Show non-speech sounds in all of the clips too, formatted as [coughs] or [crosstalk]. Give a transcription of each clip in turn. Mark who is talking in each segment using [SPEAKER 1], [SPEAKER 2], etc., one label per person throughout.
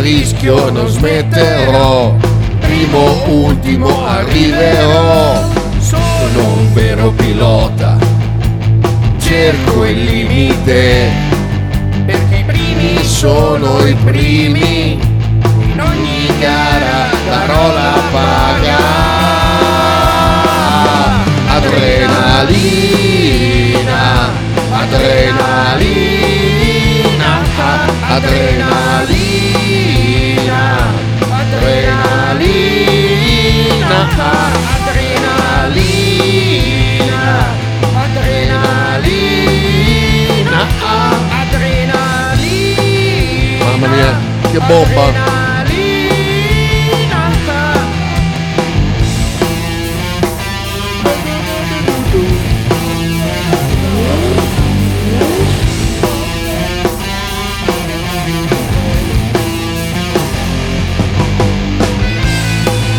[SPEAKER 1] rischio non smetterò, primo, ultimo arriverò. Sono un vero pilota, cerco il limite, perché i primi sono i primi, in ogni gara darò la paga. Adrenalina, adrenalina, adrenalina, adrenalina, adrenalina, adrenalina, adrenalina. Mamma mia, che bomba!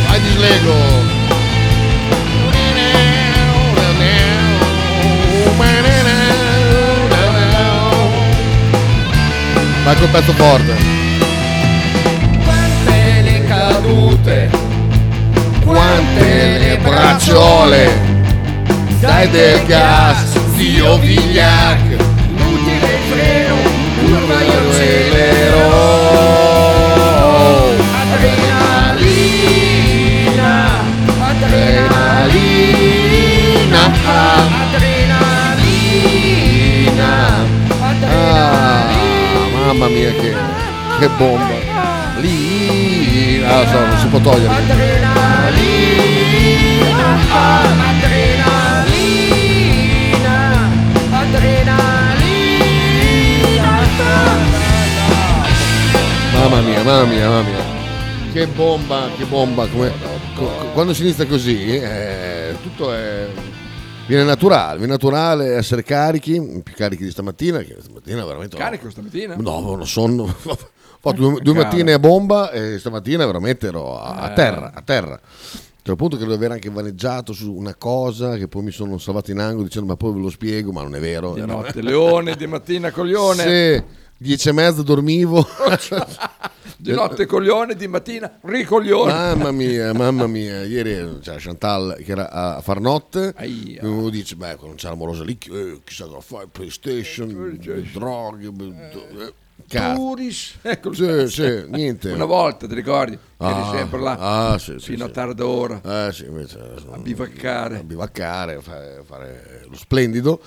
[SPEAKER 1] Vai di Slego! Vai col pezzo forte! Quante le cadute, quante le bracciole, dai del gas, zio Vigliac, inutile freno, curva io Oh. accelerò. Adrenalina, adrenalina, adrenalina. Ah, mamma mia che, che bomba. Lì, ah, so, non si può togliere. Mamma mia, mamma mia, mamma mia. Che bomba, che bomba. come- co- co- quando si inizia così, eh, tutto è... Viene naturale, viene naturale essere carichi, più carichi di stamattina, che stamattina veramente...
[SPEAKER 2] Carico stamattina?
[SPEAKER 1] No, [laughs] avevo uno sonno. Ho
[SPEAKER 2] Eh,
[SPEAKER 1] fatto due, due
[SPEAKER 2] Cara.
[SPEAKER 1] mattine a bomba e stamattina veramente ero a,
[SPEAKER 2] Eh.
[SPEAKER 1] a terra, a terra. Tra il punto che devo aver anche vaneggiato su una cosa che poi mi sono salvato in angolo dicendo ma poi ve lo spiego, ma non è vero.
[SPEAKER 2] Di
[SPEAKER 1] era-
[SPEAKER 2] notte leone, di mattina coglione,
[SPEAKER 1] Sì, dieci e mezza
[SPEAKER 2] [laughs]
[SPEAKER 1] dormivo.
[SPEAKER 2] di
[SPEAKER 1] eh,
[SPEAKER 2] notte coglione, di mattina ricoglione.
[SPEAKER 1] mamma mia, mamma mia. Ieri c'era Chantal che era a far notte.
[SPEAKER 2] Aia.
[SPEAKER 1] Uno dice, beh, non c'era Morosa lì, eh, chissà cosa fai, PlayStation,
[SPEAKER 2] cioè,
[SPEAKER 1] droghe, eh, cazzo.
[SPEAKER 2] Puris. [laughs] Ecco il
[SPEAKER 1] Sì,
[SPEAKER 2] pezzo.
[SPEAKER 1] sì, niente.
[SPEAKER 2] Una volta, ti ricordi?
[SPEAKER 1] Ah,
[SPEAKER 2] Eri sempre là,
[SPEAKER 1] ah, sì, sì, sì.
[SPEAKER 2] fino a tarda ora,
[SPEAKER 1] Eh sì, invece a
[SPEAKER 2] bivaccare.
[SPEAKER 1] A bivaccare, fare, fare lo splendido.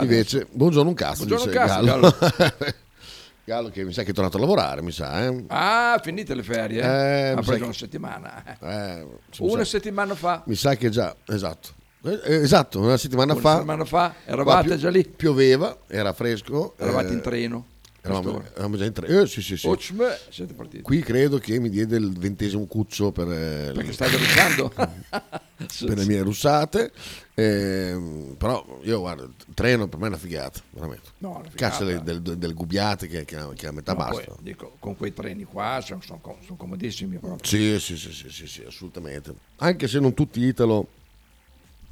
[SPEAKER 1] invece, buongiorno un cazzo,
[SPEAKER 2] Eh, Buongiorno
[SPEAKER 1] dice
[SPEAKER 2] un
[SPEAKER 1] Gallo.
[SPEAKER 2] cazzo,
[SPEAKER 1] [laughs] Gallo che mi sa che è tornato a lavorare, mi sa, eh.
[SPEAKER 2] Ah, finite le ferie?
[SPEAKER 1] Eh, mi sa
[SPEAKER 2] ha preso
[SPEAKER 1] che-
[SPEAKER 2] una settimana. eh.
[SPEAKER 1] Eh, sì, mi,
[SPEAKER 2] Una
[SPEAKER 1] sa,
[SPEAKER 2] settimana fa,
[SPEAKER 1] mi sa che già, esatto. Eh, eh, esatto, una settimana
[SPEAKER 2] una
[SPEAKER 1] fa.
[SPEAKER 2] settimana fa,
[SPEAKER 1] qua
[SPEAKER 2] eravate
[SPEAKER 1] pio-
[SPEAKER 2] già lì,
[SPEAKER 1] Pioveva, era fresco.
[SPEAKER 2] eravate
[SPEAKER 1] eh,
[SPEAKER 2] in treno.
[SPEAKER 1] Eravamo,
[SPEAKER 2] quest'ora.
[SPEAKER 1] eravamo già in tre. Eh, sì, sì, sì.
[SPEAKER 2] Ocm, siete partiti.
[SPEAKER 1] Qui credo che mi diede il ventesimo cuccio per, eh,
[SPEAKER 2] Perché stai [laughs] russando?
[SPEAKER 1] [laughs] per le mie russate. ehm, però io guarda, il treno per me è una figata, veramente.
[SPEAKER 2] No, una figata.
[SPEAKER 1] Cazzo del, del, del gubbiate che, che, che è a metà
[SPEAKER 2] Ma poi,
[SPEAKER 1] basta.
[SPEAKER 2] dico, con quei treni qua sono, sono com- sono comodissimi proprio.
[SPEAKER 1] Sì, sì, sì, sì, sì, sì, assolutamente. Anche se non tutti Italo,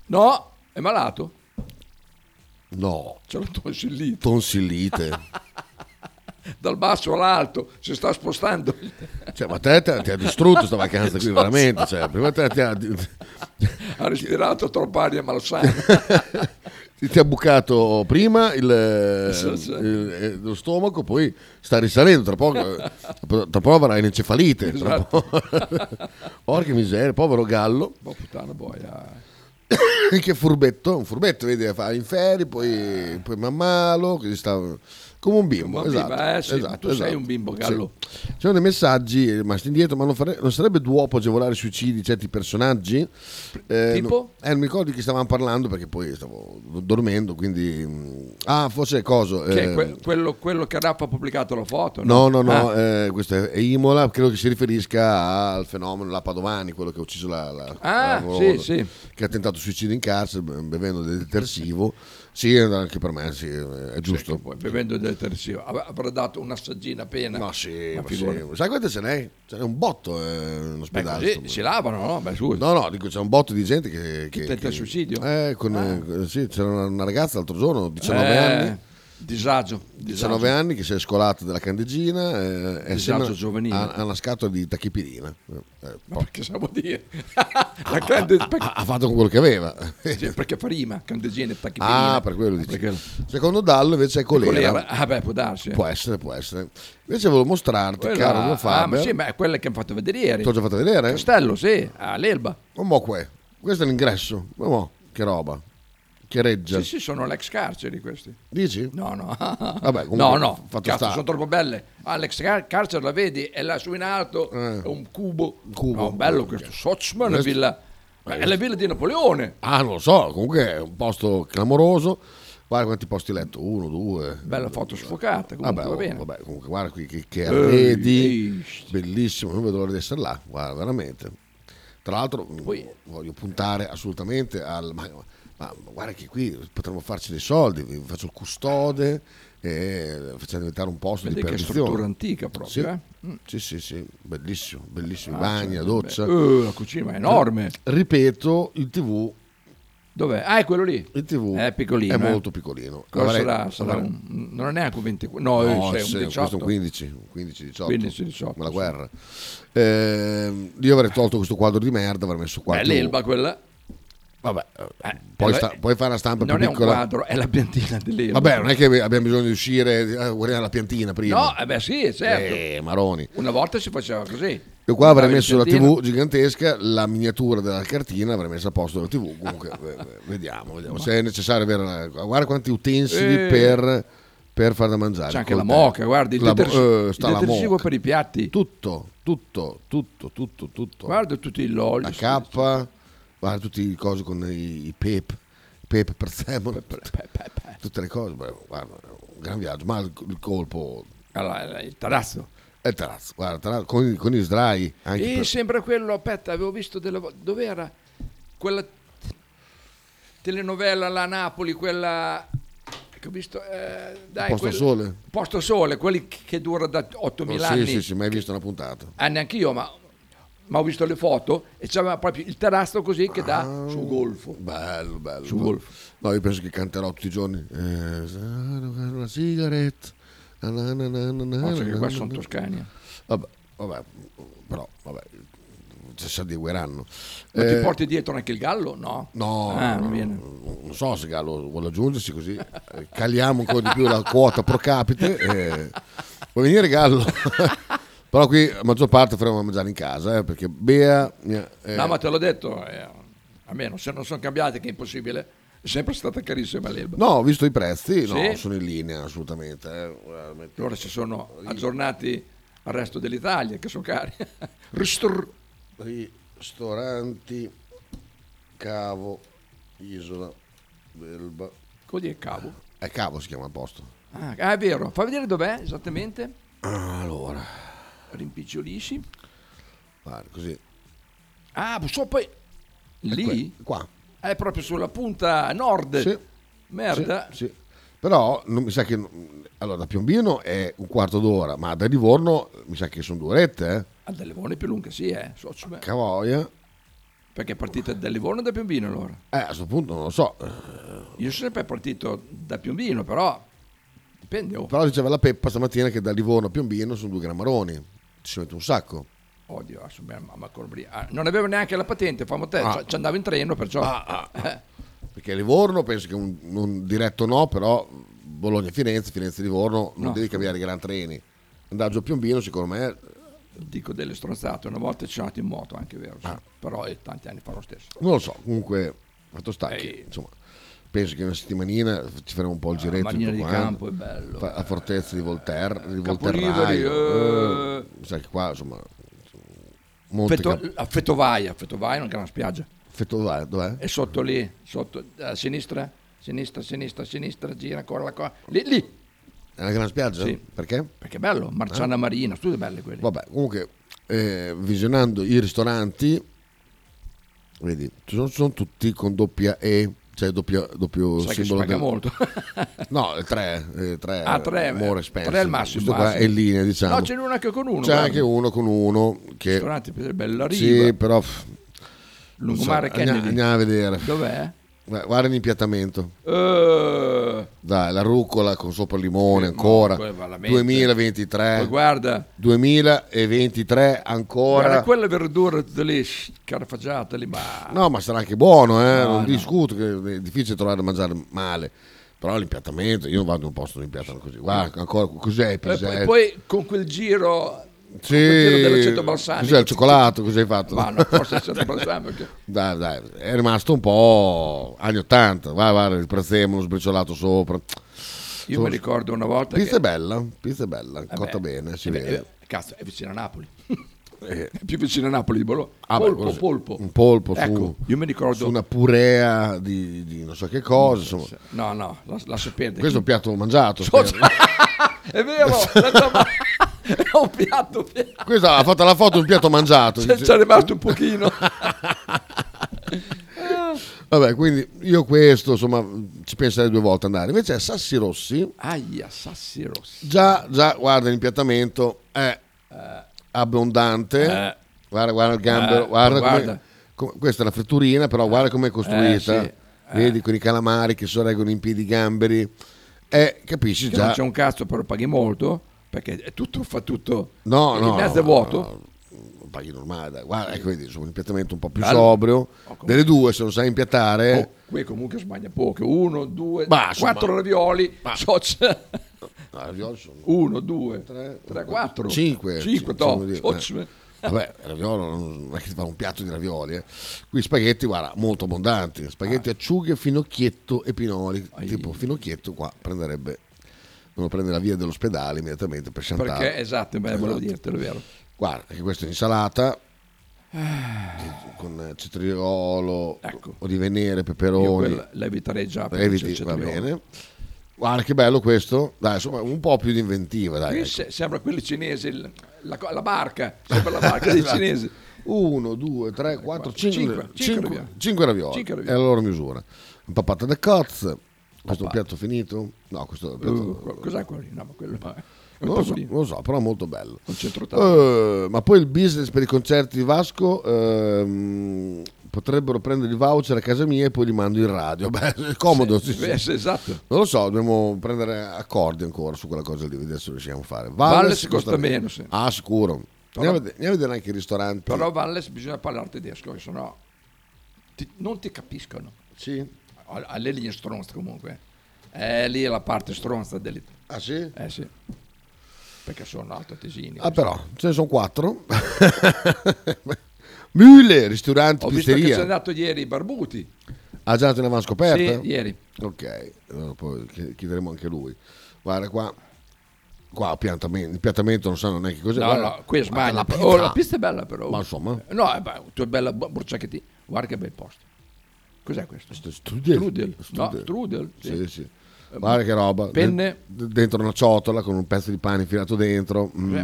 [SPEAKER 2] No, è malato.
[SPEAKER 1] no,
[SPEAKER 2] C'è la tonsillite.
[SPEAKER 1] tonsillite.
[SPEAKER 2] Dal basso all'alto si sta spostando.
[SPEAKER 1] Cioè, ma te te- ti ha distrutto sta vacanza qui, veramente. Cioè, prima te ti ha, ti,
[SPEAKER 2] Ha respirato troppa
[SPEAKER 1] [laughs]
[SPEAKER 2] aria malsana.
[SPEAKER 1] ti ha bucato prima il,
[SPEAKER 2] [laughs] Sì, sì.
[SPEAKER 1] il- eh, lo stomaco, poi sta risalendo. Tra
[SPEAKER 2] [laughs]
[SPEAKER 1] poco, tra poco avrai l'encefalite. Tra
[SPEAKER 2] Esatto.
[SPEAKER 1] poco. [laughs] Porca miseria, povero gallo.
[SPEAKER 2] Ma Boh, puttana boia.
[SPEAKER 1] [coughs] che furbetto, un furbetto, vedi, fa in ferie, poi, poi man mano, così sta- come un bimbo.
[SPEAKER 2] Come un
[SPEAKER 1] esatto,
[SPEAKER 2] bimbo, eh, sì,
[SPEAKER 1] esatto,
[SPEAKER 2] tu sei
[SPEAKER 1] esatto.
[SPEAKER 2] un bimbo, Gallo.
[SPEAKER 1] Sì. Ci sono dei messaggi rimasti indietro, ma non, fare- non sarebbe duopo agevolare i suicidi di certi personaggi? Eh,
[SPEAKER 2] Tipo?
[SPEAKER 1] non- eh, non mi ricordo di chi stavamo parlando perché poi stavo dormendo, quindi... mm, Ah, forse è coso.
[SPEAKER 2] Che è
[SPEAKER 1] eh,
[SPEAKER 2] que- quello, quello che Raff ha pubblicato la foto.
[SPEAKER 1] No, no, no,
[SPEAKER 2] Ah,
[SPEAKER 1] eh, questo è, è Imola, credo che si riferisca al fenomeno la Padovani, quello che ha ucciso la, la,
[SPEAKER 2] Ah,
[SPEAKER 1] la Moroso,
[SPEAKER 2] sì, sì.
[SPEAKER 1] che ha tentato suicidio in carcere be- bevendo del detersivo. Sì, anche per me, sì, è giusto.
[SPEAKER 2] ecco, poi bevendo del detersivo Av- avrà dato una saggina appena.
[SPEAKER 1] No, sì,
[SPEAKER 2] Ma
[SPEAKER 1] ma sì.
[SPEAKER 2] figurati.
[SPEAKER 1] Sai quante ce n'è? Ce n'è un botto eh, in
[SPEAKER 2] Beh,
[SPEAKER 1] ospedale.
[SPEAKER 2] così
[SPEAKER 1] insomma.
[SPEAKER 2] si lavano, no? Beh, scusa.
[SPEAKER 1] No, no, dico, c'è un botto di gente che... che
[SPEAKER 2] tenta il suicidio? Ah.
[SPEAKER 1] Eh, con, eh, sì, c'era una, una ragazza l'altro giorno, 19
[SPEAKER 2] Eh.
[SPEAKER 1] anni,
[SPEAKER 2] Disagio. disagio.
[SPEAKER 1] 19 anni che si è scolato dalla candeggina eh, è
[SPEAKER 2] Disagio
[SPEAKER 1] sembra-
[SPEAKER 2] giovanile.
[SPEAKER 1] ha, ha una scatola di tachipirina Eh, eh,
[SPEAKER 2] Ma che siamo a dire? [laughs] La grande...
[SPEAKER 1] ha, ha- ha fatto con quello che aveva
[SPEAKER 2] perché, Eh, perché fa rima, candegine, tachipirina.
[SPEAKER 1] ah per quello dici
[SPEAKER 2] Perché-
[SPEAKER 1] secondo Dallo invece è colera,
[SPEAKER 2] Colera. Ah beh, può darsi. eh.
[SPEAKER 1] può essere può essere invece volevo mostrarti
[SPEAKER 2] Quella-
[SPEAKER 1] caro mio
[SPEAKER 2] ah, ma
[SPEAKER 1] Faber
[SPEAKER 2] sì, ma è quella che mi fatto vedere ieri.
[SPEAKER 1] te l'ho già fatto vedere
[SPEAKER 2] Castello, sì, all'Elba.
[SPEAKER 1] Oh, mo qua. questo è l'ingresso Oh, mo, che roba che reggia
[SPEAKER 2] Sì, sì, sono l'ex carceri questi.
[SPEAKER 1] dici?
[SPEAKER 2] No, no.
[SPEAKER 1] [laughs] Vabbè, comunque,
[SPEAKER 2] no, no.
[SPEAKER 1] fatto
[SPEAKER 2] Cazzo,
[SPEAKER 1] sta.
[SPEAKER 2] sono troppo belle. Alex Car- Carcer la vedi, è là su in alto, è un cubo.
[SPEAKER 1] Eh. cubo.
[SPEAKER 2] No, bello questo. Sochman,
[SPEAKER 1] Questo-
[SPEAKER 2] villa. ma è la villa di Napoleone.
[SPEAKER 1] ah non lo so comunque è un posto clamoroso guarda quanti posti hai letto uno due
[SPEAKER 2] Bella foto sfocata, comunque
[SPEAKER 1] Vabbè,
[SPEAKER 2] va
[SPEAKER 1] oh,
[SPEAKER 2] bene. Eh,
[SPEAKER 1] vabbè, comunque guarda qui che, che arredi,
[SPEAKER 2] ehi.
[SPEAKER 1] bellissimo, non vedo l'ora di essere là, guarda veramente. Tra l'altro mh,
[SPEAKER 2] Poi-
[SPEAKER 1] voglio puntare assolutamente al... Ma, ma guarda che qui potremmo farci dei soldi, vi faccio il custode, e facciamo diventare un posto
[SPEAKER 2] Vedi
[SPEAKER 1] di
[SPEAKER 2] che struttura
[SPEAKER 1] perdizione.
[SPEAKER 2] antica proprio,
[SPEAKER 1] Sì.
[SPEAKER 2] eh.
[SPEAKER 1] sì, sì, sì, bellissimo, bellissimo, i
[SPEAKER 2] Ah,
[SPEAKER 1] bagni, la
[SPEAKER 2] cioè,
[SPEAKER 1] doccia.
[SPEAKER 2] beh, eh, la cucina è enorme.
[SPEAKER 1] Ripeto, il tv,
[SPEAKER 2] Dov'è? Ah, è quello lì.
[SPEAKER 1] il TV
[SPEAKER 2] È piccolino,
[SPEAKER 1] è
[SPEAKER 2] eh.
[SPEAKER 1] molto piccolino.
[SPEAKER 2] Cosa
[SPEAKER 1] Avrei-
[SPEAKER 2] sarà? Sarà
[SPEAKER 1] avrei-
[SPEAKER 2] un- non è neanche un 24,
[SPEAKER 1] No,
[SPEAKER 2] no, eh, sì,
[SPEAKER 1] sì,
[SPEAKER 2] un
[SPEAKER 1] questo è
[SPEAKER 2] 18.
[SPEAKER 1] un 15, un 15, 18,
[SPEAKER 2] 15, 18,
[SPEAKER 1] come la
[SPEAKER 2] sì.
[SPEAKER 1] guerra. Ehm, io avrei tolto questo quadro di merda, avrei messo
[SPEAKER 2] Beh,
[SPEAKER 1] quadro.
[SPEAKER 2] l'Elba quella.
[SPEAKER 1] Vabbè, eh,
[SPEAKER 2] Eh,
[SPEAKER 1] poi,
[SPEAKER 2] eh,
[SPEAKER 1] sta- poi fare una stampa più
[SPEAKER 2] non è un
[SPEAKER 1] piccola.
[SPEAKER 2] quadro, è la piantina dell'Elba.
[SPEAKER 1] Vabbè, non è che abbiamo bisogno di uscire, eh, guardiamo la piantina prima.
[SPEAKER 2] No, eh beh sì, certo.
[SPEAKER 1] Eh, Maroni.
[SPEAKER 2] Una volta si faceva così.
[SPEAKER 1] Io qua avrei
[SPEAKER 2] Andavi
[SPEAKER 1] messo
[SPEAKER 2] in
[SPEAKER 1] la
[SPEAKER 2] piantina.
[SPEAKER 1] TV gigantesca, la miniatura della cartina avrei messo a posto la TV. Comunque, eh, vediamo, vediamo. se è necessario avere. una- Guarda quanti utensili
[SPEAKER 2] Eh.
[SPEAKER 1] per, per far da mangiare.
[SPEAKER 2] C'è anche la
[SPEAKER 1] coltello.
[SPEAKER 2] moca, guarda, il,
[SPEAKER 1] La mo-
[SPEAKER 2] detersi-
[SPEAKER 1] eh,
[SPEAKER 2] il
[SPEAKER 1] sta la
[SPEAKER 2] detersivo
[SPEAKER 1] moca.
[SPEAKER 2] per i piatti.
[SPEAKER 1] tutto, tutto, tutto, tutto, tutto.
[SPEAKER 2] Guarda tutti i lolli.
[SPEAKER 1] la K, guarda tutti i cose con i, i pepe, pepe per semolo, tutte le cose. beh, guarda, un gran viaggio, ma il, il colpo
[SPEAKER 2] Allora, il tarazzo.
[SPEAKER 1] è il terrazzo, guarda, il terrazzo, con, i- con gli sdrai anche
[SPEAKER 2] E
[SPEAKER 1] per-
[SPEAKER 2] sembra quello, aspetta, avevo visto delle volte, dove era? Quella t- telenovela la Napoli, quella che ho visto, eh, dai,
[SPEAKER 1] Posto al Sole?
[SPEAKER 2] Posto al Sole, quelli che dura da 8000
[SPEAKER 1] Oh,
[SPEAKER 2] anni.
[SPEAKER 1] sì, sì, sì, mai visto una puntata.
[SPEAKER 2] Ah, neanche io, ma, ma ho visto le foto e c'era proprio il terrazzo così che dà su golfo.
[SPEAKER 1] Ah. Bello, bello.
[SPEAKER 2] Su
[SPEAKER 1] bello.
[SPEAKER 2] golf.
[SPEAKER 1] No, io penso che canterò tutti i giorni. Eh, una sigaretta. Na, na, na, na, na, na,
[SPEAKER 2] Forse che
[SPEAKER 1] na,
[SPEAKER 2] qua
[SPEAKER 1] na,
[SPEAKER 2] sono
[SPEAKER 1] na.
[SPEAKER 2] Toscania.
[SPEAKER 1] Vabbè, vabbè, però, vabbè, ci si adegueranno.
[SPEAKER 2] Ma
[SPEAKER 1] Eh,
[SPEAKER 2] ti porti dietro anche il gallo? No.
[SPEAKER 1] No,
[SPEAKER 2] Ah,
[SPEAKER 1] no,
[SPEAKER 2] bene.
[SPEAKER 1] no, non so se Gallo vuole aggiungersi così eh, caliamo ancora di più la quota pro capite. eh. Vuoi venire Gallo? [laughs] Però qui la maggior parte faremo a mangiare in casa eh, perché Bea... mia- eh,
[SPEAKER 2] No, ma te l'ho detto, eh, a meno se non sono cambiate, che è impossibile, è sempre stata carissima l'Elba.
[SPEAKER 1] no, ho visto i prezzi, no,
[SPEAKER 2] Sì.
[SPEAKER 1] sono in linea assolutamente. eh, veramente.
[SPEAKER 2] Allora si sono aggiornati al resto dell'Italia, che sono [laughs] cari. Ristor-
[SPEAKER 1] Ristoranti Cavo, Isola, Belba.
[SPEAKER 2] Cosa dire cavo?
[SPEAKER 1] Eh, Cavo si chiama il posto.
[SPEAKER 2] Ah, ah, è vero, fa vedere dov'è esattamente.
[SPEAKER 1] Allora,
[SPEAKER 2] Rimpicciolisci.
[SPEAKER 1] guarda, così.
[SPEAKER 2] Ah, so poi lì
[SPEAKER 1] Que- Qua.
[SPEAKER 2] è proprio sulla punta nord.
[SPEAKER 1] Sì.
[SPEAKER 2] Merda.
[SPEAKER 1] Sì, sì. Però non mi sa che. Allora, da Piombino è un quarto d'ora, ma da Livorno eh, mi sa che sono due orette. Eh.
[SPEAKER 2] A Da Livorno Ah, è più lunga, sì, eh. so- so- beh,
[SPEAKER 1] Cavoia.
[SPEAKER 2] Perché è partita da Livorno o da Piombino allora?
[SPEAKER 1] Eh, a questo punto non lo so. eh.
[SPEAKER 2] Io sono sempre partito da Piombino, però dipende. Oh,
[SPEAKER 1] Però diceva la Peppa stamattina che da Livorno a Piombino sono due grammaroni. Ci si mette un sacco.
[SPEAKER 2] Oddio, adesso mi- ma, ma col bri- ah, non avevo neanche la patente, famo te,
[SPEAKER 1] Ah.
[SPEAKER 2] ci- ci andavo in treno, perciò... ah. [laughs]
[SPEAKER 1] Perché Livorno penso che un, un diretto no, però Bologna-Firenze, Firenze-Livorno, non
[SPEAKER 2] No.
[SPEAKER 1] devi cambiare i gran treni. Andare giù a Piombino, secondo me,
[SPEAKER 2] dico delle stronzate, una volta ci sono andato in moto, anche vero, sì. Ah. però è tanti anni fa lo stesso.
[SPEAKER 1] non lo so. Comunque, fatto sta che,
[SPEAKER 2] Ehi.
[SPEAKER 1] insomma, penso che una settimanina ci faremo un po' il
[SPEAKER 2] La
[SPEAKER 1] giretto.
[SPEAKER 2] marina
[SPEAKER 1] tutto
[SPEAKER 2] di
[SPEAKER 1] quanto.
[SPEAKER 2] campo è bello.
[SPEAKER 1] Fa- la fortezza di Volterra, di
[SPEAKER 2] Capoliveri,
[SPEAKER 1] Volterraio,
[SPEAKER 2] eh.
[SPEAKER 1] eh, sai che qua insomma Monte
[SPEAKER 2] Feto-
[SPEAKER 1] Cap-
[SPEAKER 2] a Fetovaia, Fetovaia è una gran spiaggia,
[SPEAKER 1] Fetovai, dov'è?
[SPEAKER 2] è sotto lì, sotto, a sinistra, sinistra, sinistra, sinistra, gira ancora la cosa, lì, lì,
[SPEAKER 1] È una gran spiaggia?
[SPEAKER 2] Sì.
[SPEAKER 1] Perché? Ah.
[SPEAKER 2] perché è bello,
[SPEAKER 1] Eh.
[SPEAKER 2] Marciana Marina, tutte belle quelle.
[SPEAKER 1] Vabbè, comunque eh, visionando i ristoranti vedi, ci sono, sono tutti con doppia E, cioè doppia, doppio
[SPEAKER 2] Sai che si
[SPEAKER 1] simbolo
[SPEAKER 2] paga
[SPEAKER 1] del-
[SPEAKER 2] molto.
[SPEAKER 1] [laughs] No, il 3, eh, 3
[SPEAKER 2] Ah, tre,
[SPEAKER 1] more
[SPEAKER 2] tre
[SPEAKER 1] expensive.
[SPEAKER 2] al massimo,
[SPEAKER 1] Questo qua
[SPEAKER 2] ah, sì.
[SPEAKER 1] è in linea, diciamo.
[SPEAKER 2] no, ce n'è una che con uno.
[SPEAKER 1] C'è
[SPEAKER 2] guarda.
[SPEAKER 1] anche uno con uno che
[SPEAKER 2] Ristorante per Bella Riva,
[SPEAKER 1] sì, però pff, non so,
[SPEAKER 2] Lungomare
[SPEAKER 1] andiamo-
[SPEAKER 2] Kennedy.
[SPEAKER 1] andiamo a vedere.
[SPEAKER 2] Dov'è?
[SPEAKER 1] Guarda guarda l'impiattamento.
[SPEAKER 2] Eh,
[SPEAKER 1] Dai, la rucola con sopra il limone ancora.
[SPEAKER 2] quella veramente.
[SPEAKER 1] 2023.
[SPEAKER 2] poi guarda,
[SPEAKER 1] 2023
[SPEAKER 2] guarda
[SPEAKER 1] ancora.
[SPEAKER 2] quelle verdure tutte lì scarfagiate lì, ma eh,
[SPEAKER 1] No, ma sarà anche buono, eh?
[SPEAKER 2] No,
[SPEAKER 1] non
[SPEAKER 2] no.
[SPEAKER 1] discuto, che è difficile trovare da mangiare male. Però l'impiattamento, io non vado in un posto dove impiattano così. Guarda, ancora cos'è il
[SPEAKER 2] E Eh, poi,
[SPEAKER 1] pisello?
[SPEAKER 2] poi con quel giro
[SPEAKER 1] Esatto. Sì,
[SPEAKER 2] quello dell'aceto balsamico.
[SPEAKER 1] Cos'è il cioccolato? Cos'hai fatto?
[SPEAKER 2] ma non forse è stato balsamico che-
[SPEAKER 1] Dai, dai, è rimasto un po' anni 80. Vai, guarda, il prezzemolo uno sbriciolato sopra.
[SPEAKER 2] io mi ricordo una volta
[SPEAKER 1] Pizza
[SPEAKER 2] che
[SPEAKER 1] è bella, pizza è bella, cotta bene, si
[SPEAKER 2] eh, beh,
[SPEAKER 1] vede.
[SPEAKER 2] eh, cazzo è vicino a Napoli
[SPEAKER 1] [laughs] Eh,
[SPEAKER 2] è più vicino a Napoli di Bologna
[SPEAKER 1] ah, beh,
[SPEAKER 2] polpo
[SPEAKER 1] cos'è?
[SPEAKER 2] polpo
[SPEAKER 1] Un polpo su-
[SPEAKER 2] ecco io mi ricordo
[SPEAKER 1] su una purea di, di non so che cosa, insomma.
[SPEAKER 2] no Ah, no la, lascia perdere
[SPEAKER 1] Questo è un piatto mangiato. spero.
[SPEAKER 2] [laughs]
[SPEAKER 1] [laughs]
[SPEAKER 2] è vero la tava- è un piatto pieno.
[SPEAKER 1] Questa ha fatto la foto di un piatto mangiato.
[SPEAKER 2] C'è,
[SPEAKER 1] dice-
[SPEAKER 2] c'è rimasto un pochino
[SPEAKER 1] [laughs] Vabbè, quindi io questo, insomma, ci penserei due volte ad andare. Invece a Sassi Rossi,
[SPEAKER 2] aia sassi rossi
[SPEAKER 1] già, già guarda l'impiattamento, è abbondante.
[SPEAKER 2] Eh.
[SPEAKER 1] Guarda, guarda il gambero,
[SPEAKER 2] Eh,
[SPEAKER 1] guarda, come-
[SPEAKER 2] guarda.
[SPEAKER 1] come- questa è la fritturina, però guarda come è costruita.
[SPEAKER 2] sì, eh.
[SPEAKER 1] Vedi con i calamari che sorreggono in piedi i gamberi. Eh, capisci
[SPEAKER 2] Che
[SPEAKER 1] già.
[SPEAKER 2] non c'è un cazzo però paghi molto perché è tutto fa tutto
[SPEAKER 1] No,
[SPEAKER 2] è
[SPEAKER 1] no.
[SPEAKER 2] mezzo
[SPEAKER 1] no,
[SPEAKER 2] vuoto
[SPEAKER 1] no, no, Paghi normale, dai. guarda, ecco, vedi, insomma, un impiattamento un po' più
[SPEAKER 2] Allora,
[SPEAKER 1] sobrio.
[SPEAKER 2] comunque.
[SPEAKER 1] Delle due, se non sai impiattare,
[SPEAKER 2] Oh, qui comunque sbaglia poco. Uno, due,
[SPEAKER 1] Ma, insomma-
[SPEAKER 2] quattro ravioli. so- [laughs]
[SPEAKER 1] No, i ravioli sono
[SPEAKER 2] uno, due, tre,
[SPEAKER 1] Tre,
[SPEAKER 2] quattro.
[SPEAKER 1] cinque,
[SPEAKER 2] Cinque,
[SPEAKER 1] sì,
[SPEAKER 2] to.
[SPEAKER 1] sì,
[SPEAKER 2] so-
[SPEAKER 1] vuol dire, eh. Vabbè, il raviolo non è che ti fa un piatto di ravioli. eh. Qui spaghetti, guarda, molto abbondanti. Spaghetti, acciughe, finocchietto e pinoli.
[SPEAKER 2] Ah. Ai.
[SPEAKER 1] Tipo finocchietto qua prenderebbe, devono prendere la via dell'ospedale immediatamente per Chantal.
[SPEAKER 2] Perché, esatto, beh, volevo dirtelo, è vero.
[SPEAKER 1] Guarda, anche questa è insalata eh, con cetriolo,
[SPEAKER 2] Ecco.
[SPEAKER 1] olive nere,
[SPEAKER 2] Io
[SPEAKER 1] peperoni.
[SPEAKER 2] quella la eviterei già. perché c'è il
[SPEAKER 1] Eviti, va
[SPEAKER 2] cetriolo.
[SPEAKER 1] bene. Guarda che bello questo. Dai, insomma, un po' più di inventiva, dai.
[SPEAKER 2] Qui
[SPEAKER 1] ecco.
[SPEAKER 2] se- sembra quelli cinesi, il- la, co- la barca, sembra la
[SPEAKER 1] [laughs]
[SPEAKER 2] barca
[SPEAKER 1] Esatto.
[SPEAKER 2] dei cinesi.
[SPEAKER 1] 1, 2, 3, 4,
[SPEAKER 2] Cinque,
[SPEAKER 1] 5,
[SPEAKER 2] cinque ravioli.
[SPEAKER 1] 5 ravioli.
[SPEAKER 2] Cinque
[SPEAKER 1] È
[SPEAKER 2] ravioli.
[SPEAKER 1] la loro misura. Impappata da cozze. Questo è un piatto finito? No, questo è un piatto...
[SPEAKER 2] Uh, co- cos'è quello? lì? No, ma quello è un
[SPEAKER 1] non, lo so,
[SPEAKER 2] tavolino,
[SPEAKER 1] non lo so, però è molto bello.
[SPEAKER 2] un centrotavolo.
[SPEAKER 1] Eh, ma poi il business per i concerti di Vasco ehm, potrebbero prendere il voucher a casa mia e poi li mando in radio. [laughs] Beh, è comodo. Oh, sì, sì.
[SPEAKER 2] Eh, sì, esatto.
[SPEAKER 1] Non lo so, dobbiamo prendere accordi ancora su quella cosa lì, vedere se riusciamo a fare.
[SPEAKER 2] Valles costa meno, sì.
[SPEAKER 1] Ah, sicuro.
[SPEAKER 2] Però-
[SPEAKER 1] Andiamo a, vedere, andiamo a vedere anche i ristoranti.
[SPEAKER 2] Però Valles bisogna parlare tedesco, che sennò ti- non ti capiscono.
[SPEAKER 1] Sì.
[SPEAKER 2] A a lei lì è stronza comunque. Eh, lì è la parte stronza dell'Italia.
[SPEAKER 1] Ah sì?
[SPEAKER 2] Eh sì. Perché sono alto tesini.
[SPEAKER 1] Ah però, ce ne sono quattro. [laughs] Mühle, ristorante,
[SPEAKER 2] Ho visto che
[SPEAKER 1] pizzeria.
[SPEAKER 2] c'è andato ieri Barbuti.
[SPEAKER 1] Ah già, te ne avevano scoperta?
[SPEAKER 2] Sì, ieri.
[SPEAKER 1] Ok, allora poi chi- chiederemo anche a lui. Guarda qua, qua piantamento, il piattamento non sanno neanche cos'è.
[SPEAKER 2] No,
[SPEAKER 1] guarda.
[SPEAKER 2] no, qui è
[SPEAKER 1] Ma
[SPEAKER 2] smaglia.
[SPEAKER 1] la pizza.
[SPEAKER 2] Oh, la pizza è bella però.
[SPEAKER 1] Ma insomma.
[SPEAKER 2] No, eh, beh, tu è bella bu- bruciacchetti. Guarda che bel posto. Cos'è questo?
[SPEAKER 1] Strudel.
[SPEAKER 2] Strudel. No, strudel. Sì. Eh,
[SPEAKER 1] Sì, sì. Guarda che roba.
[SPEAKER 2] Penne.
[SPEAKER 1] D- Dentro una ciotola con un pezzo di pane filato dentro. Mm,
[SPEAKER 2] Cioè,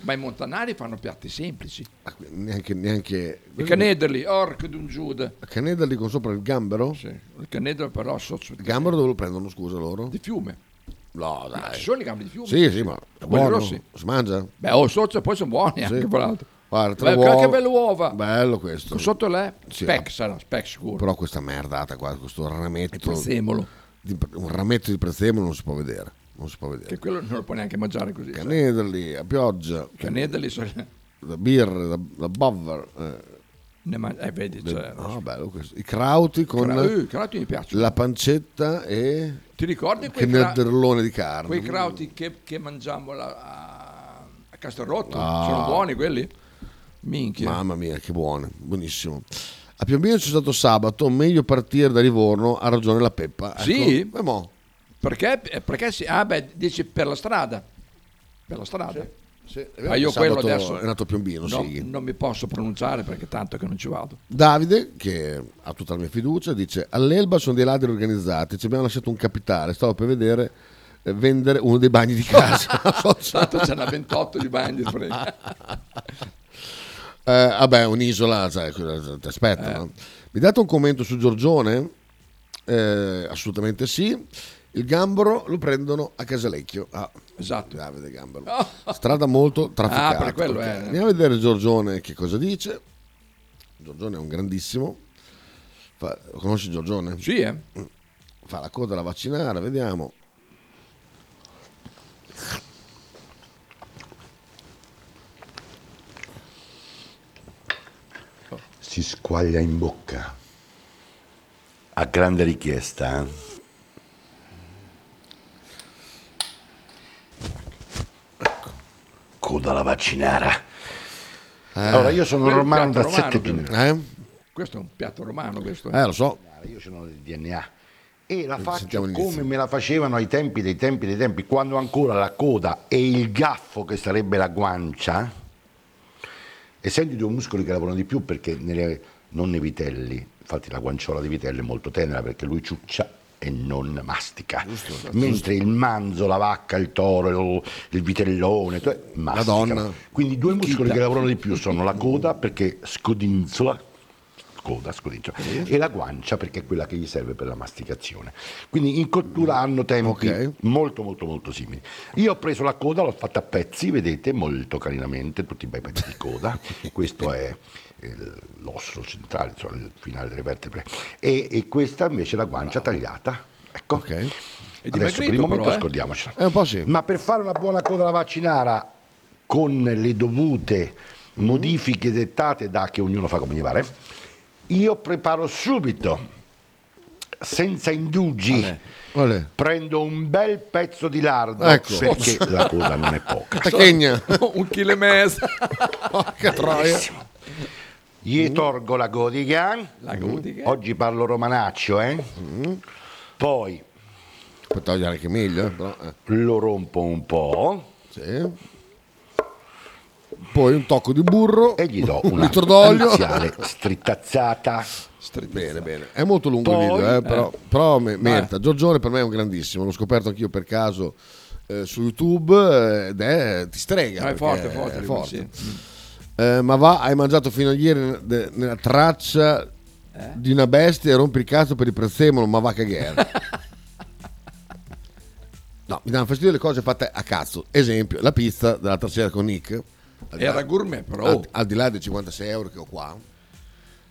[SPEAKER 2] Ma i montanari fanno piatti semplici.
[SPEAKER 1] ah, qui- Neanche... neanche...
[SPEAKER 2] I canederli, orco d'un giuda.
[SPEAKER 1] Eh. Canederli con sopra il gambero?
[SPEAKER 2] Sì, il canederlo però so, so-
[SPEAKER 1] Il gambero dove lo prendono, scusa loro?
[SPEAKER 2] di fiume.
[SPEAKER 1] No,
[SPEAKER 2] Ma
[SPEAKER 1] dai.
[SPEAKER 2] ci sono i gambi di fiume.
[SPEAKER 1] Sì, sì, ma è
[SPEAKER 2] Quelli
[SPEAKER 1] buono.
[SPEAKER 2] rossi.
[SPEAKER 1] Si mangia?
[SPEAKER 2] Beh, oh, sotto poi sono buoni anche, fra l'altro.
[SPEAKER 1] Guarda, tre
[SPEAKER 2] Beh,
[SPEAKER 1] uova.
[SPEAKER 2] Che belle uova.
[SPEAKER 1] Bello questo.
[SPEAKER 2] Con sotto lei,
[SPEAKER 1] Sì. ah,
[SPEAKER 2] spec sarà, spec sicuro.
[SPEAKER 1] Però questa merdata qua, questo rametto...
[SPEAKER 2] Prezzemolo,
[SPEAKER 1] di- un rametto di prezzemolo non si può vedere. Non si può
[SPEAKER 2] che
[SPEAKER 1] vedere.
[SPEAKER 2] quello non lo puoi neanche mangiare così. sai.
[SPEAKER 1] Canederli, a pioggia,
[SPEAKER 2] Canederli, so-
[SPEAKER 1] da birra, da, da bover, eh,
[SPEAKER 2] ne man- eh, vedi, cioè,
[SPEAKER 1] Ah, bello questo. I crauti con
[SPEAKER 2] Cra- eh, crauti mi piacciono.
[SPEAKER 1] la pancetta e
[SPEAKER 2] Ti ricordi quei,
[SPEAKER 1] che
[SPEAKER 2] cra-
[SPEAKER 1] nerderlone di carne.
[SPEAKER 2] quei crauti che, che mangiamo la- a, a Castelrotto?
[SPEAKER 1] Ah. Ecco.
[SPEAKER 2] Sono buoni quelli? Minchia.
[SPEAKER 1] Mamma mia, che buono, buonissimo. A Piombino c'è stato sabato, meglio partire da Livorno, ha ragione la Peppa. Ecco.
[SPEAKER 2] Sì?
[SPEAKER 1] Eh, mo.
[SPEAKER 2] Perché? eh, perché si- ah, beh, dici per la strada. Per la strada.
[SPEAKER 1] Sì,
[SPEAKER 2] Ma io
[SPEAKER 1] sabato
[SPEAKER 2] quello adesso-
[SPEAKER 1] è nato a Piombino,
[SPEAKER 2] No,
[SPEAKER 1] sì.
[SPEAKER 2] non mi posso pronunciare perché tanto che non ci vado.
[SPEAKER 1] Davide, che ha tutta la mia fiducia, dice all'Elba sono dei ladri organizzati, ci abbiamo lasciato un capitale, stavo per vedere eh, vendere uno dei bagni di
[SPEAKER 2] [laughs]
[SPEAKER 1] casa.
[SPEAKER 2] Tanto c'è una 28
[SPEAKER 1] [laughs]
[SPEAKER 2] di bagni. frega.
[SPEAKER 1] Eh, vabbè, un'isola, sai, cosa ti
[SPEAKER 2] Eh.
[SPEAKER 1] aspetta. no? Mi date un commento su Giorgione? Eh, assolutamente sì. Il gambero lo prendono a Casalecchio. Ah,
[SPEAKER 2] Esatto. Oh.
[SPEAKER 1] Davide Gambero. Strada molto trafficata.
[SPEAKER 2] Ah, per quello,
[SPEAKER 1] ok.
[SPEAKER 2] eh.
[SPEAKER 1] Andiamo a vedere Giorgione che cosa dice. Giorgione è un grandissimo. Fa- lo conosci Giorgione? Mm.
[SPEAKER 2] Sì, eh?
[SPEAKER 1] Fa la coda da vaccinare, vediamo.
[SPEAKER 3] si squaglia in bocca. A grande richiesta. eh. Coda la vaccinara. Eh. Allora, io sono
[SPEAKER 2] quello è un
[SPEAKER 3] romano da
[SPEAKER 2] piatto
[SPEAKER 3] sette
[SPEAKER 2] romano,
[SPEAKER 3] giorni.
[SPEAKER 1] Eh?
[SPEAKER 2] Questo è un piatto romano, questo.
[SPEAKER 1] Eh, lo so. Eh,
[SPEAKER 3] Io sono del DNA. E la faccio
[SPEAKER 1] sentiamo l'inizio.
[SPEAKER 3] come me la facevano ai tempi dei tempi dei tempi, quando ancora la coda e il gaffo, che sarebbe la guancia, essendo i due muscoli che lavorano di più, perché nelle- non nei vitelli, infatti la guanciola di vitello è molto tenera perché lui ciuccia e non mastica, mentre il manzo, la vacca, il toro, il vitellone, to- masticano.
[SPEAKER 1] donna.
[SPEAKER 3] Quindi i due muscoli che lavorano di più sono la coda perché scodinzola coda, scodinzola, e la guancia perché è quella che gli serve per la masticazione. Quindi in cottura hanno tempi
[SPEAKER 1] Ok.
[SPEAKER 3] molto molto molto simili. Io ho preso la coda, l'ho fatta a pezzi, vedete, molto carinamente, tutti i bei pezzi di
[SPEAKER 1] [laughs]
[SPEAKER 3] coda. Questo è il- l'osso centrale, insomma, il finale delle vertebre. E, e questa invece è la guancia tagliata. Ecco.
[SPEAKER 1] Ok.
[SPEAKER 2] È
[SPEAKER 3] Adesso per il
[SPEAKER 2] dimagrito,
[SPEAKER 3] momento
[SPEAKER 2] però, eh.
[SPEAKER 3] scordiamocela.
[SPEAKER 1] Eh, un po' sì.
[SPEAKER 3] Ma per fare una buona coda alla vaccinara con le dovute modifiche dettate da che ognuno fa come gli pare, io preparo subito, senza indugi,
[SPEAKER 1] Ah, Olè.
[SPEAKER 3] prendo un bel pezzo di lardo
[SPEAKER 1] Ecco.
[SPEAKER 3] perché la coda non è poca.
[SPEAKER 1] Tachegna.
[SPEAKER 2] un chilo e mezzo.
[SPEAKER 1] [laughs] Porca troia. Mm.
[SPEAKER 3] Gli torgo la godica,
[SPEAKER 2] La gotica.
[SPEAKER 3] oggi parlo romanaccio, eh? poi
[SPEAKER 1] Mm. Puoi togliere anche meglio, eh, però. eh,
[SPEAKER 3] lo rompo un po'.
[SPEAKER 1] sì. Poi un tocco di burro.
[SPEAKER 3] E gli do
[SPEAKER 1] Un
[SPEAKER 3] una
[SPEAKER 1] litro d'olio. [laughs]
[SPEAKER 3] iniziale strittazzata.
[SPEAKER 1] Bene, bene. È molto lungo
[SPEAKER 3] Poi-
[SPEAKER 1] il video,
[SPEAKER 3] [laughs]
[SPEAKER 1] eh, però, però me- merita. Giorgione per me è un grandissimo, l'ho scoperto anch'io per caso eh, su YouTube eh, ed è ti strega.
[SPEAKER 2] No, è
[SPEAKER 1] perché
[SPEAKER 2] forte, è forte. lui, sì.
[SPEAKER 1] Eh, ma va, hai mangiato fino a ieri ne- de- nella traccia
[SPEAKER 2] Eh?
[SPEAKER 1] di una bestia e rompi il cazzo per il prezzemolo, ma va a
[SPEAKER 2] [laughs]
[SPEAKER 1] cagare. no, mi danno fastidio le cose fatte a cazzo. Esempio, la pizza della sera con Nick. Al di là-
[SPEAKER 2] Era gourmet, però.
[SPEAKER 1] al- al di là dei 56 euro che ho qua,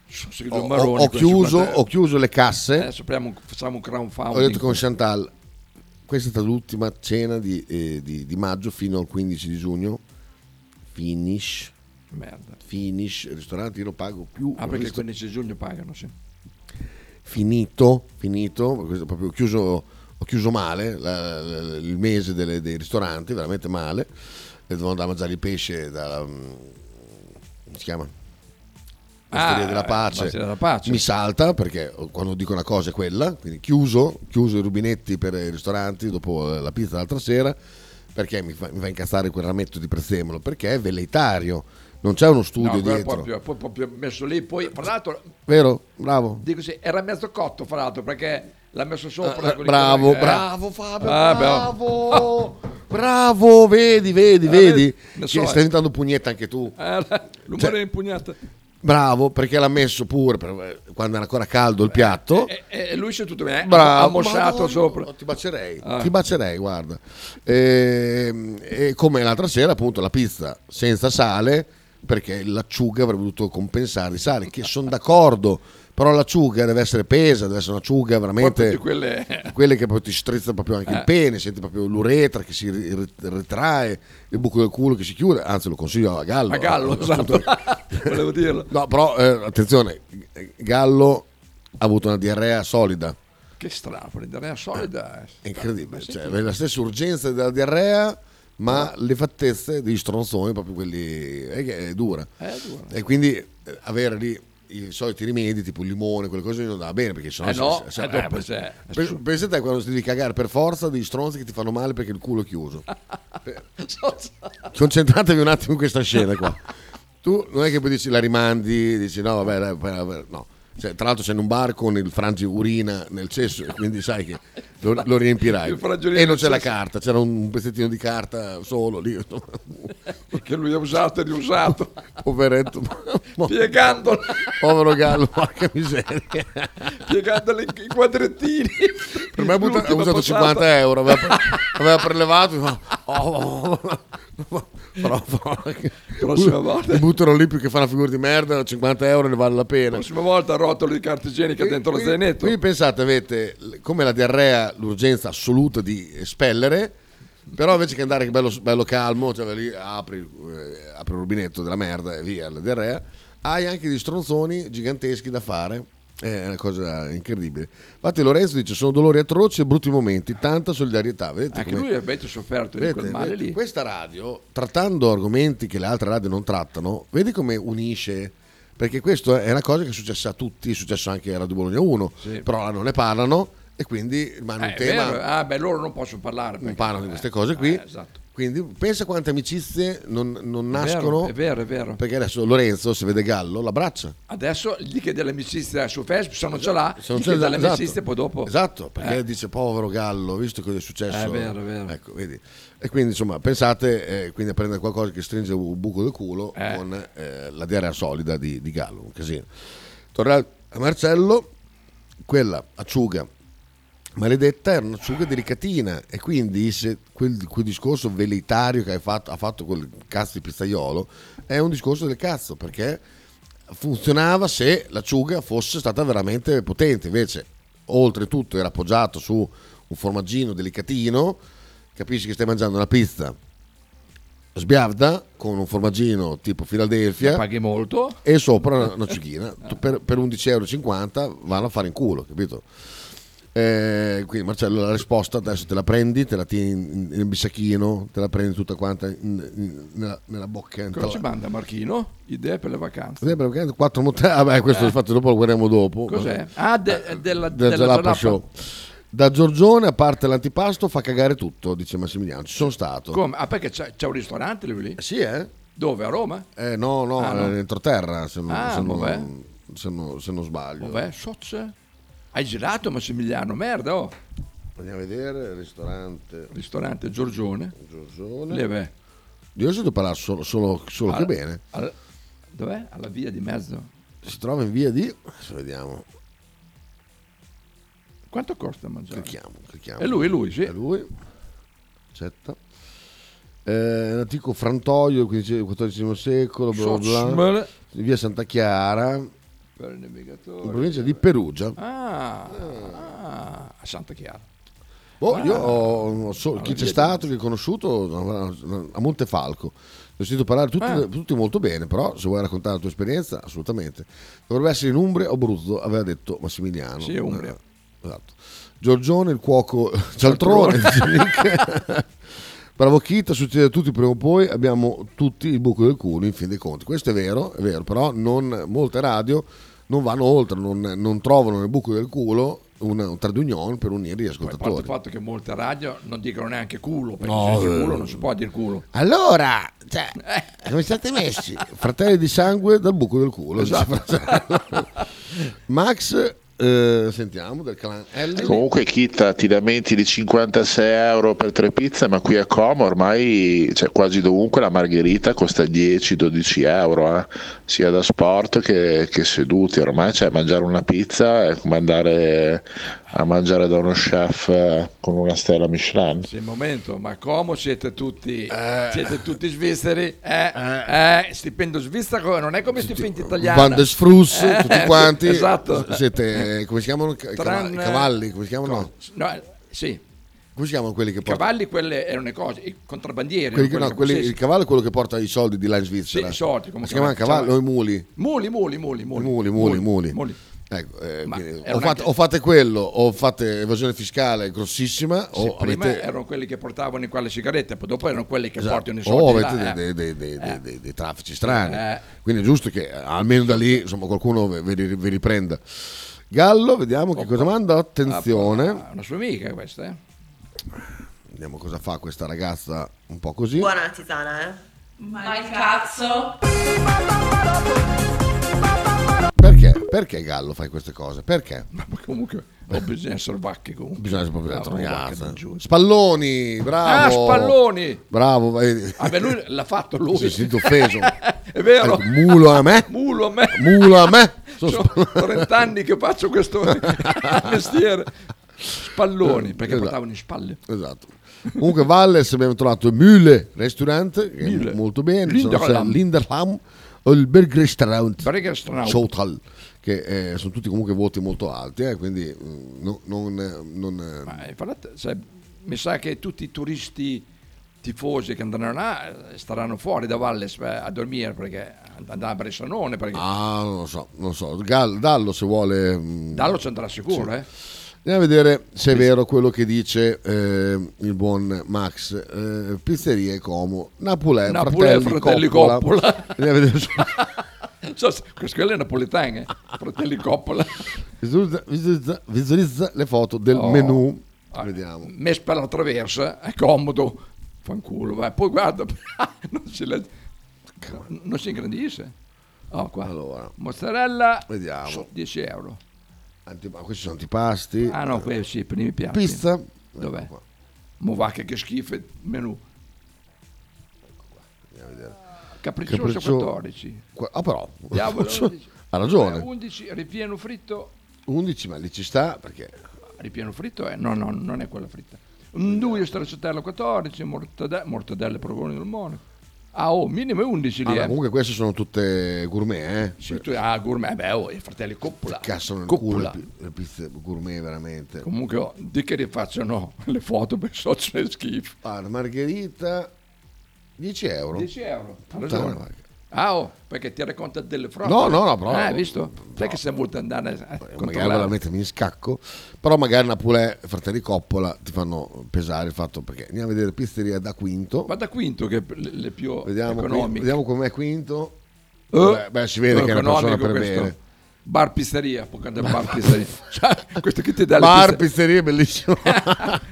[SPEAKER 2] Sì,
[SPEAKER 1] ho,
[SPEAKER 2] Don Maroni,
[SPEAKER 1] ho- ho
[SPEAKER 2] con
[SPEAKER 1] chiuso,
[SPEAKER 2] 50.
[SPEAKER 1] ho chiuso le casse.
[SPEAKER 2] Adesso apriamo un- facciamo Ah, un crowdfunding.
[SPEAKER 1] ho detto con Chantal, questa è stata l'ultima cena di, eh, di- di maggio fino al 15 di giugno. Finish,
[SPEAKER 2] Merda.
[SPEAKER 1] finish, il ristorante io non pago più.
[SPEAKER 2] Ah, perché il 15 giugno pagano, sì.
[SPEAKER 1] Finito, finito, questo è proprio chiuso, ho chiuso male la- la- il mese delle- dei ristoranti, veramente male. E dovevo andare a mangiare il pesce dalla... mm, come si chiama? Osteria
[SPEAKER 2] Ah,
[SPEAKER 1] della pace.
[SPEAKER 2] Osteria della Pace.
[SPEAKER 1] mi salta perché quando dico una cosa è quella quindi chiuso chiuso i rubinetti per i ristoranti dopo eh, la pizza l'altra sera perché mi fa, mi fa incazzare quel rametto di prezzemolo perché è velleitario non c'è uno
[SPEAKER 2] No,
[SPEAKER 1] studio
[SPEAKER 2] quello
[SPEAKER 1] dietro
[SPEAKER 2] proprio, poi proprio messo lì, poi fra l'altro
[SPEAKER 1] vero bravo
[SPEAKER 2] dico sì, era mezzo cotto fra l'altro perché l'ha messo sopra.
[SPEAKER 1] Eh,
[SPEAKER 2] con i
[SPEAKER 1] bravo
[SPEAKER 2] colori, eh.
[SPEAKER 1] bravo Fabio
[SPEAKER 2] Ah, oh.
[SPEAKER 1] bravo bravo vedi vedi vedi
[SPEAKER 2] Ah, ne
[SPEAKER 1] Che
[SPEAKER 2] so, eh.
[SPEAKER 1] stai diventando pugnetta anche tu
[SPEAKER 2] [laughs] Eh,
[SPEAKER 1] Cioè
[SPEAKER 2] L'umore è impugnato.
[SPEAKER 1] bravo perché l'ha messo pure per- eh, quando era ancora caldo il piatto
[SPEAKER 2] E, e- e lui c'è tutto bene, eh? ha
[SPEAKER 1] Bravo,
[SPEAKER 2] mossato
[SPEAKER 1] Madonna,
[SPEAKER 2] sopra.
[SPEAKER 1] Ti bacerei,
[SPEAKER 2] Ah.
[SPEAKER 1] ti bacerei, guarda. Ehm, E, come l'altra sera, appunto, la pizza senza sale, perché l'acciuga avrebbe dovuto compensare i sali, che sono d'accordo, però l'acciuga deve essere pesa, deve essere un'acciuga
[SPEAKER 2] Poi tutte
[SPEAKER 1] veramente...
[SPEAKER 2] quelle... Eh.
[SPEAKER 1] Quelle che proprio ti strizza proprio anche il pene, senti proprio l'uretra che si ri- ri- ritrae, il buco del culo che si chiude, anzi lo consiglio a Gallo.
[SPEAKER 2] a gallo, esatto. [laughs] Volevo dirlo.
[SPEAKER 1] No, però eh, attenzione, Gallo ha avuto una diarrea solida.
[SPEAKER 2] Che strafo, l'idea solida. eh.
[SPEAKER 1] È incredibile, cioè, aveva la stessa urgenza della diarrea, ma le fattezze degli stronzoni, proprio quelli. È, che è dura.
[SPEAKER 2] È dura.
[SPEAKER 1] E quindi eh, avere lì i soliti rimedi, tipo il limone, quelle cose, non andava bene perché sennò.
[SPEAKER 2] Eh no,
[SPEAKER 1] se- se-
[SPEAKER 2] eh, dopo,
[SPEAKER 1] pe-
[SPEAKER 2] cioè,
[SPEAKER 1] pe- pensa te quando ti devi cagare per forza degli stronzi che ti fanno male perché il culo è
[SPEAKER 2] [laughs]
[SPEAKER 1] chiuso. Concentratevi un attimo in questa scena qua. Tu non è che poi dici la rimandi, dici no, vabbè, dai, vabbè, vabbè, no. Cioè, tra l'altro c'è in un bar con il frangi urina nel cesso, quindi sai che lo,
[SPEAKER 4] [laughs]
[SPEAKER 1] lo riempirai.
[SPEAKER 2] Il frangi urina
[SPEAKER 1] E non
[SPEAKER 2] nel
[SPEAKER 1] c'è la
[SPEAKER 2] cesso.
[SPEAKER 1] carta, c'era un pezzettino di carta solo lì. insomma.
[SPEAKER 4] [laughs] che lui ha usato e riusato, [laughs]
[SPEAKER 1] poveretto,
[SPEAKER 4] piegandola,
[SPEAKER 1] povero gallo, [laughs] porca miseria.
[SPEAKER 4] piegandola in, in quadrettini.
[SPEAKER 1] Per me ha butta- ha
[SPEAKER 4] L'ultima
[SPEAKER 1] usato
[SPEAKER 4] passata.
[SPEAKER 1] 50 euro, aveva, aveva prelevato, ma- oh, oh, oh. però porca-
[SPEAKER 4] Prossima volta.
[SPEAKER 1] li buttano lì più che fa una figura di merda, 50 euro ne vale la pena.
[SPEAKER 4] La prossima volta rotolo di carta igienica dentro lo zainetto.
[SPEAKER 1] Quindi pensate, avete l- come la diarrea l'urgenza assoluta di espellere, però invece che andare bello, bello calmo, cioè vai lì apri, eh, apri il rubinetto della merda e via la diarrea, hai anche gli stronzoni giganteschi da fare. Eh, È una cosa incredibile. Infatti Lorenzo dice sono dolori atroci e brutti momenti, tanta solidarietà. Vedete
[SPEAKER 2] Anche
[SPEAKER 1] come-
[SPEAKER 2] lui avete sofferto di
[SPEAKER 1] Vedete,
[SPEAKER 2] quel male
[SPEAKER 1] vedete,
[SPEAKER 2] lì.
[SPEAKER 1] Questa radio, trattando argomenti che le altre radio non trattano, vedi come unisce. Perché questa è una cosa che è successa a tutti, è successo anche a Radio Bologna 1,
[SPEAKER 2] Sì.
[SPEAKER 1] però non ne parlano e quindi vanno
[SPEAKER 2] Eh,
[SPEAKER 1] in
[SPEAKER 2] è
[SPEAKER 1] tema,
[SPEAKER 2] vero. Ah, beh, loro non possono parlare.
[SPEAKER 1] non
[SPEAKER 2] perché-
[SPEAKER 1] parlano di queste
[SPEAKER 2] eh,
[SPEAKER 1] cose qui.
[SPEAKER 2] eh, esatto.
[SPEAKER 1] Quindi pensa quante amicizie non, non
[SPEAKER 2] È vero,
[SPEAKER 1] nascono.
[SPEAKER 2] È vero, è vero.
[SPEAKER 1] Perché adesso Lorenzo, se vede Gallo, l'abbraccia.
[SPEAKER 2] Adesso gli chiede l'amicizia su Facebook, se non ce l'ha,
[SPEAKER 1] Se non
[SPEAKER 2] gli
[SPEAKER 1] c'è
[SPEAKER 2] chiede
[SPEAKER 1] esatto.
[SPEAKER 2] l'amicizia e poi dopo.
[SPEAKER 1] Esatto, perché
[SPEAKER 2] Eh.
[SPEAKER 1] dice povero Gallo, visto cosa è successo.
[SPEAKER 2] È vero, è vero.
[SPEAKER 1] Ecco, vedi. E quindi insomma, pensate, eh, quindi a prendere qualcosa che stringe un buco del culo
[SPEAKER 2] Eh.
[SPEAKER 1] con eh, la diarrea solida di, di Gallo, un casino. Torna a Marcello, quella acciuga maledetta era un'acciuga delicatina e quindi se quel, quel discorso velitario che hai fatto, ha fatto quel cazzo di pizzaiolo è un discorso del cazzo perché funzionava se l'acciuga fosse stata veramente potente invece oltretutto era appoggiato su un formaggino delicatino capisci che stai mangiando una pizza sbiavda con un formaggino tipo Philadelphia
[SPEAKER 2] Paghi molto.
[SPEAKER 1] e sopra una, una ciuchina Tu per, per 11,50 euro vanno a fare in culo capito Eh, quindi Marcello la risposta adesso te la prendi te la tieni in- nel bisacchino te la prendi tutta quanta in- in- nella, nella bocca in
[SPEAKER 2] Cosa
[SPEAKER 1] tala-
[SPEAKER 2] ci manda Marchino? Idee per le vacanze.
[SPEAKER 1] Sembra Eh, che quattro [laughs] motel vabbè questo infatti dopo lo guardiamo dopo
[SPEAKER 2] Eh. Cos'è? Ah, de- della,
[SPEAKER 1] del
[SPEAKER 2] della
[SPEAKER 1] Jalapa
[SPEAKER 2] Jalapa.
[SPEAKER 1] Eh, Show da Giorgione a parte l'antipasto fa cagare tutto dice Massimiliano ci sono stato
[SPEAKER 2] Come? Ah, perché c'è, c'è un ristorante lì, lì?
[SPEAKER 1] sì eh
[SPEAKER 2] Dove? A Roma?
[SPEAKER 1] Eh, no, no,
[SPEAKER 2] Ah, no.
[SPEAKER 1] eh, entroterra se, non-
[SPEAKER 2] Ah,
[SPEAKER 1] se non-
[SPEAKER 2] vabbè.
[SPEAKER 1] se non- se non sbaglio.
[SPEAKER 2] Dov'è? Sozze? Hai girato Massimiliano, merda, oh.
[SPEAKER 1] Andiamo a vedere, ristorante
[SPEAKER 2] Ristorante Giorgione.
[SPEAKER 1] Giorgione.
[SPEAKER 2] Lì, beh.
[SPEAKER 1] Io ho sentito parlare solo, solo, solo
[SPEAKER 2] Al-
[SPEAKER 1] che bene.
[SPEAKER 2] al- dov'è? Alla via di mezzo.
[SPEAKER 1] Si trova in via di... Adesso vediamo,
[SPEAKER 2] Quanto costa mangiare?
[SPEAKER 1] clicchiamo, clicchiamo.
[SPEAKER 2] È lui, è lui, sì.
[SPEAKER 1] È lui. Accetta. Eh, un antico frantoio del XIV secolo, bla bla bla.
[SPEAKER 2] Sozzmele.
[SPEAKER 1] Via Santa Chiara, in
[SPEAKER 2] Per il navigatore.
[SPEAKER 1] provincia di Perugia.
[SPEAKER 2] Ah,
[SPEAKER 1] Eh.
[SPEAKER 2] ah, a Santa Chiara.
[SPEAKER 1] Boh, io ho, ho so- chi c'è
[SPEAKER 2] vedi.
[SPEAKER 1] stato, che ho conosciuto a Montefalco. Ne ho sentito parlare tutti,
[SPEAKER 2] Ah.
[SPEAKER 1] tutti molto bene, però se vuoi raccontare la tua esperienza, assolutamente. Dovrebbe essere in Umbria o Abruzzo, aveva detto Massimiliano.
[SPEAKER 2] Sì, Umbria.
[SPEAKER 1] Eh, esatto. Giorgione, il cuoco [laughs] cialtrone. dice Nick. [laughs] Bravo Kita, succede a tutti prima o poi, abbiamo tutti il buco del culo in fin dei conti. Questo è vero, è vero, però non, molte radio non vanno oltre, non, non trovano nel buco del culo un, un trade per unire gli
[SPEAKER 2] Poi, a parte il
[SPEAKER 1] ascoltatori.
[SPEAKER 2] fatto che molte radio non dicono neanche culo, perché
[SPEAKER 1] No,
[SPEAKER 2] se dice
[SPEAKER 1] eh.
[SPEAKER 2] culo non si può dire culo. Eh.
[SPEAKER 1] Allora, cioè, come state messi? [laughs] Fratelli di sangue dal buco del culo. dice
[SPEAKER 2] Esatto.
[SPEAKER 1] Marcello. [laughs] Max, eh, sentiamo, del clan L.
[SPEAKER 5] Comunque Kita ti lamenti di 56 euro per tre pizze, ma qui a Como ormai cioè, quasi dovunque la margherita costa 10-12 euro, eh, sia da sport che, che seduti, ormai cioè, mangiare una pizza è come andare a mangiare da uno chef eh, con una stella Michelin.
[SPEAKER 2] Sì, un momento, ma come siete tutti,
[SPEAKER 1] Eh.
[SPEAKER 2] siete tutti svizzeri? Eh, eh, stipendio svizzero non è come stipendio italiano.
[SPEAKER 1] Van der Sfrus,
[SPEAKER 2] Eh,
[SPEAKER 1] tutti quanti.
[SPEAKER 2] [laughs] Esatto.
[SPEAKER 1] Siete, eh, come si chiamano? Ca-
[SPEAKER 2] Tranne-
[SPEAKER 1] cavalli, cavalli, come si chiamano? No,
[SPEAKER 2] No, eh, sì,
[SPEAKER 1] come si chiamano quelli che
[SPEAKER 2] I
[SPEAKER 1] portano?
[SPEAKER 2] cavalli quelle erano le cose, i contrabbandieri.
[SPEAKER 1] Quelli, che-
[SPEAKER 2] erano
[SPEAKER 1] no,
[SPEAKER 2] quelli
[SPEAKER 1] quelli-
[SPEAKER 2] che-
[SPEAKER 1] il cavallo è quello che porta i soldi di là in Svizzera.
[SPEAKER 2] Sì, i soldi, come
[SPEAKER 1] si chiamano
[SPEAKER 2] chiamano?
[SPEAKER 1] cavallo o i muli?
[SPEAKER 2] Muli, muli, muli, muli.
[SPEAKER 1] Muli, muli, muli.
[SPEAKER 2] muli.
[SPEAKER 1] Ecco, eh,
[SPEAKER 2] Ma
[SPEAKER 1] quindi
[SPEAKER 2] erano
[SPEAKER 1] o, fate,
[SPEAKER 2] anche-
[SPEAKER 1] o fate quello o fate evasione fiscale grossissima
[SPEAKER 2] Sì,
[SPEAKER 1] o
[SPEAKER 2] prima
[SPEAKER 1] avete Esatto.
[SPEAKER 2] erano quelli che portavano in quelle sigarette, poi dopo erano quelli che portano i soldi.
[SPEAKER 1] o
[SPEAKER 2] là,
[SPEAKER 1] avete
[SPEAKER 2] eh.
[SPEAKER 1] dei, dei- dei- dei- dei- dei traffici strani.
[SPEAKER 2] Eh.
[SPEAKER 1] Quindi è giusto che eh, almeno da lì insomma, qualcuno ve- ve li- vi riprenda. Gallo, vediamo che cosa manda. Attenzione,
[SPEAKER 2] Ah, Una sua amica questa, eh.
[SPEAKER 1] vediamo cosa fa questa ragazza un po' così.
[SPEAKER 6] Buona la tisana, eh.
[SPEAKER 7] Ma il cazzo!
[SPEAKER 1] Perché? Perché Gallo fai queste cose? Perché?
[SPEAKER 2] Ma comunque O bisogna essere vacchi comunque.
[SPEAKER 1] Bisogna essere proprio
[SPEAKER 2] Bravo, vacche
[SPEAKER 1] ragazza.
[SPEAKER 2] non giù.
[SPEAKER 1] Spalloni,
[SPEAKER 2] Ah,
[SPEAKER 1] bravo.
[SPEAKER 2] Spalloni!
[SPEAKER 1] Bravo, vai.
[SPEAKER 2] Ah, beh, lui l'ha fatto lui.
[SPEAKER 1] si è sentito
[SPEAKER 2] [laughs]
[SPEAKER 1] offeso.
[SPEAKER 2] È vero.
[SPEAKER 1] Ecco, Mulo a me,
[SPEAKER 2] Mulo a me. Cioè,
[SPEAKER 1] mulo a
[SPEAKER 2] [laughs]
[SPEAKER 1] me. Sono
[SPEAKER 2] Sono
[SPEAKER 1] Spalloni.
[SPEAKER 2] 30 anni che
[SPEAKER 1] [laughs]
[SPEAKER 2] faccio questo mestiere. Spalloni, perché
[SPEAKER 1] Esatto.
[SPEAKER 2] portavano in spalle.
[SPEAKER 1] Esatto. Comunque Valles abbiamo trovato Mühle Restaurant, che è
[SPEAKER 2] Mühle.
[SPEAKER 1] molto bene,
[SPEAKER 2] Linderham.
[SPEAKER 1] Sono- Linderham, il Bergrestaurant,
[SPEAKER 2] Bergerstraub.
[SPEAKER 1] Schotal, che eh, sono tutti comunque voti molto alti, eh, quindi mm, no- non... eh, non, eh,
[SPEAKER 2] Ma, eh, parlate- sai, mi sa che tutti i turisti tifosi che andranno là eh, staranno fuori da Valles eh, a dormire perché andranno a Bressanone perché
[SPEAKER 1] Ah, non lo so, non lo so. Gal- Dallo se vuole... mm,
[SPEAKER 2] Dallo ci andrà sicuro eh.
[SPEAKER 1] Andiamo a vedere se è vero quello che dice eh, il buon Max. Eh, pizzerie Como, Napolè,
[SPEAKER 2] Napolè,
[SPEAKER 1] fratelli,
[SPEAKER 2] Fratelli
[SPEAKER 1] Coppola.
[SPEAKER 2] Coppola.
[SPEAKER 1] Andiamo a vedere se-
[SPEAKER 2] [laughs] So, se- questo quello è napoletano eh. fratelli Coppola
[SPEAKER 1] Visualizza, visualizza- visualizza le foto del
[SPEAKER 2] Oh.
[SPEAKER 1] menu. Vediamo.
[SPEAKER 2] messo per la traversa è comodo fanculo vai. poi guarda [laughs] non si, legge- non si ingrandisce oh, qua.
[SPEAKER 1] Allora.
[SPEAKER 2] mozzarella
[SPEAKER 1] Vediamo.
[SPEAKER 2] so, 10 euro
[SPEAKER 1] Antipa- questi sono antipasti.
[SPEAKER 2] ah no questi sì, primi piatti
[SPEAKER 1] Pizza.
[SPEAKER 2] Dov'è?
[SPEAKER 1] Ecco qua,
[SPEAKER 2] Mo va che, che schifo il menù. Capriccioso
[SPEAKER 1] Capriccio-
[SPEAKER 2] 14.
[SPEAKER 1] qua- Ah però. [laughs]
[SPEAKER 2] Diavolo, undici.
[SPEAKER 1] ha ragione.
[SPEAKER 2] 11 ripieno fritto.
[SPEAKER 1] 11 ma lì ci sta perché...
[SPEAKER 2] Ripieno fritto è no, no, non è quella fritta. Un due stracciatella 14, mortade- mortadelle provolone del mono. Ah, oh, minimo è 11
[SPEAKER 1] Ah,
[SPEAKER 2] lì,
[SPEAKER 1] ma
[SPEAKER 2] eh.
[SPEAKER 1] comunque queste sono tutte gourmet, eh.
[SPEAKER 2] Sì, tu- ah, gourmet, beh, oh, i fratelli Coppola.
[SPEAKER 1] Cassano il culo le
[SPEAKER 2] Coppola.
[SPEAKER 1] pi- eh, le pizze gourmet veramente.
[SPEAKER 2] Comunque, oh, di che rifacciano [laughs] le foto per socio è schifo.
[SPEAKER 1] Ah, la margherita 10 euro.
[SPEAKER 2] 10 euro. ha
[SPEAKER 1] Puttana
[SPEAKER 2] ragione.
[SPEAKER 1] vacca.
[SPEAKER 2] Ah, oh, perché ti racconta delle frodi.
[SPEAKER 1] No, no, no, però- Eh,
[SPEAKER 2] Ah, hai visto? Sai che se voluto andare a
[SPEAKER 1] Magari
[SPEAKER 2] controllare.
[SPEAKER 1] la mettermi in scacco, però magari Napolè e Fratelli Coppola ti fanno pesare il fatto perché andiamo a vedere pizzeria da quinto.
[SPEAKER 2] Ma da quinto che le, le più
[SPEAKER 1] Vediamo, qui-
[SPEAKER 2] economiche.
[SPEAKER 1] vediamo com'è quinto.
[SPEAKER 2] Eh,
[SPEAKER 1] Beh, beh, si vede che è una persona
[SPEAKER 2] economico
[SPEAKER 1] per
[SPEAKER 2] questo.
[SPEAKER 1] bene.
[SPEAKER 2] Bar pizzeria, può cantare
[SPEAKER 1] [laughs]
[SPEAKER 2] bar pizzeria. Cioè, questo che ti dà le
[SPEAKER 1] Bar,
[SPEAKER 2] pizze-
[SPEAKER 1] pizzeria,
[SPEAKER 2] [laughs]
[SPEAKER 1] bellissimo.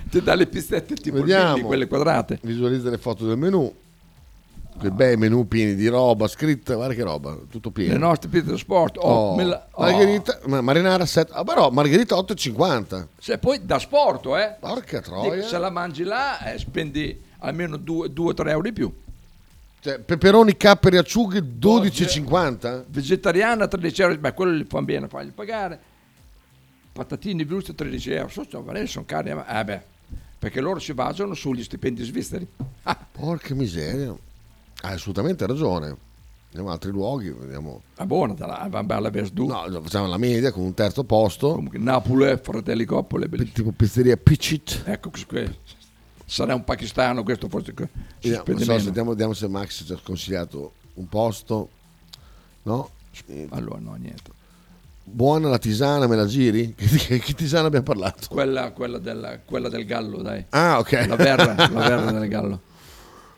[SPEAKER 2] ti dà le pizzette tipo
[SPEAKER 1] Vediamo.
[SPEAKER 2] di quelle quadrate.
[SPEAKER 1] Visualizza le foto del menù. Quei bei menù pieni di roba scritta, guarda che roba, tutto
[SPEAKER 2] Le
[SPEAKER 1] pieno.
[SPEAKER 2] nostre pizze sport, oh,
[SPEAKER 1] Oh,
[SPEAKER 2] me la- oh.
[SPEAKER 1] Margherita, ma- marinara 7, ah, però Margherita 8,50.
[SPEAKER 2] Se poi da sporto, eh.
[SPEAKER 1] Porca
[SPEAKER 2] Dico,
[SPEAKER 1] troia.
[SPEAKER 2] Se la mangi là, eh, spendi almeno 2-3 euro di più.
[SPEAKER 1] Cioè, peperoni, capperi, acciughe 12,50.
[SPEAKER 2] vegetariana 13 euro, beh quello li fanno bene, fagli pagare. Patatini bruste 13 euro, so, so, vale, sono cari, ma- eh beh, perché loro si basano sugli stipendi svizzeri. Ah,
[SPEAKER 1] Porca miseria. Hai assolutamente ragione. Andiamo in altri luoghi, vediamo.
[SPEAKER 2] è buona, la Van Bella Verdù,
[SPEAKER 1] No, facciamo la media con un terzo posto.
[SPEAKER 2] comunque Napoli, Fratelli Coppole, bellissimo.
[SPEAKER 1] Tipo pizzeria Pichit.
[SPEAKER 2] Ecco, questo qui. sarà un pakistano questo forse. che si
[SPEAKER 1] Vediamo, non
[SPEAKER 2] spende
[SPEAKER 1] so,
[SPEAKER 2] meno.
[SPEAKER 1] sentiamo- vediamo se Max ci ha consigliato un posto. No? Eh,
[SPEAKER 2] Allora no, niente.
[SPEAKER 1] Buona la tisana, me la giri? [laughs] Che, che- che tisana abbiamo parlato?
[SPEAKER 2] Quella, quella, della- quella del gallo, dai.
[SPEAKER 1] Ah, ok.
[SPEAKER 2] La verra, la verra [laughs] del gallo.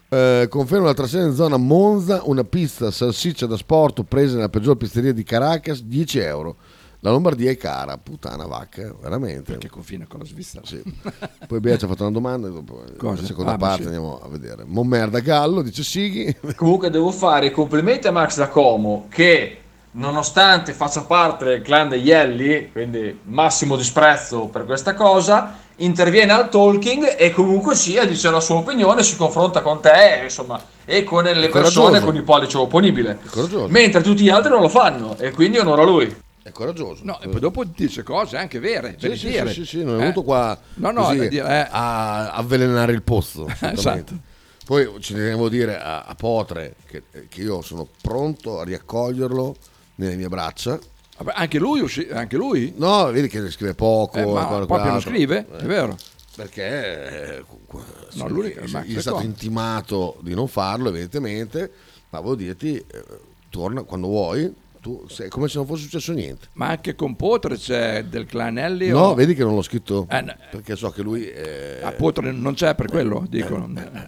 [SPEAKER 1] Eh, confermo l'altra sera in zona Monza una pizza salsiccia da sport presa nella peggior pizzeria di Caracas, 10 euro. La Lombardia è cara, puttana vacca, veramente.
[SPEAKER 2] Che confina con la Svizzera.
[SPEAKER 1] Sì. Poi Bea ci ha fatto una domanda, dopo
[SPEAKER 2] Cosa?
[SPEAKER 1] la seconda
[SPEAKER 2] Ah, ma
[SPEAKER 1] parte
[SPEAKER 2] sì.
[SPEAKER 1] andiamo a vedere. Mon merda Gallo, dice Sighi.
[SPEAKER 6] Comunque devo fare i complimenti a Max da Como che nonostante faccia parte del clan degli Elli, quindi massimo disprezzo per questa cosa, interviene al talking e comunque sia dice la sua opinione, si confronta con te, insomma, e con le persone
[SPEAKER 1] coraggioso.
[SPEAKER 6] con il pollice opponibile.
[SPEAKER 1] coraggioso.
[SPEAKER 6] Mentre tutti gli altri non lo fanno e quindi onora lui.
[SPEAKER 1] È coraggioso.
[SPEAKER 2] No, e poi dopo dice cose anche vere,
[SPEAKER 1] Sì,
[SPEAKER 2] per
[SPEAKER 1] sì,
[SPEAKER 2] dire.
[SPEAKER 1] sì, sì, sì, non è
[SPEAKER 2] Eh,
[SPEAKER 1] venuto qua
[SPEAKER 2] No, no,
[SPEAKER 1] così
[SPEAKER 2] da dire, eh.
[SPEAKER 1] a avvelenare il
[SPEAKER 2] [laughs]
[SPEAKER 1] pozzo. assolutamente.
[SPEAKER 2] Esatto.
[SPEAKER 1] Poi ci devo dire a, a Potre che, eh, che io sono pronto a riaccoglierlo nelle mie braccia.
[SPEAKER 2] Vabbè, anche lui, usci- anche lui?
[SPEAKER 1] No, vedi che scrive poco,
[SPEAKER 2] Eh, ma
[SPEAKER 1] ancora
[SPEAKER 2] proprio non
[SPEAKER 1] quell'altro.
[SPEAKER 2] scrive, è vero.
[SPEAKER 1] Perché eh, cu- cu- sì,
[SPEAKER 2] lui-
[SPEAKER 1] gli-
[SPEAKER 2] Max
[SPEAKER 1] gli è
[SPEAKER 2] è
[SPEAKER 1] stato
[SPEAKER 2] qua.
[SPEAKER 1] intimato di non farlo, evidentemente, ma voglio dirti, eh, torna quando vuoi, tu, se- è come se non fosse successo niente.
[SPEAKER 2] Ma anche con Potre c'è del Clanelli?
[SPEAKER 1] No, vedi che non l'ho scritto, Eh,
[SPEAKER 2] Eh, no.
[SPEAKER 1] perché so che lui... eh,
[SPEAKER 2] A Potre non c'è per quello, dicono. eh,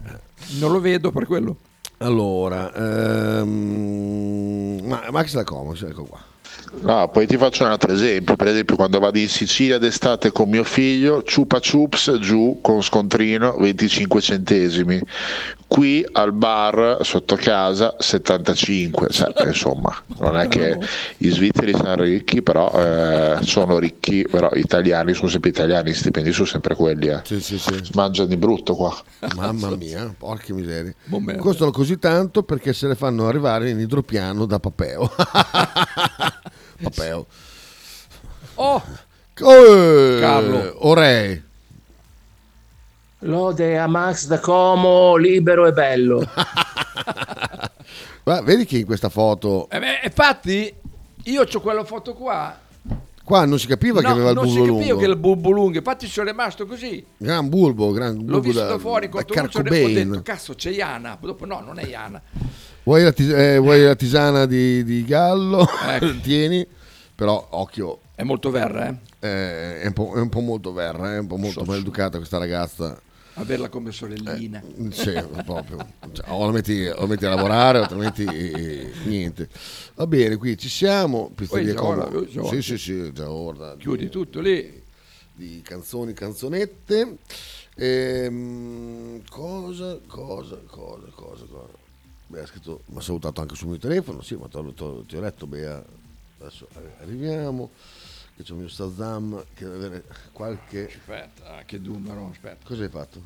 [SPEAKER 2] Non lo vedo per quello.
[SPEAKER 1] Allora, ehm, ma- Max da Como, sì, ecco qua.
[SPEAKER 5] No, poi ti faccio un altro esempio. Per esempio, quando vado in Sicilia d'estate con mio figlio, ciupa chups giù con scontrino 25 centesimi. Qui al bar sotto casa 75. Cioè,
[SPEAKER 1] [laughs]
[SPEAKER 5] insomma, non è che gli svizzeri sono ricchi, però eh, sono ricchi, però italiani sono sempre italiani, gli stipendi sono sempre quelli. Eh.
[SPEAKER 1] Sì, sì, sì.
[SPEAKER 5] Mangiano di brutto qua.
[SPEAKER 1] Mamma
[SPEAKER 5] [laughs]
[SPEAKER 1] mia, porca miseria.
[SPEAKER 2] Buon merda.
[SPEAKER 1] Costano così tanto perché se le fanno arrivare in idropiano da
[SPEAKER 2] [laughs]
[SPEAKER 1] Papeo. Papeo.
[SPEAKER 2] Oh,
[SPEAKER 1] Oh,
[SPEAKER 2] Carlo.
[SPEAKER 1] Orei.
[SPEAKER 8] Lode a Max da Como, libero e bello.
[SPEAKER 1] Ma vedi che in questa foto
[SPEAKER 2] eh beh, infatti io ho quella foto qua.
[SPEAKER 1] qua non si capiva che
[SPEAKER 2] No,
[SPEAKER 1] aveva il
[SPEAKER 2] non si
[SPEAKER 1] bulbo
[SPEAKER 2] capiva
[SPEAKER 1] lungo.
[SPEAKER 2] che era il bulbo lungo, infatti sono rimasto così.
[SPEAKER 1] Gran bulbo, gran bulbo
[SPEAKER 2] L'ho visto
[SPEAKER 1] da,
[SPEAKER 2] fuori con
[SPEAKER 1] da
[SPEAKER 2] Tonuccio
[SPEAKER 1] Kurt
[SPEAKER 2] ho detto "Oh,
[SPEAKER 1] Cobain.
[SPEAKER 2] cazzo c'è Iana dopo no non è Iana
[SPEAKER 1] Vuoi la, tis- eh, vuoi la tisana di, di Gallo?
[SPEAKER 2] Ecco.
[SPEAKER 1] [laughs] Tieni, però occhio,
[SPEAKER 2] è molto verra eh
[SPEAKER 1] eh, è, un po', è un po' molto verra, eh, è un po' molto maleducata questa ragazza.
[SPEAKER 2] averla come sorellina
[SPEAKER 1] Eh, mm, Sì, proprio. Cioè, o, la metti, o la metti a lavorare, o altrimenti eh, niente. Va bene, qui ci siamo. Pizzeria
[SPEAKER 2] Poi già ora,
[SPEAKER 1] Como.
[SPEAKER 2] già ora.
[SPEAKER 1] Sì, sì, sì, già ora.
[SPEAKER 2] chiudi tutto lì
[SPEAKER 1] di canzoni, canzonette. Ehm, cosa, cosa, cosa, cosa, cosa. Beh, ha scritto, mi ha salutato anche sul mio telefono. Sì, ma t'ho- t'ho- ti ho letto, Bea. Adesso arri- arriviamo. Che c'è il mio Sazam che deve avere qualche.
[SPEAKER 2] aspetta ah, che numero aspetta
[SPEAKER 1] Cosa hai fatto?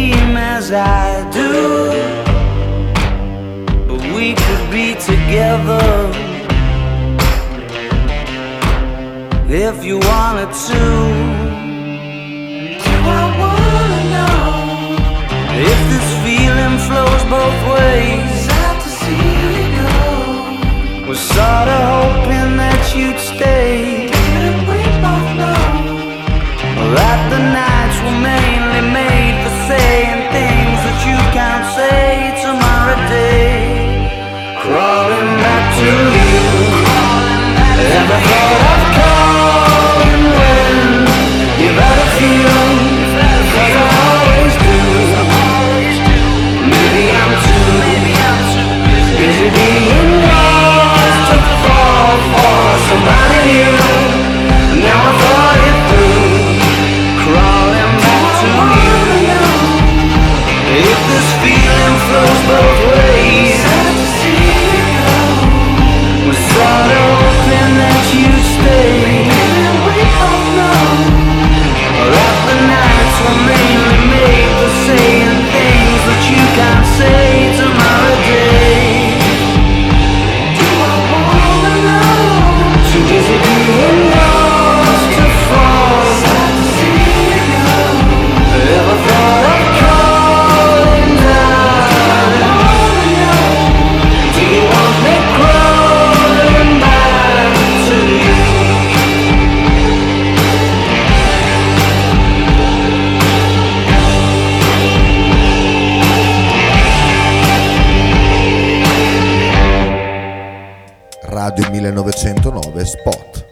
[SPEAKER 9] as I do. if you wanted to.
[SPEAKER 7] Do I wanna know?
[SPEAKER 9] If this feeling flows both ways,
[SPEAKER 7] Is that to see you go?
[SPEAKER 9] was sorta hoping that you'd stay.
[SPEAKER 7] Even we both know
[SPEAKER 9] That the nights were mainly made for saying things that you can't say tomorrow day. Crawling back to you. Never thought I'd call you when you better feel as I always do. Maybe I'm too busy being lost to fall for somebody new. Now I thought it through crawling back to you. If this feeling flows both ways, we sort of hoping that you stay. That the nights were mainly made for saying things that you can't say tomorrow day. Too busy being lost to fall. Never thought of calling down. Do you want me crawling back to you?
[SPEAKER 10] Radio 1909 Spot.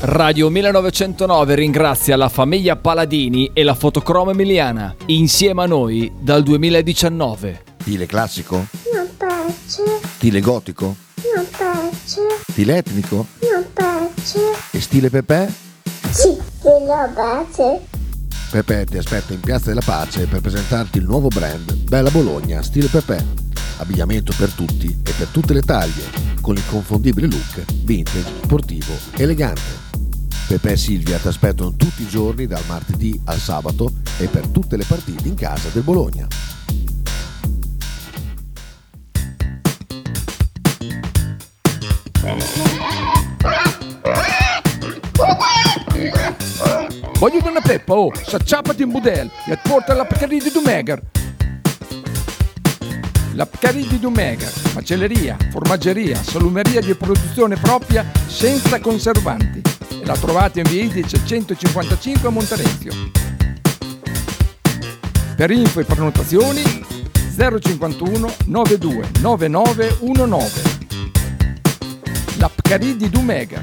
[SPEAKER 11] Radio 1909 ringrazia la famiglia Paladini e la fotocromo emiliana, insieme a noi dal 2019.
[SPEAKER 10] Stile classico? Non piace. Stile gotico? Non piace. Stile etnico? Non piace. E stile Pepe?
[SPEAKER 1] Pepe ti aspetta in Piazza della Pace per presentarti il nuovo brand Bella Bologna stile Pepe. Abbigliamento per tutti e per tutte le taglie, con l'inconfondibile look vintage, sportivo, elegante. Pepe e Silvia ti aspettano tutti i giorni dal martedì al sabato e per tutte le partite in casa del Bologna.
[SPEAKER 2] Voglio una peppa, oh, s'acciappati in budel e porta la Pcaridi di Dumegar. La Pcaridi di Dumegar, macelleria, formaggeria, salumeria di produzione propria senza conservanti. E la trovate in via Idice 155 a Monterezio. Per info e prenotazioni 051 92 9919. La Pcaridi di Dumegar.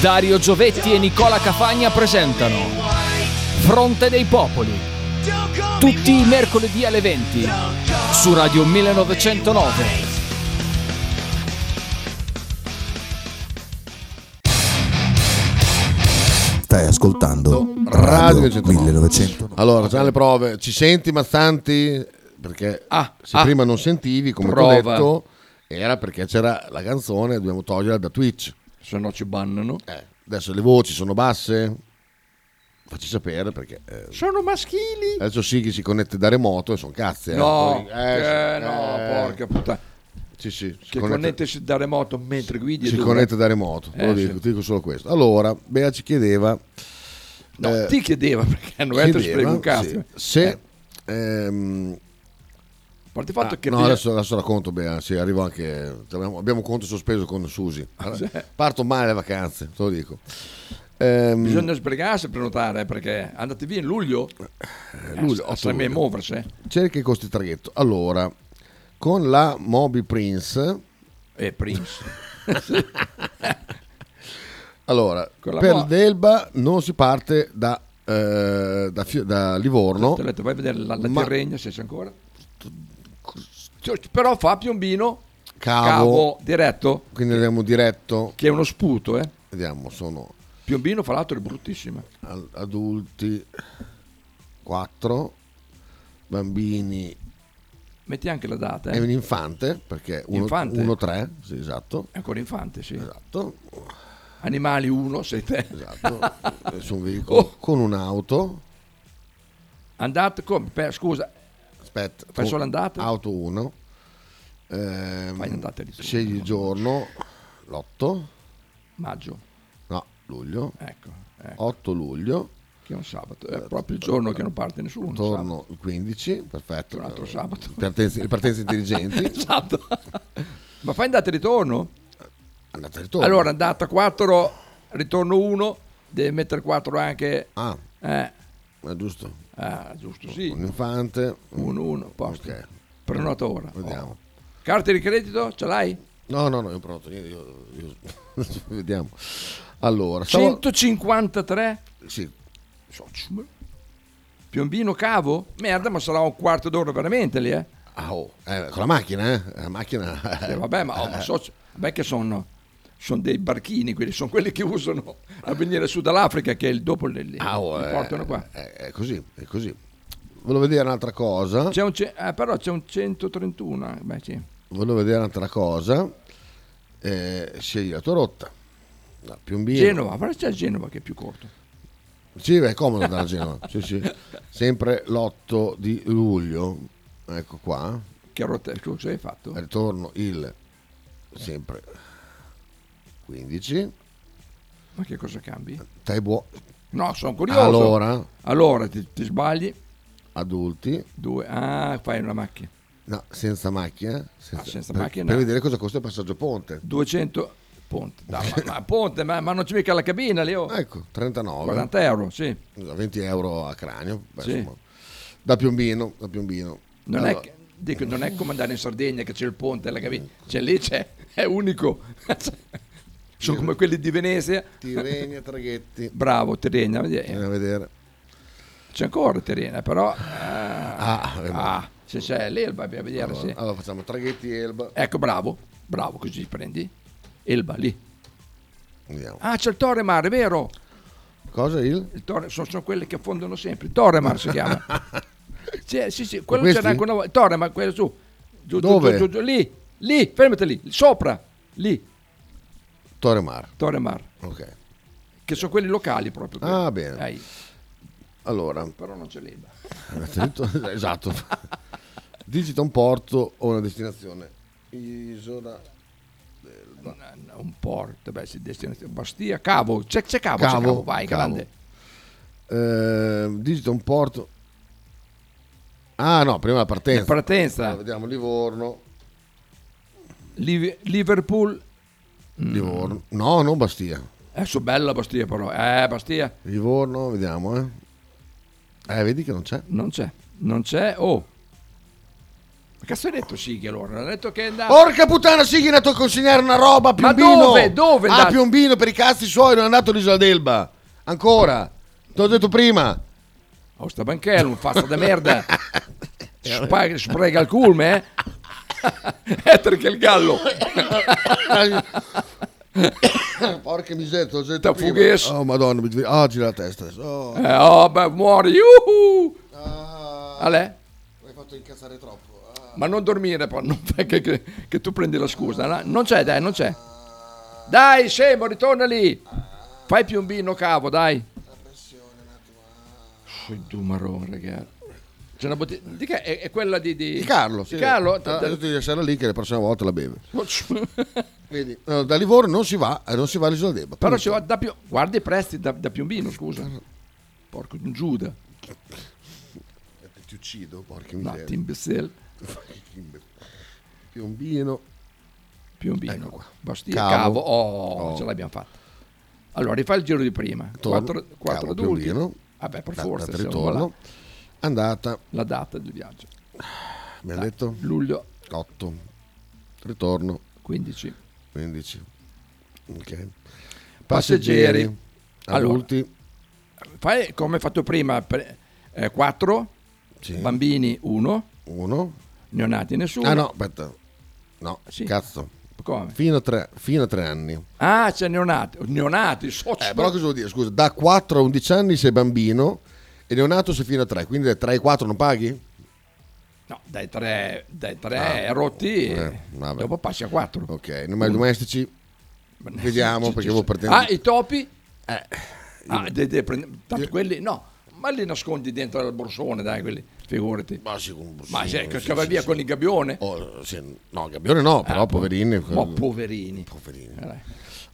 [SPEAKER 11] Dario Giovetti e Nicola Cafagna presentano Fronte dei Popoli. Tutti i mercoledì alle 20 su Radio 1909.
[SPEAKER 10] Stai ascoltando Radio
[SPEAKER 1] Radio 1909.
[SPEAKER 10] 1900.
[SPEAKER 1] Allora, già le prove. Ci senti Mazzanti? Perché
[SPEAKER 2] Ah,
[SPEAKER 1] se
[SPEAKER 2] ah.
[SPEAKER 1] prima non sentivi, come ti ho
[SPEAKER 2] Prova.
[SPEAKER 1] detto, era perché c'era la canzone, dobbiamo toglierla da Twitch.
[SPEAKER 2] Se no ci bannano.
[SPEAKER 1] Eh, adesso le voci sono basse. Facci sapere perché eh,
[SPEAKER 2] Sono maschili.
[SPEAKER 1] adesso sì che si connette da remoto e sono cazzi. eh.
[SPEAKER 2] No,
[SPEAKER 1] Poi-
[SPEAKER 2] eh,
[SPEAKER 1] sì,
[SPEAKER 2] no,
[SPEAKER 1] eh,
[SPEAKER 2] porca puttana.
[SPEAKER 1] Sì, sì, si
[SPEAKER 2] Che
[SPEAKER 1] connette,
[SPEAKER 2] connettesi da remoto mentre guidi.
[SPEAKER 1] si
[SPEAKER 2] dove-
[SPEAKER 1] connette da remoto. te lo
[SPEAKER 2] Eh, sì.
[SPEAKER 1] dico, ti dico solo questo. Allora, Bea ci chiedeva
[SPEAKER 2] No,
[SPEAKER 1] eh,
[SPEAKER 2] ti chiedeva [laughs] perché non è che
[SPEAKER 1] chiedeva
[SPEAKER 2] sprego un cazzo.
[SPEAKER 1] sì, se
[SPEAKER 2] Eh,
[SPEAKER 1] ehm,
[SPEAKER 2] a parte il fatto
[SPEAKER 1] Ah,
[SPEAKER 2] che
[SPEAKER 1] no,
[SPEAKER 2] via-
[SPEAKER 1] adesso, adesso racconto bene, sì, arrivo anche. Abbiamo, abbiamo un conto sospeso con Susi. Parto male le vacanze, te lo dico. Ehm,
[SPEAKER 2] bisogna sbrigarsi a prenotare eh, perché andate via in luglio.
[SPEAKER 1] luglio,
[SPEAKER 2] Eh,
[SPEAKER 1] otto
[SPEAKER 2] sta a me
[SPEAKER 1] luglio.
[SPEAKER 2] muoversi.
[SPEAKER 1] [laughs]
[SPEAKER 2] eh.
[SPEAKER 1] cerca i costi traghetto. Allora, con la Moby Prince
[SPEAKER 2] Eh, Prince.
[SPEAKER 1] Allora,
[SPEAKER 2] [laughs] Con la
[SPEAKER 1] per
[SPEAKER 2] mo-
[SPEAKER 1] Delba non si parte da, eh, da Fio- da Livorno.
[SPEAKER 2] Ti ho detto, vai a vedere la, la
[SPEAKER 1] Ma-
[SPEAKER 2] Tirrenia se c'è ancora. Cioè, Però fa Piombino,
[SPEAKER 1] Cavo.
[SPEAKER 2] Cavo, diretto,
[SPEAKER 1] Quindi andiamo diretto.
[SPEAKER 2] che è uno sputo, eh.
[SPEAKER 1] Vediamo, sono
[SPEAKER 2] Piombino, fra l'altro, è bruttissima.
[SPEAKER 1] al- adulti 4, bambini
[SPEAKER 2] Metti anche la data,
[SPEAKER 1] e un
[SPEAKER 2] eh.
[SPEAKER 1] infante, perché
[SPEAKER 2] Infante.
[SPEAKER 1] 1-3, sì,
[SPEAKER 2] [laughs]
[SPEAKER 1] esatto.
[SPEAKER 2] È ancora infante, sì.
[SPEAKER 1] Esatto,
[SPEAKER 2] Animali 1, sei te. [laughs]
[SPEAKER 1] esatto. su un veicolo
[SPEAKER 2] Oh.
[SPEAKER 1] con un'auto.
[SPEAKER 2] Andate come? Per- scusa,
[SPEAKER 1] Aspetta,
[SPEAKER 2] Fai
[SPEAKER 1] con-
[SPEAKER 2] solo andate?
[SPEAKER 1] Auto 1.
[SPEAKER 2] Fai andate lì su.
[SPEAKER 1] scegli il giorno, l'8,
[SPEAKER 2] maggio,
[SPEAKER 1] no, luglio,
[SPEAKER 2] ecco, ecco,
[SPEAKER 1] 8 luglio,
[SPEAKER 2] che è un sabato. Eh. È proprio il giorno che non parte nessuno. sabato.
[SPEAKER 1] torno il 15, perfetto.
[SPEAKER 2] Un altro sabato.
[SPEAKER 1] Partenze, le partenze intelligenti,
[SPEAKER 2] [laughs] Esatto. Ma fai andata e ritorno?
[SPEAKER 1] andate e ritorno.
[SPEAKER 2] Allora, andata 4, ritorno 1, devi mettere 4 anche...
[SPEAKER 1] ah,
[SPEAKER 2] Eh,
[SPEAKER 1] è giusto,
[SPEAKER 2] ah, giusto, sì.
[SPEAKER 1] un infante,
[SPEAKER 2] 1-1, posto.
[SPEAKER 1] Ok.
[SPEAKER 2] Prenota ora.
[SPEAKER 1] vediamo.
[SPEAKER 2] Oh. Carte di credito, ce l'hai?
[SPEAKER 1] No, no, no, io pronto, niente, io- io- [laughs] vediamo. Allora, stavo-
[SPEAKER 2] 153?
[SPEAKER 1] sì,
[SPEAKER 2] Piombino Cavo? Merda, ma sarà un quarto d'ora veramente lì, eh?
[SPEAKER 1] ah, oh, eh, con la macchina, eh, la macchina...
[SPEAKER 2] Eh, vabbè, ma, oh,
[SPEAKER 1] [laughs]
[SPEAKER 2] ma so, beh, che sono, sono dei barchini, quelli sono quelli che usano a venire su dall'Africa, che è il dopo li, li-
[SPEAKER 1] Ah, oh,
[SPEAKER 2] li
[SPEAKER 1] eh,
[SPEAKER 2] portano qua.
[SPEAKER 1] eh, È, così, è così. Volevo vedere un'altra cosa.
[SPEAKER 2] C'è un ce- eh, però c'è un 131, eh, beh, sì.
[SPEAKER 1] Volevo vedere un'altra cosa. Eh, scegli la tua rotta. Da Piombino.
[SPEAKER 2] Genova, però c'è Genova che è più corto.
[SPEAKER 1] Sì, beh, è comodo andare a Genova. Sì, sì. Sempre l'8 di luglio. Ecco qua.
[SPEAKER 2] Che rotta cosa hai fatto?
[SPEAKER 1] Ritorno il sempre 15.
[SPEAKER 2] Ma che cosa cambi?
[SPEAKER 1] Taibo
[SPEAKER 2] No, sono curioso.
[SPEAKER 1] allora,
[SPEAKER 2] Allora, ti, ti sbagli,
[SPEAKER 1] adulti.
[SPEAKER 2] due, ah, fai una macchina.
[SPEAKER 1] No, senza macchina. Senza,
[SPEAKER 2] Ah, senza
[SPEAKER 1] per-
[SPEAKER 2] macchina.
[SPEAKER 1] Per vedere cosa costa il passaggio ponte.
[SPEAKER 2] 200 ponte, da, ma, ma ponte, ma, ma non c'è mica la cabina lì, oh.
[SPEAKER 1] Ecco, 39.
[SPEAKER 2] 40 euro, sì.
[SPEAKER 1] Scusa, 20 euro a cranio beh,
[SPEAKER 2] Sì.
[SPEAKER 1] insomma, da Piombino da Piombino
[SPEAKER 2] Non,
[SPEAKER 1] Allora,
[SPEAKER 2] è che- dico, non è come andare in Sardegna che c'è il ponte, la capite? C'è lì, c'è, è unico. [laughs] Sono come quelli di Venezia.
[SPEAKER 1] Tirrenia Traghetti
[SPEAKER 2] Bravo, Terena.
[SPEAKER 1] andiamo a vedere
[SPEAKER 2] C'è ancora Terena, però... ah,
[SPEAKER 1] ah, vabbè.
[SPEAKER 2] ah, se c'è l'Elba, vai a vedere,
[SPEAKER 1] allora,
[SPEAKER 2] sì.
[SPEAKER 1] allora facciamo Traghetti Elba
[SPEAKER 2] Ecco, bravo, bravo, così prendi. Elba, lì.
[SPEAKER 1] andiamo
[SPEAKER 2] Ah, c'è il Torremar, è vero?
[SPEAKER 1] cosa il
[SPEAKER 2] Il Torre- sono, sono quelle che fondono sempre. Il Torremar si chiama. C'è- sì, sì, quello
[SPEAKER 1] Questi?
[SPEAKER 2] c'era anche una volta. Il Torremar, quello su. Giù, giù,
[SPEAKER 1] Dove?
[SPEAKER 2] giù, giù, giù, lì, lì, fermati lì, sopra, lì,
[SPEAKER 1] [laughs] Torremar
[SPEAKER 2] Torremar.
[SPEAKER 1] ok
[SPEAKER 2] che sono quelli locali proprio. quelli.
[SPEAKER 1] Ah, bene.
[SPEAKER 2] Dai,
[SPEAKER 1] allora
[SPEAKER 2] però non c'è l'Elba.
[SPEAKER 1] innanzitutto- [laughs] esatto digita un porto o una destinazione isola
[SPEAKER 2] Un- Un porto, beh, sì, destinazione. Bastia, cavo, c'è, c'è cavo, c'è
[SPEAKER 1] Cavo,
[SPEAKER 2] cavo, vai,
[SPEAKER 1] Cavo.
[SPEAKER 2] grande.
[SPEAKER 1] eh, digita un porto ah no prima la
[SPEAKER 2] La
[SPEAKER 1] partenza Allora,
[SPEAKER 2] partenza,
[SPEAKER 1] vediamo Livorno
[SPEAKER 2] Liv- Liverpool, Mm.
[SPEAKER 1] Livorno no non Bastia
[SPEAKER 2] eh, so bella Bastia però, eh, Bastia,
[SPEAKER 1] Livorno, vediamo, eh. Eh, vedi che non c'è.
[SPEAKER 2] non c'è, non c'è, oh. Ma Cazzo hai detto sì che allora, ha detto che è andato.
[SPEAKER 1] Ah. Porca puttana, sì, che è andato a consegnare una roba a
[SPEAKER 2] Ma
[SPEAKER 1] Piombino.
[SPEAKER 2] dove? Dove è
[SPEAKER 1] A
[SPEAKER 2] andato?
[SPEAKER 1] Piombino, per i cazzi suoi, non è andato all'isola d'Elba. Ancora. Te l'ho detto prima.
[SPEAKER 2] Oh, sta banchello, un pazzo da merda. Spa- sprega il culme, eh. [laughs] è perché il gallo.
[SPEAKER 1] [coughs] Porca miseria, te l'ho detto
[SPEAKER 2] Da fughese.
[SPEAKER 1] prima. Oh, madonna, mi svegli- Ah, gira la testa adesso. Oh,
[SPEAKER 2] Eh, oh, beh, muori, yuhu.
[SPEAKER 1] ah,
[SPEAKER 2] Ale?
[SPEAKER 1] mi hai fatto incazzare troppo. Ah,
[SPEAKER 2] Ma non dormire, poi, non fai che, che- che tu prendi la scusa. no? Non c'è, dai, non c'è. Dai, scemo, ritorna lì. Fai piombino, cavo, dai. Fui tu marrone, ragazzi. C'è una bottiglia. Di che? È, è quella di, di...
[SPEAKER 1] Di Carlo, sì.
[SPEAKER 2] Di Carlo?
[SPEAKER 1] Ah, ho detto di lasciarla lì che la prossima volta la
[SPEAKER 2] [laughs]
[SPEAKER 1] beve.
[SPEAKER 2] Vedi.
[SPEAKER 1] Allora, da Livorno non si va, eh, non si va all'isola d'Elba.
[SPEAKER 2] Però
[SPEAKER 1] Punto.
[SPEAKER 2] ci va da più. Guarda i prestiti da, da piombino, scusa. Porco di un Giuda.
[SPEAKER 1] Ti uccido, porca
[SPEAKER 2] No,
[SPEAKER 1] miseria.
[SPEAKER 2] ti imbecille.
[SPEAKER 1] [laughs] Piombino. Ecco
[SPEAKER 2] Piombino. Bastia,
[SPEAKER 1] Cavo.
[SPEAKER 2] cavo. Oh,
[SPEAKER 1] Oh.
[SPEAKER 2] ce l'abbiamo fatta. Allora, rifai il giro di prima.
[SPEAKER 1] Torno.
[SPEAKER 2] Quattro, quattro
[SPEAKER 1] Cavo,
[SPEAKER 2] adulti.
[SPEAKER 1] Piombino.
[SPEAKER 2] Vabbè, per
[SPEAKER 1] Da-
[SPEAKER 2] forza.
[SPEAKER 1] data e
[SPEAKER 2] se non va
[SPEAKER 1] ritorno.
[SPEAKER 2] là.
[SPEAKER 1] Andata,
[SPEAKER 2] La data del viaggio.
[SPEAKER 1] mi ha detto
[SPEAKER 2] Luglio
[SPEAKER 1] 8. Ritorno
[SPEAKER 2] 15.
[SPEAKER 1] 15. Ok. passeggeri,
[SPEAKER 2] Passeggeri.
[SPEAKER 1] adulti,
[SPEAKER 2] Fai come hai fatto prima, 4, bambini 1,
[SPEAKER 1] uno.
[SPEAKER 2] neonati nessuno.
[SPEAKER 1] Ah no, aspetta. No, cazzo.
[SPEAKER 2] Come?
[SPEAKER 1] Fino a, tre, fino a tre anni.
[SPEAKER 2] Ah, c'è neonati, neonati, socio.
[SPEAKER 1] Eh, però cosa vuol dire? Scusa, da 4 a 11 anni sei bambino e neonato sei fino a 3, quindi da 3 ai 4 non paghi?
[SPEAKER 2] No, dai 3 dai tre rotti,
[SPEAKER 1] Ah, Eh, vabbè.
[SPEAKER 2] dopo passi a 4.
[SPEAKER 1] Ok, numeri domestici. Vediamo perché voi partendo.
[SPEAKER 2] Ah, i topi? Ah, de- de- prend- tanto quelli no, ma li nascondi dentro al borsone, dai, quelli, figurati.
[SPEAKER 1] Ma sì, con borsone,
[SPEAKER 2] Ma se
[SPEAKER 1] sì,
[SPEAKER 2] scava
[SPEAKER 1] sì,
[SPEAKER 2] via
[SPEAKER 1] sì.
[SPEAKER 2] con il gabbione? Eh,
[SPEAKER 1] Oh, sì, no, Gabbione no,
[SPEAKER 2] Ah,
[SPEAKER 1] però poverini.
[SPEAKER 2] Ma poverini. Eh, dai.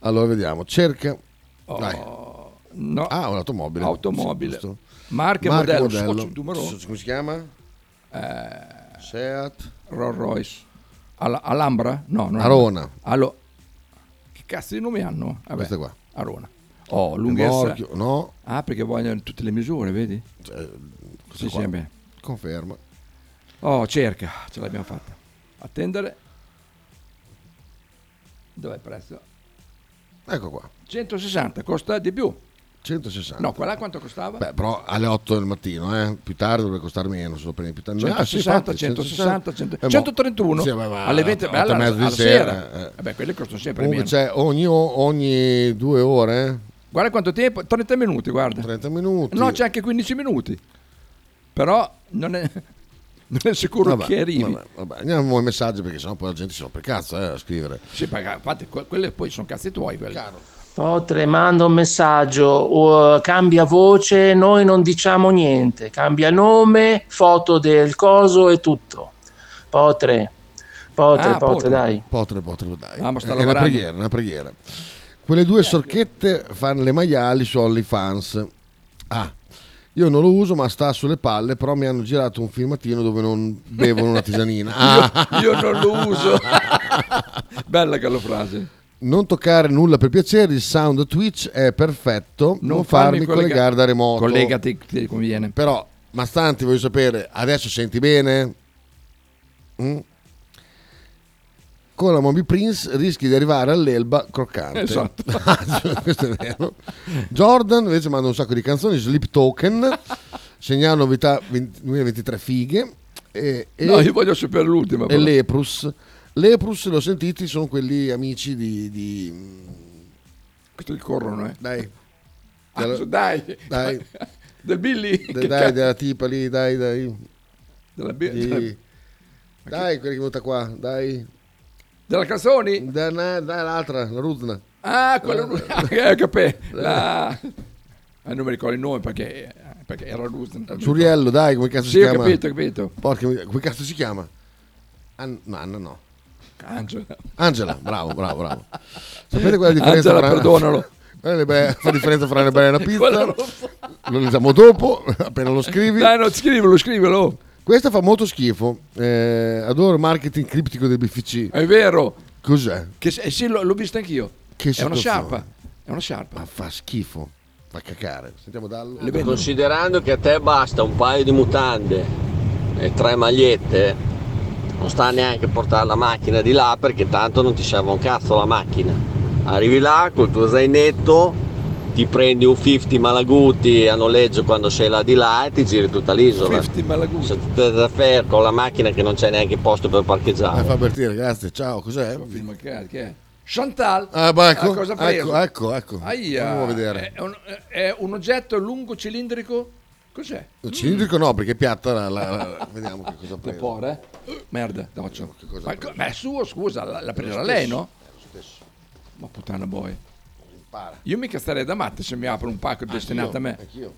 [SPEAKER 1] Allora vediamo, cerca.
[SPEAKER 2] Oh,
[SPEAKER 1] Dai.
[SPEAKER 2] No,
[SPEAKER 1] Ah, un'automobile.
[SPEAKER 2] Automobile.
[SPEAKER 1] Giusto.
[SPEAKER 2] Marca e
[SPEAKER 1] Marca e
[SPEAKER 2] modello, socio, numero. Eh,
[SPEAKER 1] S- Come si chiama? Seat.
[SPEAKER 2] Rolls Royce. Al- Alhambra? No, non
[SPEAKER 1] Arona.
[SPEAKER 2] Allo- che cazzo di nome hanno? Vabbè,
[SPEAKER 1] Questa qua.
[SPEAKER 2] Arona. Oh, lunghezza.
[SPEAKER 1] Morchio, no, Cioè,
[SPEAKER 2] Ah, perché vogliono tutte le misure, vedi? Sì, sì,
[SPEAKER 1] qua.
[SPEAKER 2] vabbè.
[SPEAKER 1] conferma.
[SPEAKER 2] Oh, cerca, ce l'abbiamo fatta. Attendere. Dov'è il prezzo?
[SPEAKER 1] Ecco qua,
[SPEAKER 2] 160, costa di più.
[SPEAKER 1] 160.
[SPEAKER 2] No, quella quanto costava?
[SPEAKER 1] Beh, però alle 8 del mattino, eh? più tardi dovrebbe costare meno, se lo prendi più tardi. Ah, sì,
[SPEAKER 2] 160,
[SPEAKER 1] infatti,
[SPEAKER 2] 160,
[SPEAKER 1] 160. Eh,
[SPEAKER 2] 131
[SPEAKER 1] sì, ma- ma-
[SPEAKER 2] alle 20
[SPEAKER 1] otto
[SPEAKER 2] beh, alla,
[SPEAKER 1] e mezza di
[SPEAKER 2] alla
[SPEAKER 1] sera,
[SPEAKER 2] sera.
[SPEAKER 1] eh.
[SPEAKER 2] Vabbè, quelle costano sempre
[SPEAKER 1] Comunque
[SPEAKER 2] meno.
[SPEAKER 1] c'è ogni, ogni due ore,
[SPEAKER 2] Guarda quanto tempo, 30 minuti, guarda.
[SPEAKER 1] eh? 30 minuti.
[SPEAKER 2] No, c'è anche 15 minuti. Però non è, non [laughs] è sicuro
[SPEAKER 1] Vabbè,
[SPEAKER 2] che arrivi.
[SPEAKER 1] vabbè, vabbè. Andiamo ai messaggi perché sennò poi la gente si rompe il cazzo eh, a scrivere.
[SPEAKER 2] Sì, perché, infatti, que- quelle poi sono cazzi tuoi. Quelle.
[SPEAKER 8] Potre, manda Oh, un messaggio, uh, cambia voce, noi non diciamo niente, cambia nome, foto del coso e tutto. Potre, potre,
[SPEAKER 2] Ah,
[SPEAKER 8] potre,
[SPEAKER 2] Potre.
[SPEAKER 8] dai.
[SPEAKER 1] Potre, potre, dai.
[SPEAKER 2] Ah, ma sta
[SPEAKER 1] è una
[SPEAKER 2] lavorando.
[SPEAKER 1] preghiera, una preghiera. Quelle due sorchette fanno le maiali su OnlyFans. Ah, io non lo uso ma sta sulle palle, però mi hanno girato un filmatino dove non bevono
[SPEAKER 2] [laughs]
[SPEAKER 1] una tisanina. Ah,
[SPEAKER 2] Io non lo
[SPEAKER 1] [laughs]
[SPEAKER 2] uso. Bella quella frase.
[SPEAKER 1] non toccare nulla per piacere, il sound Twitch è perfetto, non, farmi
[SPEAKER 2] collega-
[SPEAKER 1] collegare da remoto.
[SPEAKER 2] Collegati, ti conviene.
[SPEAKER 1] Però, ma stanti, voglio sapere, adesso senti bene? Mm? Con la Moby Prince rischi di arrivare all'elba croccante. [laughs] Ah,
[SPEAKER 2] Esatto.
[SPEAKER 1] Questo è
[SPEAKER 2] [laughs]
[SPEAKER 1] vero. Jordan invece manda un sacco di canzoni, Sleep
[SPEAKER 2] [laughs]
[SPEAKER 1] Token, segnala novità 20 2023 fighe. E, e,
[SPEAKER 2] No, io voglio sapere l'ultima.
[SPEAKER 1] e
[SPEAKER 2] però.
[SPEAKER 1] Leprus. Leprus, l'ho sentiti, sono quelli amici di... di-
[SPEAKER 2] Questo il corrono, eh.
[SPEAKER 1] dai,
[SPEAKER 2] Ah, su, dai.
[SPEAKER 1] dai,
[SPEAKER 2] Del Billy.
[SPEAKER 1] dai,
[SPEAKER 2] [laughs] Che
[SPEAKER 1] dai,
[SPEAKER 2] cazzo?
[SPEAKER 1] della tipa lì, dai, dai.
[SPEAKER 2] della, bi-
[SPEAKER 1] Sì. Dai, quella che è venuta qua, dai.
[SPEAKER 2] della Calzoni.
[SPEAKER 1] Dai, na- dai, l'altra, la Rudna.
[SPEAKER 2] Ah, quello [laughs] eh, capè.
[SPEAKER 1] [laughs]
[SPEAKER 2] La... Eh, non mi ricordo il nome perché, perché era Rusden.
[SPEAKER 1] Suriello, dai, come cazzo
[SPEAKER 2] Sì,
[SPEAKER 1] si
[SPEAKER 2] ho
[SPEAKER 1] chiama?
[SPEAKER 2] capito, ho capito.
[SPEAKER 1] Porca miseria, come cazzo si chiama? An- Ah, no, Anna no.
[SPEAKER 2] Angela.
[SPEAKER 1] Angela, bravo, bravo,
[SPEAKER 2] [laughs]
[SPEAKER 1] bravo. Sapete qual è la differenza
[SPEAKER 2] Angela,
[SPEAKER 1] fra... [laughs]
[SPEAKER 2] perdonalo.
[SPEAKER 1] Qual è la be- la differenza fra una bella
[SPEAKER 2] [laughs]
[SPEAKER 1] e una
[SPEAKER 2] Quella
[SPEAKER 1] pizza?
[SPEAKER 2] roba.
[SPEAKER 1] Lo leggiamo dopo, [laughs] appena lo scrivi.
[SPEAKER 2] Dai, no, scrivilo, scrivilo.
[SPEAKER 1] Questa fa molto schifo. Eh, adoro il marketing criptico del BFC.
[SPEAKER 2] È vero.
[SPEAKER 1] Cos'è?
[SPEAKER 2] Che, eh, sì, l'ho, l'ho vista anch'io.
[SPEAKER 1] Che
[SPEAKER 2] è
[SPEAKER 1] situazione.
[SPEAKER 2] una sciarpa. È una sciarpa.
[SPEAKER 1] Ma fa schifo. Fa cacare. Sentiamo dallo.
[SPEAKER 2] Le vendono.
[SPEAKER 12] Ecco, Considerando che a te basta un paio di mutande e tre magliette, non sta neanche a portare la macchina di là perché tanto non ti serve un cazzo la macchina. Arrivi là col tuo zainetto, ti prendi un 50 Malaguti a noleggio quando sei là di là e ti giri tutta l'isola.
[SPEAKER 2] 50 Malaguti.
[SPEAKER 12] Sei tutta da ferro con la macchina che non c'è neanche posto per
[SPEAKER 1] Ah,
[SPEAKER 12] parcheggiare.
[SPEAKER 1] fa avvertire, grazie. Ciao, cos'è?
[SPEAKER 2] Film che è- che è? Chantal.
[SPEAKER 1] Ah, ma ecco,
[SPEAKER 2] la cosa ha preso?
[SPEAKER 1] ecco, ecco, ecco.
[SPEAKER 2] Aia,
[SPEAKER 1] Andiamo a vedere.
[SPEAKER 2] È un, è un oggetto lungo cilindrico. Cos'è?
[SPEAKER 1] Il cilindrico no, perché è piatta. la- la- la- vediamo che cosa ha preso.
[SPEAKER 2] Porre? Merda, doccio.
[SPEAKER 1] Che cosa ha
[SPEAKER 2] Ma,
[SPEAKER 1] preso?
[SPEAKER 2] ma è suo, scusa, l'ha, l'ha presa
[SPEAKER 1] Lo
[SPEAKER 2] lei,
[SPEAKER 1] stesso.
[SPEAKER 2] no? Ma puttana boia. Io mica starei da matte se mi apre un pacco
[SPEAKER 1] Ah,
[SPEAKER 2] destinato a me.
[SPEAKER 1] Anch'io.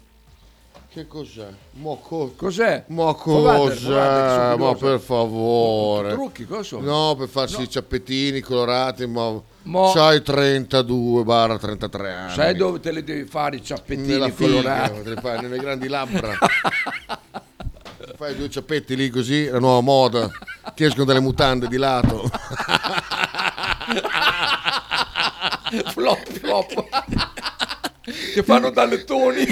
[SPEAKER 1] Che cos'è? Mo co-
[SPEAKER 2] Cos'è?
[SPEAKER 1] Ma
[SPEAKER 2] Provate,
[SPEAKER 1] cos'è?
[SPEAKER 2] provate, che sono
[SPEAKER 1] Ma
[SPEAKER 2] curioso.
[SPEAKER 1] per favore.
[SPEAKER 2] Trucchi, cosa sono?
[SPEAKER 1] No, per farsi i ciappettini colorati, ma...
[SPEAKER 2] Mo-
[SPEAKER 1] C'hai 32 barra 33 anni.
[SPEAKER 2] Sai dove te li devi fare i
[SPEAKER 1] Ah, Nella
[SPEAKER 2] ciappettini
[SPEAKER 1] figa,
[SPEAKER 2] colorati?
[SPEAKER 1] te li fai nelle grandi
[SPEAKER 2] [laughs]
[SPEAKER 1] labbra. fai due ciappetti lì così, la nuova
[SPEAKER 2] [laughs]
[SPEAKER 1] moda. Ti escono dalle mutande di lato. [laughs]
[SPEAKER 2] [laughs] flop, flop. che fanno da lettoni.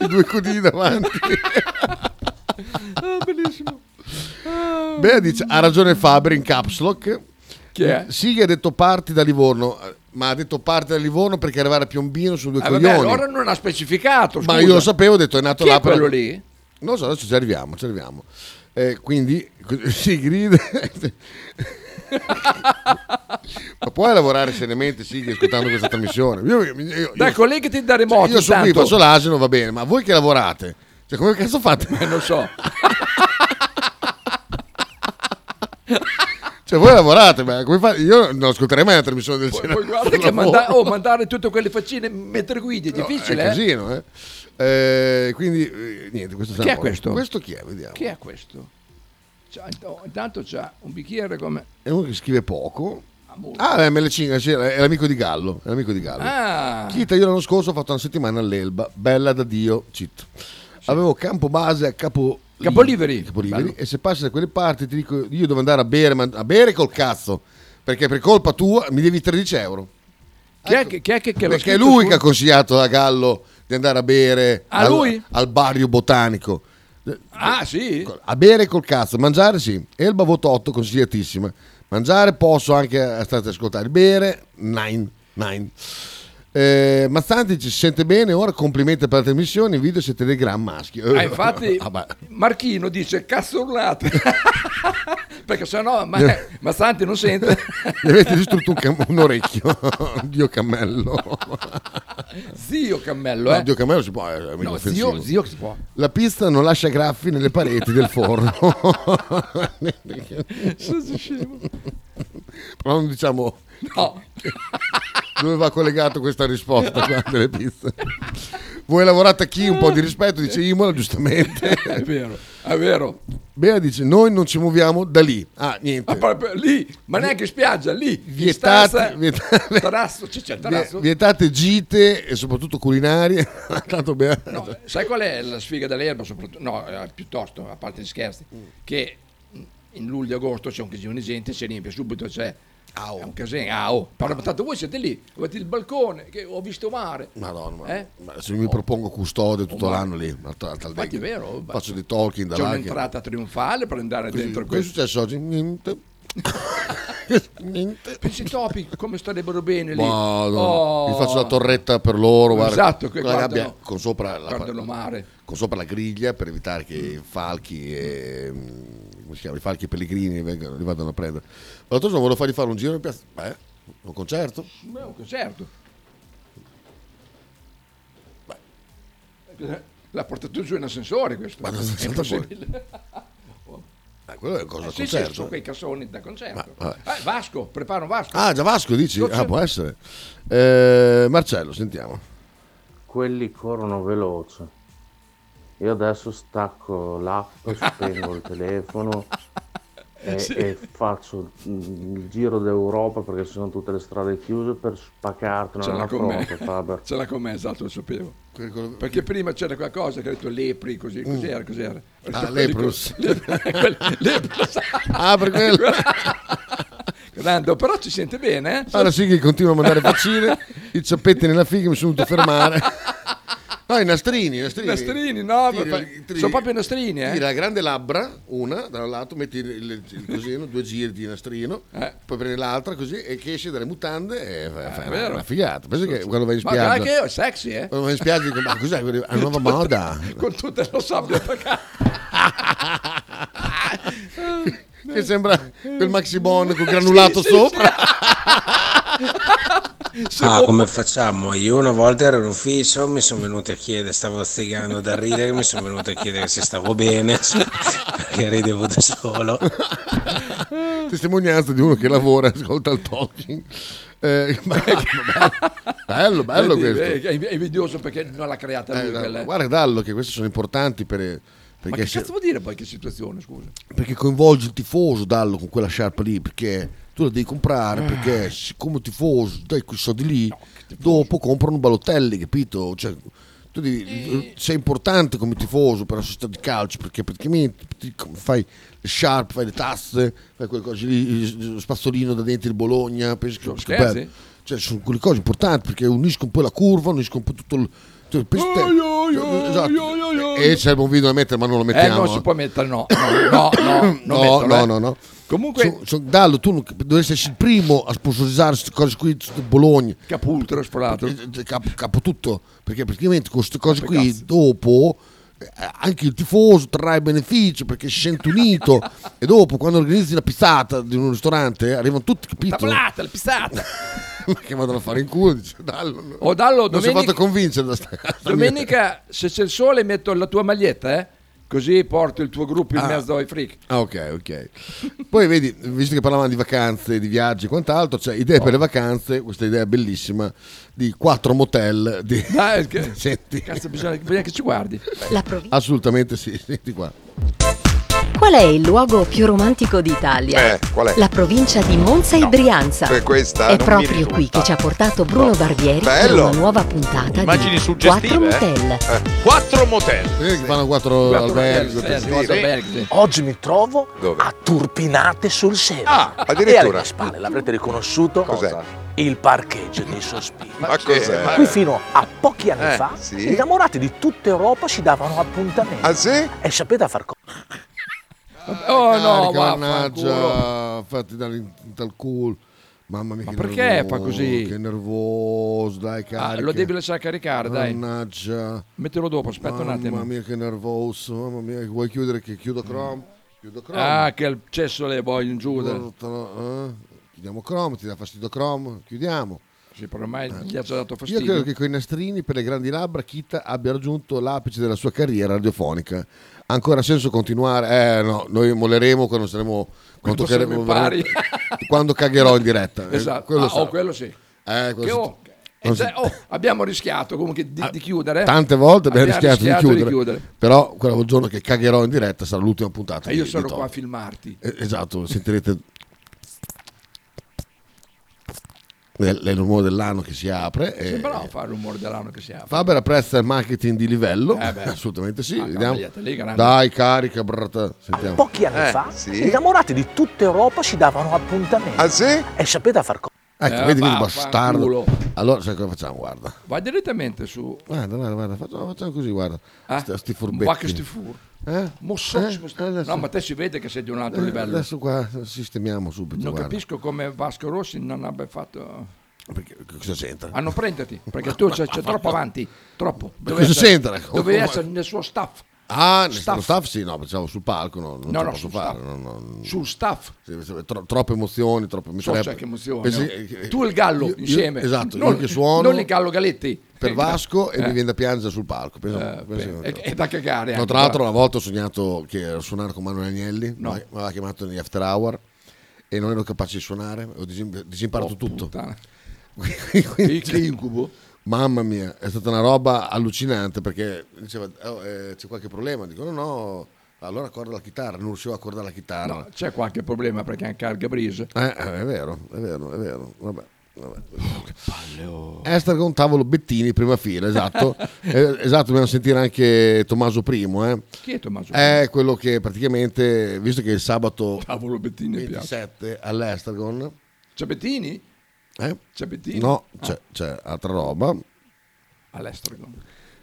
[SPEAKER 1] I due codini davanti.
[SPEAKER 2] [laughs] ah, bellissimo.
[SPEAKER 1] Bea dice ha ragione Fabri in caps lock Che Sighi ha detto parti da Livorno, eh, ma ha detto parti da Livorno perché arrivare a Piombino sono due
[SPEAKER 2] Ah, vabbè,
[SPEAKER 1] coglioni.
[SPEAKER 2] allora non ha specificato.
[SPEAKER 1] Ma
[SPEAKER 2] scusa.
[SPEAKER 1] io lo sapevo, ho detto è nato
[SPEAKER 2] Chi
[SPEAKER 1] là
[SPEAKER 2] è
[SPEAKER 1] per-
[SPEAKER 2] quello lì?
[SPEAKER 1] Non lo so, adesso ci arriviamo, ci arriviamo. Eh, quindi [laughs]
[SPEAKER 2] [laughs]
[SPEAKER 1] Sigrid ma puoi lavorare seriamente Sigrid ascoltando questa trasmissione io, io- io-
[SPEAKER 2] Dai,
[SPEAKER 1] io-
[SPEAKER 2] collegati da
[SPEAKER 1] cioè,
[SPEAKER 2] remoto.
[SPEAKER 1] io sono qui
[SPEAKER 2] intanto.
[SPEAKER 1] faccio l'asino va bene ma voi che lavorate cioè come cazzo fate
[SPEAKER 2] Eh,
[SPEAKER 1] non so [laughs] cioè voi lavorate ma come fate io non ascolterei mai la trasmissione del Senato
[SPEAKER 2] Poi guarda che manda-
[SPEAKER 1] [laughs]
[SPEAKER 2] oh, mandare tutte quelle faccine mentre guidi è difficile.
[SPEAKER 1] è
[SPEAKER 2] eh.
[SPEAKER 1] casino eh. Eh, quindi eh, niente questo
[SPEAKER 2] Chi è
[SPEAKER 1] San Paolo.
[SPEAKER 2] questo?
[SPEAKER 1] questo chi è vediamo
[SPEAKER 2] Chi è questo? C'ha- oh, intanto c'ha un bicchiere come...
[SPEAKER 1] È uno che scrive poco. Ah, è ML5, sì, è l'amico di Gallo. È l'amico di Gallo.
[SPEAKER 2] Ah.
[SPEAKER 1] Chita, io l'anno scorso ho fatto una settimana all'Elba, bella da Dio, cit. Avevo campo base a Capo... Capoliveri.
[SPEAKER 2] Bello.
[SPEAKER 1] E se passi da quelle parti ti dico io devo andare a bere, ma a bere col cazzo. Perché per colpa tua mi devi 13 euro. Ecco.
[SPEAKER 2] Chi è che, chi è che, che l'ha
[SPEAKER 1] perché è
[SPEAKER 2] scritto,
[SPEAKER 1] lui
[SPEAKER 2] scusa?
[SPEAKER 1] che ha consigliato a Gallo di andare a bere
[SPEAKER 2] A
[SPEAKER 1] al,
[SPEAKER 2] lui?
[SPEAKER 1] al barrio botanico.
[SPEAKER 2] Ah, sì?
[SPEAKER 1] A bere col cazzo, mangiare sì. Elba voto 8, consigliatissima. Mangiare posso anche a state ascoltare. Bere, nine, nine. Eh, Mazzanti ci si sente bene, ora complimenti per la trasmissione, in video siete dei gran maschi.
[SPEAKER 2] Ah, infatti
[SPEAKER 1] Ah, beh.
[SPEAKER 2] Marchino dice cazzo urlate [laughs] perché sennò ma, ma Santi
[SPEAKER 1] [laughs]
[SPEAKER 2] non sente
[SPEAKER 1] [laughs] Gli avete distrutto un, cam- un orecchio, [laughs] Dio cammello.
[SPEAKER 2] zio Cammello
[SPEAKER 1] No,
[SPEAKER 2] eh.
[SPEAKER 1] Dio cammello si può, è mica
[SPEAKER 2] No,
[SPEAKER 1] offensivo.
[SPEAKER 2] zio, zio si può [laughs]
[SPEAKER 1] La pista non lascia graffi nelle pareti del forno. [laughs]
[SPEAKER 2] Sono scemo.
[SPEAKER 1] Però non diciamo
[SPEAKER 2] No.
[SPEAKER 1] dove va collegato questa risposta qua delle pizze. Voi lavorate a chi un po' di rispetto, dice Imola, giustamente.
[SPEAKER 2] [laughs] È vero, è vero.
[SPEAKER 1] Bea dice, noi non ci muoviamo da lì. Ah, niente.
[SPEAKER 2] Ah, proprio lì ma neanche in spiaggia lì in
[SPEAKER 1] Vietate-
[SPEAKER 2] stanza
[SPEAKER 1] vietate-
[SPEAKER 2] terrazzo c'è, c'è
[SPEAKER 1] Vie-
[SPEAKER 2] terrazzo
[SPEAKER 1] Vietate gite e soprattutto culinarie. [laughs] Tanto Bea...
[SPEAKER 2] sai qual è la sfiga dell'erba soprattutto no eh, piuttosto a parte gli scherzi
[SPEAKER 1] Mm.
[SPEAKER 2] che in luglio e agosto c'è un casino di gente si riempie subito c'è è un casino ah, oh. Però, tanto voi siete lì avete il balcone che ho visto mare
[SPEAKER 1] Madonna, ma-
[SPEAKER 2] Eh?
[SPEAKER 1] ma se mi propongo custode tutto
[SPEAKER 2] Oh, ma-
[SPEAKER 1] l'anno lì, a tal- a Talvecchio.
[SPEAKER 2] Infatti è vero.
[SPEAKER 1] faccio dei talking da
[SPEAKER 2] Oh, C'è
[SPEAKER 1] là che-
[SPEAKER 2] un'entrata trionfale per andare
[SPEAKER 1] Così,
[SPEAKER 2] dentro
[SPEAKER 1] Cosa è
[SPEAKER 2] questo.
[SPEAKER 1] successo oggi? Niente. Niente.
[SPEAKER 2] Pensi i topi come starebbero bene lì.
[SPEAKER 1] Madonna,
[SPEAKER 2] Oh.
[SPEAKER 1] gli faccio la torretta per loro, guarda,
[SPEAKER 2] Esatto, che
[SPEAKER 1] con la
[SPEAKER 2] guardano-
[SPEAKER 1] gabbia, con sopra la,
[SPEAKER 2] guardano mare.
[SPEAKER 1] con sopra la griglia per evitare che i falchi e mm, come si chiama, i falchi pellegrini vengano- li vadano a prendere. L'altro giorno volevo fargli fare un giro in piazza, beh, un concerto.
[SPEAKER 2] Beh, un concerto. Beh. L'ha portato giù in ascensore questo.
[SPEAKER 1] Ma non
[SPEAKER 2] è
[SPEAKER 1] è stato
[SPEAKER 2] impossibile.
[SPEAKER 1] Eh, quello è cosa da
[SPEAKER 2] Eh, sì, sì,
[SPEAKER 1] concerto.
[SPEAKER 2] sono quei cassoni da concerto.
[SPEAKER 1] Ma-
[SPEAKER 2] Eh, Vasco, prepara un Vasco.
[SPEAKER 1] Ah, già Vasco dici?
[SPEAKER 2] Lo c'è-
[SPEAKER 1] Ah, può essere. Eh, Marcello, sentiamo.
[SPEAKER 13] Quelli corrono veloce. Io adesso stacco l'app, spengo il telefono e,
[SPEAKER 14] Sì.
[SPEAKER 13] e faccio mm, il giro d'Europa perché ci sono tutte le strade chiuse per spaccartene
[SPEAKER 2] Ce l'ha
[SPEAKER 13] una
[SPEAKER 2] con me.
[SPEAKER 13] fronte,
[SPEAKER 2] [laughs]
[SPEAKER 13] Faber.
[SPEAKER 2] Ce l'ha con me, esatto, lo sapevo. Perché prima c'era qualcosa che ha detto lepri, così,
[SPEAKER 13] Mm.
[SPEAKER 2] cos'era, cos'era?
[SPEAKER 1] Ah,
[SPEAKER 2] Quelli-
[SPEAKER 1] leprous.
[SPEAKER 2] [laughs] Quel- leprous.
[SPEAKER 1] [laughs] Ah, per quello.
[SPEAKER 2] [laughs] Grande, però ci sente bene, eh?
[SPEAKER 1] Allora sì che continua a mandare
[SPEAKER 2] [laughs]
[SPEAKER 1] faccine, i ciappetti nella figa mi sono dovuto fermare. No, i nastrini, i nastrini.
[SPEAKER 2] Nastrini, no,
[SPEAKER 1] Tiri-
[SPEAKER 2] ma-
[SPEAKER 1] tiri-
[SPEAKER 2] sono proprio nastrini, eh?
[SPEAKER 1] Tira la grande labbra, una da un lato, metti il, il- il cosino, due giri di nastrino,
[SPEAKER 2] Eh.
[SPEAKER 1] poi prendi l'altra così e che esce dalle mutande e fa- fai una,
[SPEAKER 2] vero.
[SPEAKER 1] una figata. Penso che quando vai in
[SPEAKER 2] Ma
[SPEAKER 1] spiaggia...
[SPEAKER 2] guarda che è sexy, eh?
[SPEAKER 1] Quando vai in spiaggia dico, ma cos'è? È una nuova
[SPEAKER 2] [laughs]
[SPEAKER 1] moda.
[SPEAKER 2] Con tutte le sabbie attaccate.
[SPEAKER 1] che sembra quel maximon con granulato
[SPEAKER 2] [laughs]
[SPEAKER 1] sopra. boh.
[SPEAKER 15] Ah, come facciamo? Io una volta ero in ufficio, mi sono venuto a chiedere, stavo stigando da ridere, mi sono venuto a chiedere se stavo bene, perché ridevo da solo.
[SPEAKER 1] [laughs] testimonianza di uno che lavora e ascolta il talking. Eh, ma- [laughs] bello, bello, bello
[SPEAKER 2] Vedi,
[SPEAKER 1] questo.
[SPEAKER 2] eh, È invidioso perché non l'ha creata lui.
[SPEAKER 1] Eh,
[SPEAKER 2] quella, eh.
[SPEAKER 1] guarda Dallo che questi sono importanti per-
[SPEAKER 2] Ma
[SPEAKER 1] perché,
[SPEAKER 2] che
[SPEAKER 1] se-
[SPEAKER 2] cazzo vuol dire poi che situazione, scusa? Eh,
[SPEAKER 1] perché coinvolge il tifoso Dallo con quella sciarpa lì perché tu la devi comprare perché siccome tifoso dai quei soldi lì dopo comprano Balotelli capito cioè, tu devi- sei importante come tifoso per la società di calcio perché praticamente ti- fai le sciarpe fai le tasse fai quelle cose lì lo spazzolino da denti di Bologna pensi che- che
[SPEAKER 2] scherzi?
[SPEAKER 1] bello. cioè sono quelle cose importanti perché uniscono poi la curva uniscono poi tutto il cioè, pensi te- Esatto. E serve un video da mettere, ma non lo mettiamo. eh.
[SPEAKER 2] Eh, non si può mettere, no. No, no, no.
[SPEAKER 1] No,
[SPEAKER 2] non metterlo,
[SPEAKER 1] no,
[SPEAKER 2] eh.
[SPEAKER 1] no, no.
[SPEAKER 2] Comunque,
[SPEAKER 1] So- so- Dallo, tu non- dovresti essere il primo a sponsorizzare queste cose qui, questo Bologna.
[SPEAKER 2] Capultro, spolato.
[SPEAKER 1] Capo, capo tutto, perché praticamente con queste cose qui dopo eh, anche il tifoso trarrà beneficio perché si sente unito e dopo quando organizzi la pizzata di un ristorante arrivano tutti, capito? [laughs]
[SPEAKER 2] tavolata, la pizzata.
[SPEAKER 1] che vanno a fare in culo, dice Dallo. no.
[SPEAKER 2] O Oh, Dallo,
[SPEAKER 1] non si è
[SPEAKER 2] domenica-
[SPEAKER 1] fatto convincere da
[SPEAKER 2] [laughs]
[SPEAKER 1] sta- [laughs] sta
[SPEAKER 2] Domenica, se c'è il sole, metto la tua maglietta, eh? Così porto il tuo gruppo in
[SPEAKER 1] Ah.
[SPEAKER 2] mezzo ai freak.
[SPEAKER 1] Ah, ok, ok. Poi vedi, visto che parlavamo di vacanze, di viaggi e quant'altro, c'è idee per le vacanze, questa idea bellissima di quattro motel. Di...
[SPEAKER 2] Dai, Ah,
[SPEAKER 1] [laughs]
[SPEAKER 2] che-
[SPEAKER 1] Senti.
[SPEAKER 2] Cazzo, bisogna, bisogna che ci guardi.
[SPEAKER 14] La provincia.
[SPEAKER 1] Assolutamente sì, senti qua.
[SPEAKER 14] Qual è il luogo più romantico d'Italia?
[SPEAKER 16] Eh, qual è?
[SPEAKER 14] La provincia di Monza e Brianza.
[SPEAKER 16] Eh, questa
[SPEAKER 14] È
[SPEAKER 16] non mi
[SPEAKER 14] proprio
[SPEAKER 16] risulta.
[SPEAKER 14] qui che ci ha portato Bruno Barbieri per
[SPEAKER 16] Bello.
[SPEAKER 14] una nuova puntata
[SPEAKER 16] Immagini
[SPEAKER 14] di
[SPEAKER 16] suggestive,
[SPEAKER 14] 4
[SPEAKER 16] eh?
[SPEAKER 14] Motel.
[SPEAKER 16] Quattro motel.
[SPEAKER 1] Vedi che fanno quattro,
[SPEAKER 16] Quattro
[SPEAKER 1] alberghi,
[SPEAKER 16] alberghi,
[SPEAKER 1] quattro-
[SPEAKER 16] sì, quattro alberghi,
[SPEAKER 17] Oggi mi trovo a Turpinate sul Sena. Ah,
[SPEAKER 16] addirittura.
[SPEAKER 17] E alle mie spalle l'avrete riconosciuto il parcheggio dei sospiri.
[SPEAKER 16] Ma cos'è?
[SPEAKER 17] Qui fino a pochi anni
[SPEAKER 16] Eh,
[SPEAKER 17] fa
[SPEAKER 16] sì.
[SPEAKER 17] gli innamorati di tutta Europa si davano appuntamento. Ah sì? E sapete a far cosa?
[SPEAKER 2] Oh no,
[SPEAKER 1] Carica, mannaggia,
[SPEAKER 2] vaffanculo.
[SPEAKER 1] fatti dare in, in tal culo. Mamma mia, Ma
[SPEAKER 2] perché fa così?
[SPEAKER 1] Che nervoso, dai,
[SPEAKER 2] Ah,
[SPEAKER 1] carica.
[SPEAKER 2] lo devi lasciare caricare, dai.
[SPEAKER 1] Mannaggia.
[SPEAKER 2] Mettilo dopo, aspetta un attimo.
[SPEAKER 1] Mamma mia, che nervoso. Mamma mia, vuoi chiudere? Che chiudo Chrome. Chiudo Chrome.
[SPEAKER 2] Ah, che il cesso le voglio in giù. dai.
[SPEAKER 1] Portalo, eh? Chiudiamo Chrome, ti dà fastidio Chrome, chiudiamo. Eh.
[SPEAKER 2] Sì, però ormai gli ha già dato
[SPEAKER 1] Io
[SPEAKER 2] fastidio.
[SPEAKER 1] credo che con i nastrini per le grandi labbra Kita abbia raggiunto l'apice della sua carriera radiofonica. Ha ancora senso continuare? Eh no, noi molleremo quando saremo quando,
[SPEAKER 2] saremo
[SPEAKER 1] toccheremo
[SPEAKER 2] in pari.
[SPEAKER 1] veramente- [laughs] quando cagherò in diretta. Eh,
[SPEAKER 2] [laughs] Esatto.
[SPEAKER 1] quello
[SPEAKER 2] Ah,
[SPEAKER 1] sarà.
[SPEAKER 2] oh, quello sì.
[SPEAKER 1] Eh, quello
[SPEAKER 2] Che,
[SPEAKER 1] sì.
[SPEAKER 2] oh,
[SPEAKER 1] Non
[SPEAKER 2] eh,
[SPEAKER 1] so.
[SPEAKER 2] cioè, oh, abbiamo rischiato comunque di, di chiudere.
[SPEAKER 1] Tante volte abbiamo
[SPEAKER 2] Abbiamo
[SPEAKER 1] rischiato, di, chiudere, però quel giorno che cagherò in diretta sarà l'ultima puntata.
[SPEAKER 2] E Eh, io
[SPEAKER 1] di-
[SPEAKER 2] sono
[SPEAKER 1] di
[SPEAKER 2] qua a
[SPEAKER 1] Top.
[SPEAKER 2] filmarti.
[SPEAKER 1] Eh, Esatto, sentirete il il rumore dell'anno che si apre. e-
[SPEAKER 2] Sembrava fare rumore dell'anno che si apre.
[SPEAKER 1] Faber apprezza il marketing di livello,
[SPEAKER 2] Eh beh.
[SPEAKER 1] assolutamente sì.
[SPEAKER 2] Ah,
[SPEAKER 1] vediamo.
[SPEAKER 2] cavalietta, lì, grande. Eh,
[SPEAKER 1] Dai, carica, brata. Sentiamo.
[SPEAKER 17] Pochi anni
[SPEAKER 1] Eh,
[SPEAKER 17] fa gli innamorati di tutta Europa si davano appuntamento. Ah sì? E sapete a far cosa?
[SPEAKER 1] Ecco,
[SPEAKER 2] Eh,
[SPEAKER 1] vedi vedi,
[SPEAKER 2] va-
[SPEAKER 1] bastardo.
[SPEAKER 2] vaffanculo.
[SPEAKER 1] Allora, sai cosa facciamo? Guarda,
[SPEAKER 2] Vai direttamente su.
[SPEAKER 1] guarda, guarda, guarda, facciamo, facciamo così, guarda.
[SPEAKER 2] Ah,
[SPEAKER 1] Sti, sti
[SPEAKER 2] un
[SPEAKER 1] furbetti.
[SPEAKER 2] Bacchus di fur.
[SPEAKER 1] Eh?
[SPEAKER 2] Mossossimo, sti-
[SPEAKER 1] adesso-
[SPEAKER 2] No, ma te si vede che sei di un altro
[SPEAKER 1] Eh,
[SPEAKER 2] livello.
[SPEAKER 1] Adesso qua sistemiamo subito.
[SPEAKER 2] non
[SPEAKER 1] guarda.
[SPEAKER 2] capisco come Vasco Rossi non abbia fatto.
[SPEAKER 1] Perché, cosa c'entra?
[SPEAKER 2] A non prenderti, perché tu sei, sei troppo avanti. Troppo.
[SPEAKER 1] cosa
[SPEAKER 2] essere-
[SPEAKER 1] c'entra?
[SPEAKER 2] Dovevi essere nel suo staff.
[SPEAKER 1] Ah, nel
[SPEAKER 2] Staff.
[SPEAKER 1] staff. staff sì, no, pensavo sul palco, no, non
[SPEAKER 2] No,
[SPEAKER 1] ce
[SPEAKER 2] no,
[SPEAKER 1] la posso
[SPEAKER 2] sul
[SPEAKER 1] fare.
[SPEAKER 2] staff.
[SPEAKER 1] no, no.
[SPEAKER 2] Sul staff.
[SPEAKER 1] Sì, sì, tro- troppe emozioni, troppe mi
[SPEAKER 2] So,
[SPEAKER 1] sarebbe-
[SPEAKER 2] cioè, che emozione.
[SPEAKER 1] Pensi-
[SPEAKER 2] oh.
[SPEAKER 1] eh,
[SPEAKER 2] tu e il Gallo
[SPEAKER 1] io- io-
[SPEAKER 2] insieme.
[SPEAKER 1] esatto,
[SPEAKER 2] non,
[SPEAKER 1] io che suono
[SPEAKER 2] Non il Gallo Galetti.
[SPEAKER 1] per
[SPEAKER 2] Eh,
[SPEAKER 1] Vasco e
[SPEAKER 2] eh.
[SPEAKER 1] mi viene da piangere sul palco. Penso-
[SPEAKER 2] Eh,
[SPEAKER 1] penso-
[SPEAKER 2] beh, è- è da cagare
[SPEAKER 1] No,
[SPEAKER 2] anche,
[SPEAKER 1] tra l'altro, una
[SPEAKER 2] guarda.
[SPEAKER 1] volta ho sognato che ero a suonare con Manuel Agnelli,
[SPEAKER 2] No.
[SPEAKER 1] mi aveva chiamato negli after hour e non ero capace di suonare, ho disim- disimparato
[SPEAKER 2] Oh,
[SPEAKER 1] tutto.
[SPEAKER 2] puttana.
[SPEAKER 1] Quindi-
[SPEAKER 2] Che incubo.
[SPEAKER 1] Mamma mia, è stata una roba allucinante perché diceva "Oh, eh, c'è qualche problema, dico no, no, allora accorda la chitarra, non riuscivo a accordare la chitarra.
[SPEAKER 2] No, c'è qualche problema perché anche al Gabrise.
[SPEAKER 1] Eh, eh, è vero, è vero, è vero. Vabbè. vabbè.
[SPEAKER 2] oh.
[SPEAKER 1] Estragon Tavolo Bettini, prima fila,
[SPEAKER 2] [laughs]
[SPEAKER 1] esatto. Eh, esatto, dobbiamo sentire anche Tommaso I. eh.
[SPEAKER 2] Chi è Tommaso?
[SPEAKER 1] È quello che praticamente, visto che il sabato
[SPEAKER 2] Tavolo Bettini piace.
[SPEAKER 1] 27 all'Estragon,
[SPEAKER 2] C'è Bettini?
[SPEAKER 1] eh?
[SPEAKER 2] C'è Bettini?
[SPEAKER 1] no,
[SPEAKER 2] Ah,
[SPEAKER 1] c'è, c'è altra roba,
[SPEAKER 2] all'Estragon.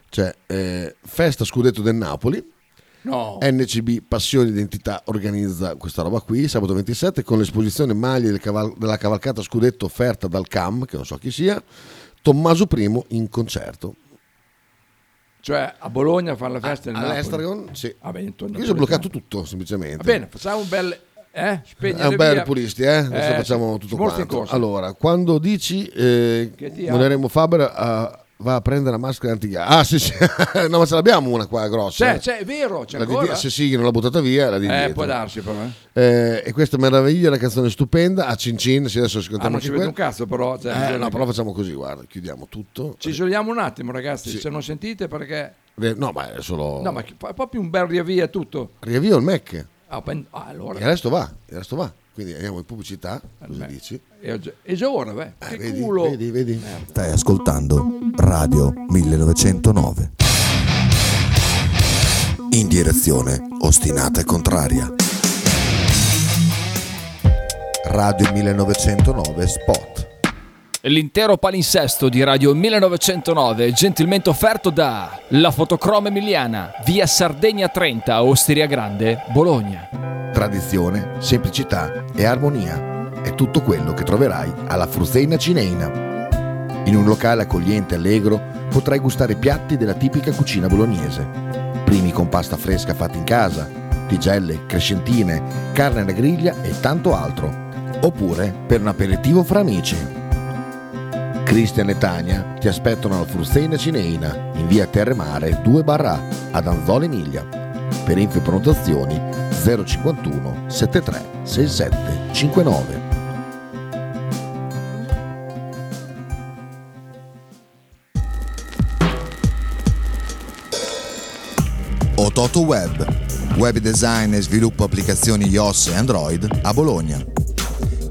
[SPEAKER 1] c'è eh, Festa Scudetto del Napoli.
[SPEAKER 2] No.
[SPEAKER 1] NCB Passione Identità organizza questa roba qui sabato 27 con l'esposizione maglie del caval- della cavalcata scudetto offerta dal CAM, che non so chi sia, Tommaso I in concerto.
[SPEAKER 2] Cioè a Bologna fanno la festa nel Napoli.
[SPEAKER 1] Ah, all'Estragon? Sì.
[SPEAKER 2] Vabbè, intorno a
[SPEAKER 1] Io ho
[SPEAKER 2] Napoletano.
[SPEAKER 1] bloccato tutto semplicemente.
[SPEAKER 2] Va bene, facciamo un bel... Eh? Spegnere
[SPEAKER 1] È un bel
[SPEAKER 2] via.
[SPEAKER 1] pulisti, eh? Adesso
[SPEAKER 2] Eh,
[SPEAKER 1] facciamo tutto
[SPEAKER 2] smorti in
[SPEAKER 1] quanto.
[SPEAKER 2] corsa.
[SPEAKER 1] Allora, quando dici eh,
[SPEAKER 2] Che ti
[SPEAKER 1] Moneremo Faber ah, va a prendere la maschera antiga. Ah, sì, [laughs] sì. no, ma ce l'abbiamo una qua grossa.
[SPEAKER 2] C'è, c'è, è vero, c'è
[SPEAKER 1] eh, La di-
[SPEAKER 2] ancora?
[SPEAKER 1] se sì, che non l'ha buttata via, la di
[SPEAKER 2] eh,
[SPEAKER 1] dietro.
[SPEAKER 2] può darsi però. Eh.
[SPEAKER 1] Eh, e questa meraviglia, una canzone stupenda a Cin Cin. Sì, adesso
[SPEAKER 2] Ah,
[SPEAKER 1] ascoltiamo
[SPEAKER 2] non ci
[SPEAKER 1] anche
[SPEAKER 2] vede
[SPEAKER 1] quella.
[SPEAKER 2] un cazzo però. cioè,
[SPEAKER 1] Eh,
[SPEAKER 2] bisogna
[SPEAKER 1] no,
[SPEAKER 2] che-
[SPEAKER 1] però facciamo così, guarda, chiudiamo tutto.
[SPEAKER 2] Ci isoliamo un attimo ragazzi,
[SPEAKER 1] Sì.
[SPEAKER 2] se non sentite perché...
[SPEAKER 1] Eh, No, ma è solo.
[SPEAKER 2] No, ma che- fa proprio un bel riavvia tutto.
[SPEAKER 1] Riavvio il Mac. E
[SPEAKER 2] Ah, pen- ah, allora.
[SPEAKER 1] il resto va, il resto va. Quindi andiamo in pubblicità, cosa
[SPEAKER 2] Beh,
[SPEAKER 1] dici?
[SPEAKER 2] È, già- è già ora, beh. che
[SPEAKER 1] Eh, vedi,
[SPEAKER 2] culo. Eh.
[SPEAKER 1] vedi, vedi.
[SPEAKER 10] Stai ascoltando Radio 1909. In direzione ostinata e contraria. Radio 1909 Spot.
[SPEAKER 11] L'intero palinsesto di Radio 1909 è gentilmente offerto da La Fotocroma Emiliana, via Sardegna 30, Osteria Grande, Bologna.
[SPEAKER 10] Tradizione, semplicità e armonia è tutto quello che troverai alla Fruzeina Cineina. In un locale accogliente e allegro potrai gustare piatti della tipica cucina bolognese. Primi con pasta fresca fatta in casa, tigelle, crescentine, carne alla griglia e tanto altro.
[SPEAKER 1] Eh,
[SPEAKER 10] Oppure per un aperitivo fra amici. Cristian e Tania ti aspettano alla Fruzeina Cineina in via Terremare 2 barra ad Anzola Emilia. Per info e prenotazioni 051 73 67 59.
[SPEAKER 18] Ototo Web, web design e sviluppo applicazioni iOS e Android a Bologna.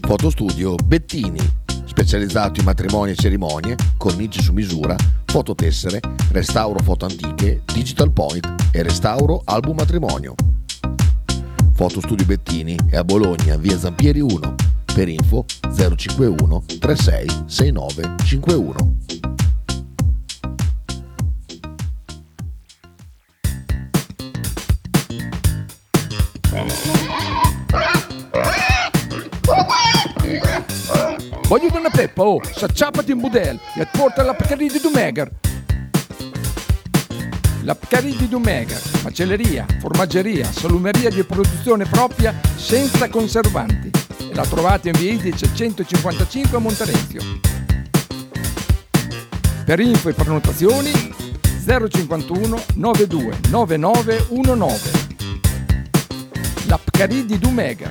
[SPEAKER 1] Fotostudio Bettini, specializzato in matrimoni e cerimonie, cornici su misura, fototessere, restauro foto antiche, digital point e restauro album matrimonio. Fotostudio Bettini è a Bologna, via Zampieri 1, per info 051 36 69 51.
[SPEAKER 2] Voglio una peppa, oh, s'acciappati in budel e porta la Pcaridi di Dumegar. La Pcaridi di Dumegar, macelleria, formaggeria, salumeria di produzione propria senza conservanti. E la trovate in via Idice 155 a Monterezio. Per info e prenotazioni 051 92 9919. La Pcaridi di Dumegar.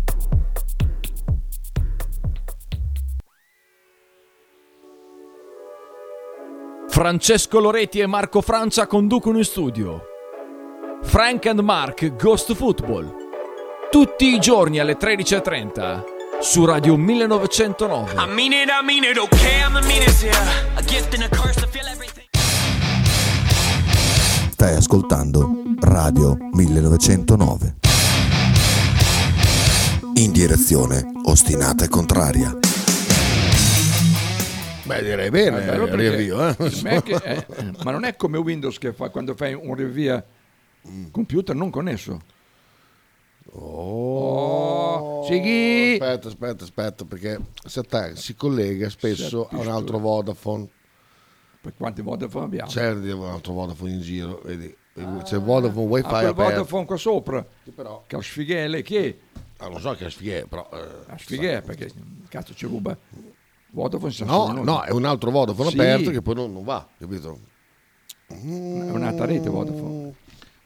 [SPEAKER 11] Francesco Loretti e Marco Francia conducono in studio. Frank and Mark Ghost Football. Tutti i giorni alle 13.30 su Radio 1909.
[SPEAKER 19] I mean it, I mean it, okay, I'm the meanest, yeah. A gift and a curse to feel everything.
[SPEAKER 18] Stai ascoltando Radio 1909. In direzione ostinata e contraria.
[SPEAKER 1] Beh, direi bene,
[SPEAKER 2] È bello perché
[SPEAKER 1] riavvio, eh.
[SPEAKER 2] il
[SPEAKER 1] [laughs]
[SPEAKER 2] Mac è- eh, ma non è come Windows che fa quando fai un rivia
[SPEAKER 1] Mm.
[SPEAKER 2] computer non connesso.
[SPEAKER 1] Oh,
[SPEAKER 2] Sighi!
[SPEAKER 1] Aspetta, aspetta, aspetta, perché si, attacca- si collega spesso a un altro Vodafone.
[SPEAKER 2] Per quanti Vodafone abbiamo?
[SPEAKER 1] C'è di- un altro Vodafone in giro, vedi? C'è Vodafone Wi-Fi
[SPEAKER 2] Ah, quel
[SPEAKER 1] aperto.
[SPEAKER 2] Vodafone qua sopra. Che
[SPEAKER 1] però-
[SPEAKER 2] Che ha sfighele che...
[SPEAKER 1] Ah, lo so che è sfighè, però... Eh,
[SPEAKER 2] sfighè, perché cazzo ci ruba... Vodafone sa
[SPEAKER 1] No,
[SPEAKER 2] solo noi.
[SPEAKER 1] no, è un altro Vodafone
[SPEAKER 2] Sì.
[SPEAKER 1] aperto che poi non, non va, capito?
[SPEAKER 2] È un'altra rete
[SPEAKER 1] Mm.
[SPEAKER 2] Vodafone.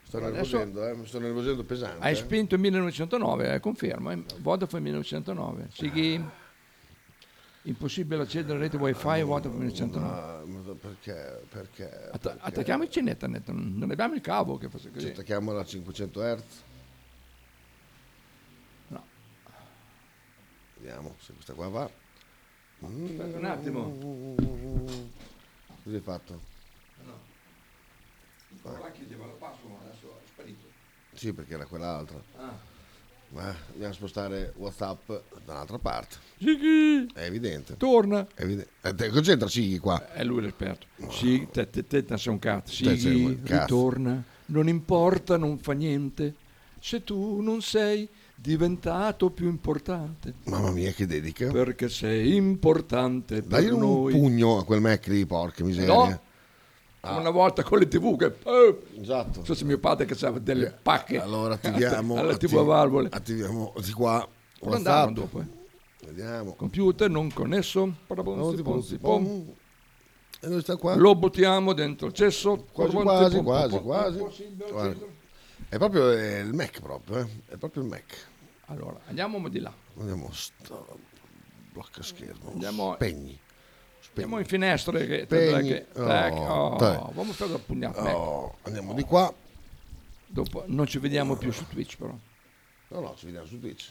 [SPEAKER 1] Sto
[SPEAKER 2] Adesso-
[SPEAKER 1] nervosendo, eh, mi sto nervosendo pesante.
[SPEAKER 2] Hai
[SPEAKER 1] eh.
[SPEAKER 2] spinto il 1909, eh, confermo, eh, Vodafone 1909. Sighi, impossibile accedere alla rete wifi Vodafone 1909.
[SPEAKER 1] Ah, Ma- ma perché? Perché?
[SPEAKER 2] Att-
[SPEAKER 1] perché?
[SPEAKER 2] attacchiamo il cinetta, non abbiamo il cavo che fosse
[SPEAKER 1] Ci
[SPEAKER 2] così.
[SPEAKER 1] attacchiamo alla 500 Hz.
[SPEAKER 2] No.
[SPEAKER 1] Vediamo se questa qua va. Aspetta
[SPEAKER 2] un attimo.
[SPEAKER 1] Mm. Cosa hai fatto?
[SPEAKER 2] Guarda che gli va la password, adesso è sparito.
[SPEAKER 1] Sì, perché era quell'altra.
[SPEAKER 2] Ah.
[SPEAKER 1] Ma dobbiamo spostare Whatsapp da un'altra parte.
[SPEAKER 2] Sighi,
[SPEAKER 1] È evidente.
[SPEAKER 2] torna. Eh,
[SPEAKER 1] È evidente. Eh, te- Concentra Sighi qua.
[SPEAKER 2] È lui l'esperto. Sì, te, te, te, te sei un cazzo.
[SPEAKER 1] Te sei
[SPEAKER 2] Sighi,
[SPEAKER 1] un cazzo.
[SPEAKER 2] ritorna. Non importa, non fa niente. Se tu non sei diventato più importante.
[SPEAKER 1] Mamma mia, che dedica.
[SPEAKER 2] Perché sei importante per
[SPEAKER 1] Dai un
[SPEAKER 2] noi.
[SPEAKER 1] pugno a quel Mac lì, porca miseria.
[SPEAKER 2] No. Una volta con le tv che... eh,
[SPEAKER 1] Ah. esatto. Eh,
[SPEAKER 2] So se mio padre che aveva delle pacche.
[SPEAKER 1] Allora
[SPEAKER 2] [laughs]
[SPEAKER 1] attiviamo.
[SPEAKER 2] Alla
[SPEAKER 1] atti-
[SPEAKER 2] tv a valvole.
[SPEAKER 1] Attiviamo di qua.
[SPEAKER 2] Dove andavano
[SPEAKER 1] WhatsApp.
[SPEAKER 2] dopo? eh?
[SPEAKER 1] Vediamo.
[SPEAKER 2] Computer non connesso. Parabonzi,
[SPEAKER 1] Ponzi,
[SPEAKER 2] ponzi,
[SPEAKER 1] ponzi,
[SPEAKER 2] pom.
[SPEAKER 1] E noi sta qua.
[SPEAKER 2] Lo buttiamo dentro il cesso.
[SPEAKER 1] Quasi, quasi,
[SPEAKER 2] Parabonzi, pom, pom,
[SPEAKER 1] quasi,
[SPEAKER 2] pom.
[SPEAKER 1] quasi. Guarda. È proprio eh, il Mac proprio, eh. È proprio il Mac.
[SPEAKER 2] Allora, andiamo di là.
[SPEAKER 1] Andiamo sto blocca schermo.
[SPEAKER 2] Andiamo-
[SPEAKER 1] Spegni.
[SPEAKER 2] Andiamo in finestre. Che,
[SPEAKER 1] Spegni.
[SPEAKER 2] che-
[SPEAKER 1] Oh,
[SPEAKER 2] tac, oh,
[SPEAKER 1] dai.
[SPEAKER 2] Vamo a fare la pugnata.
[SPEAKER 1] Oh, andiamo di qua.
[SPEAKER 2] Dopo non ci vediamo più su Twitch, però.
[SPEAKER 1] No, no, ci vediamo su Twitch.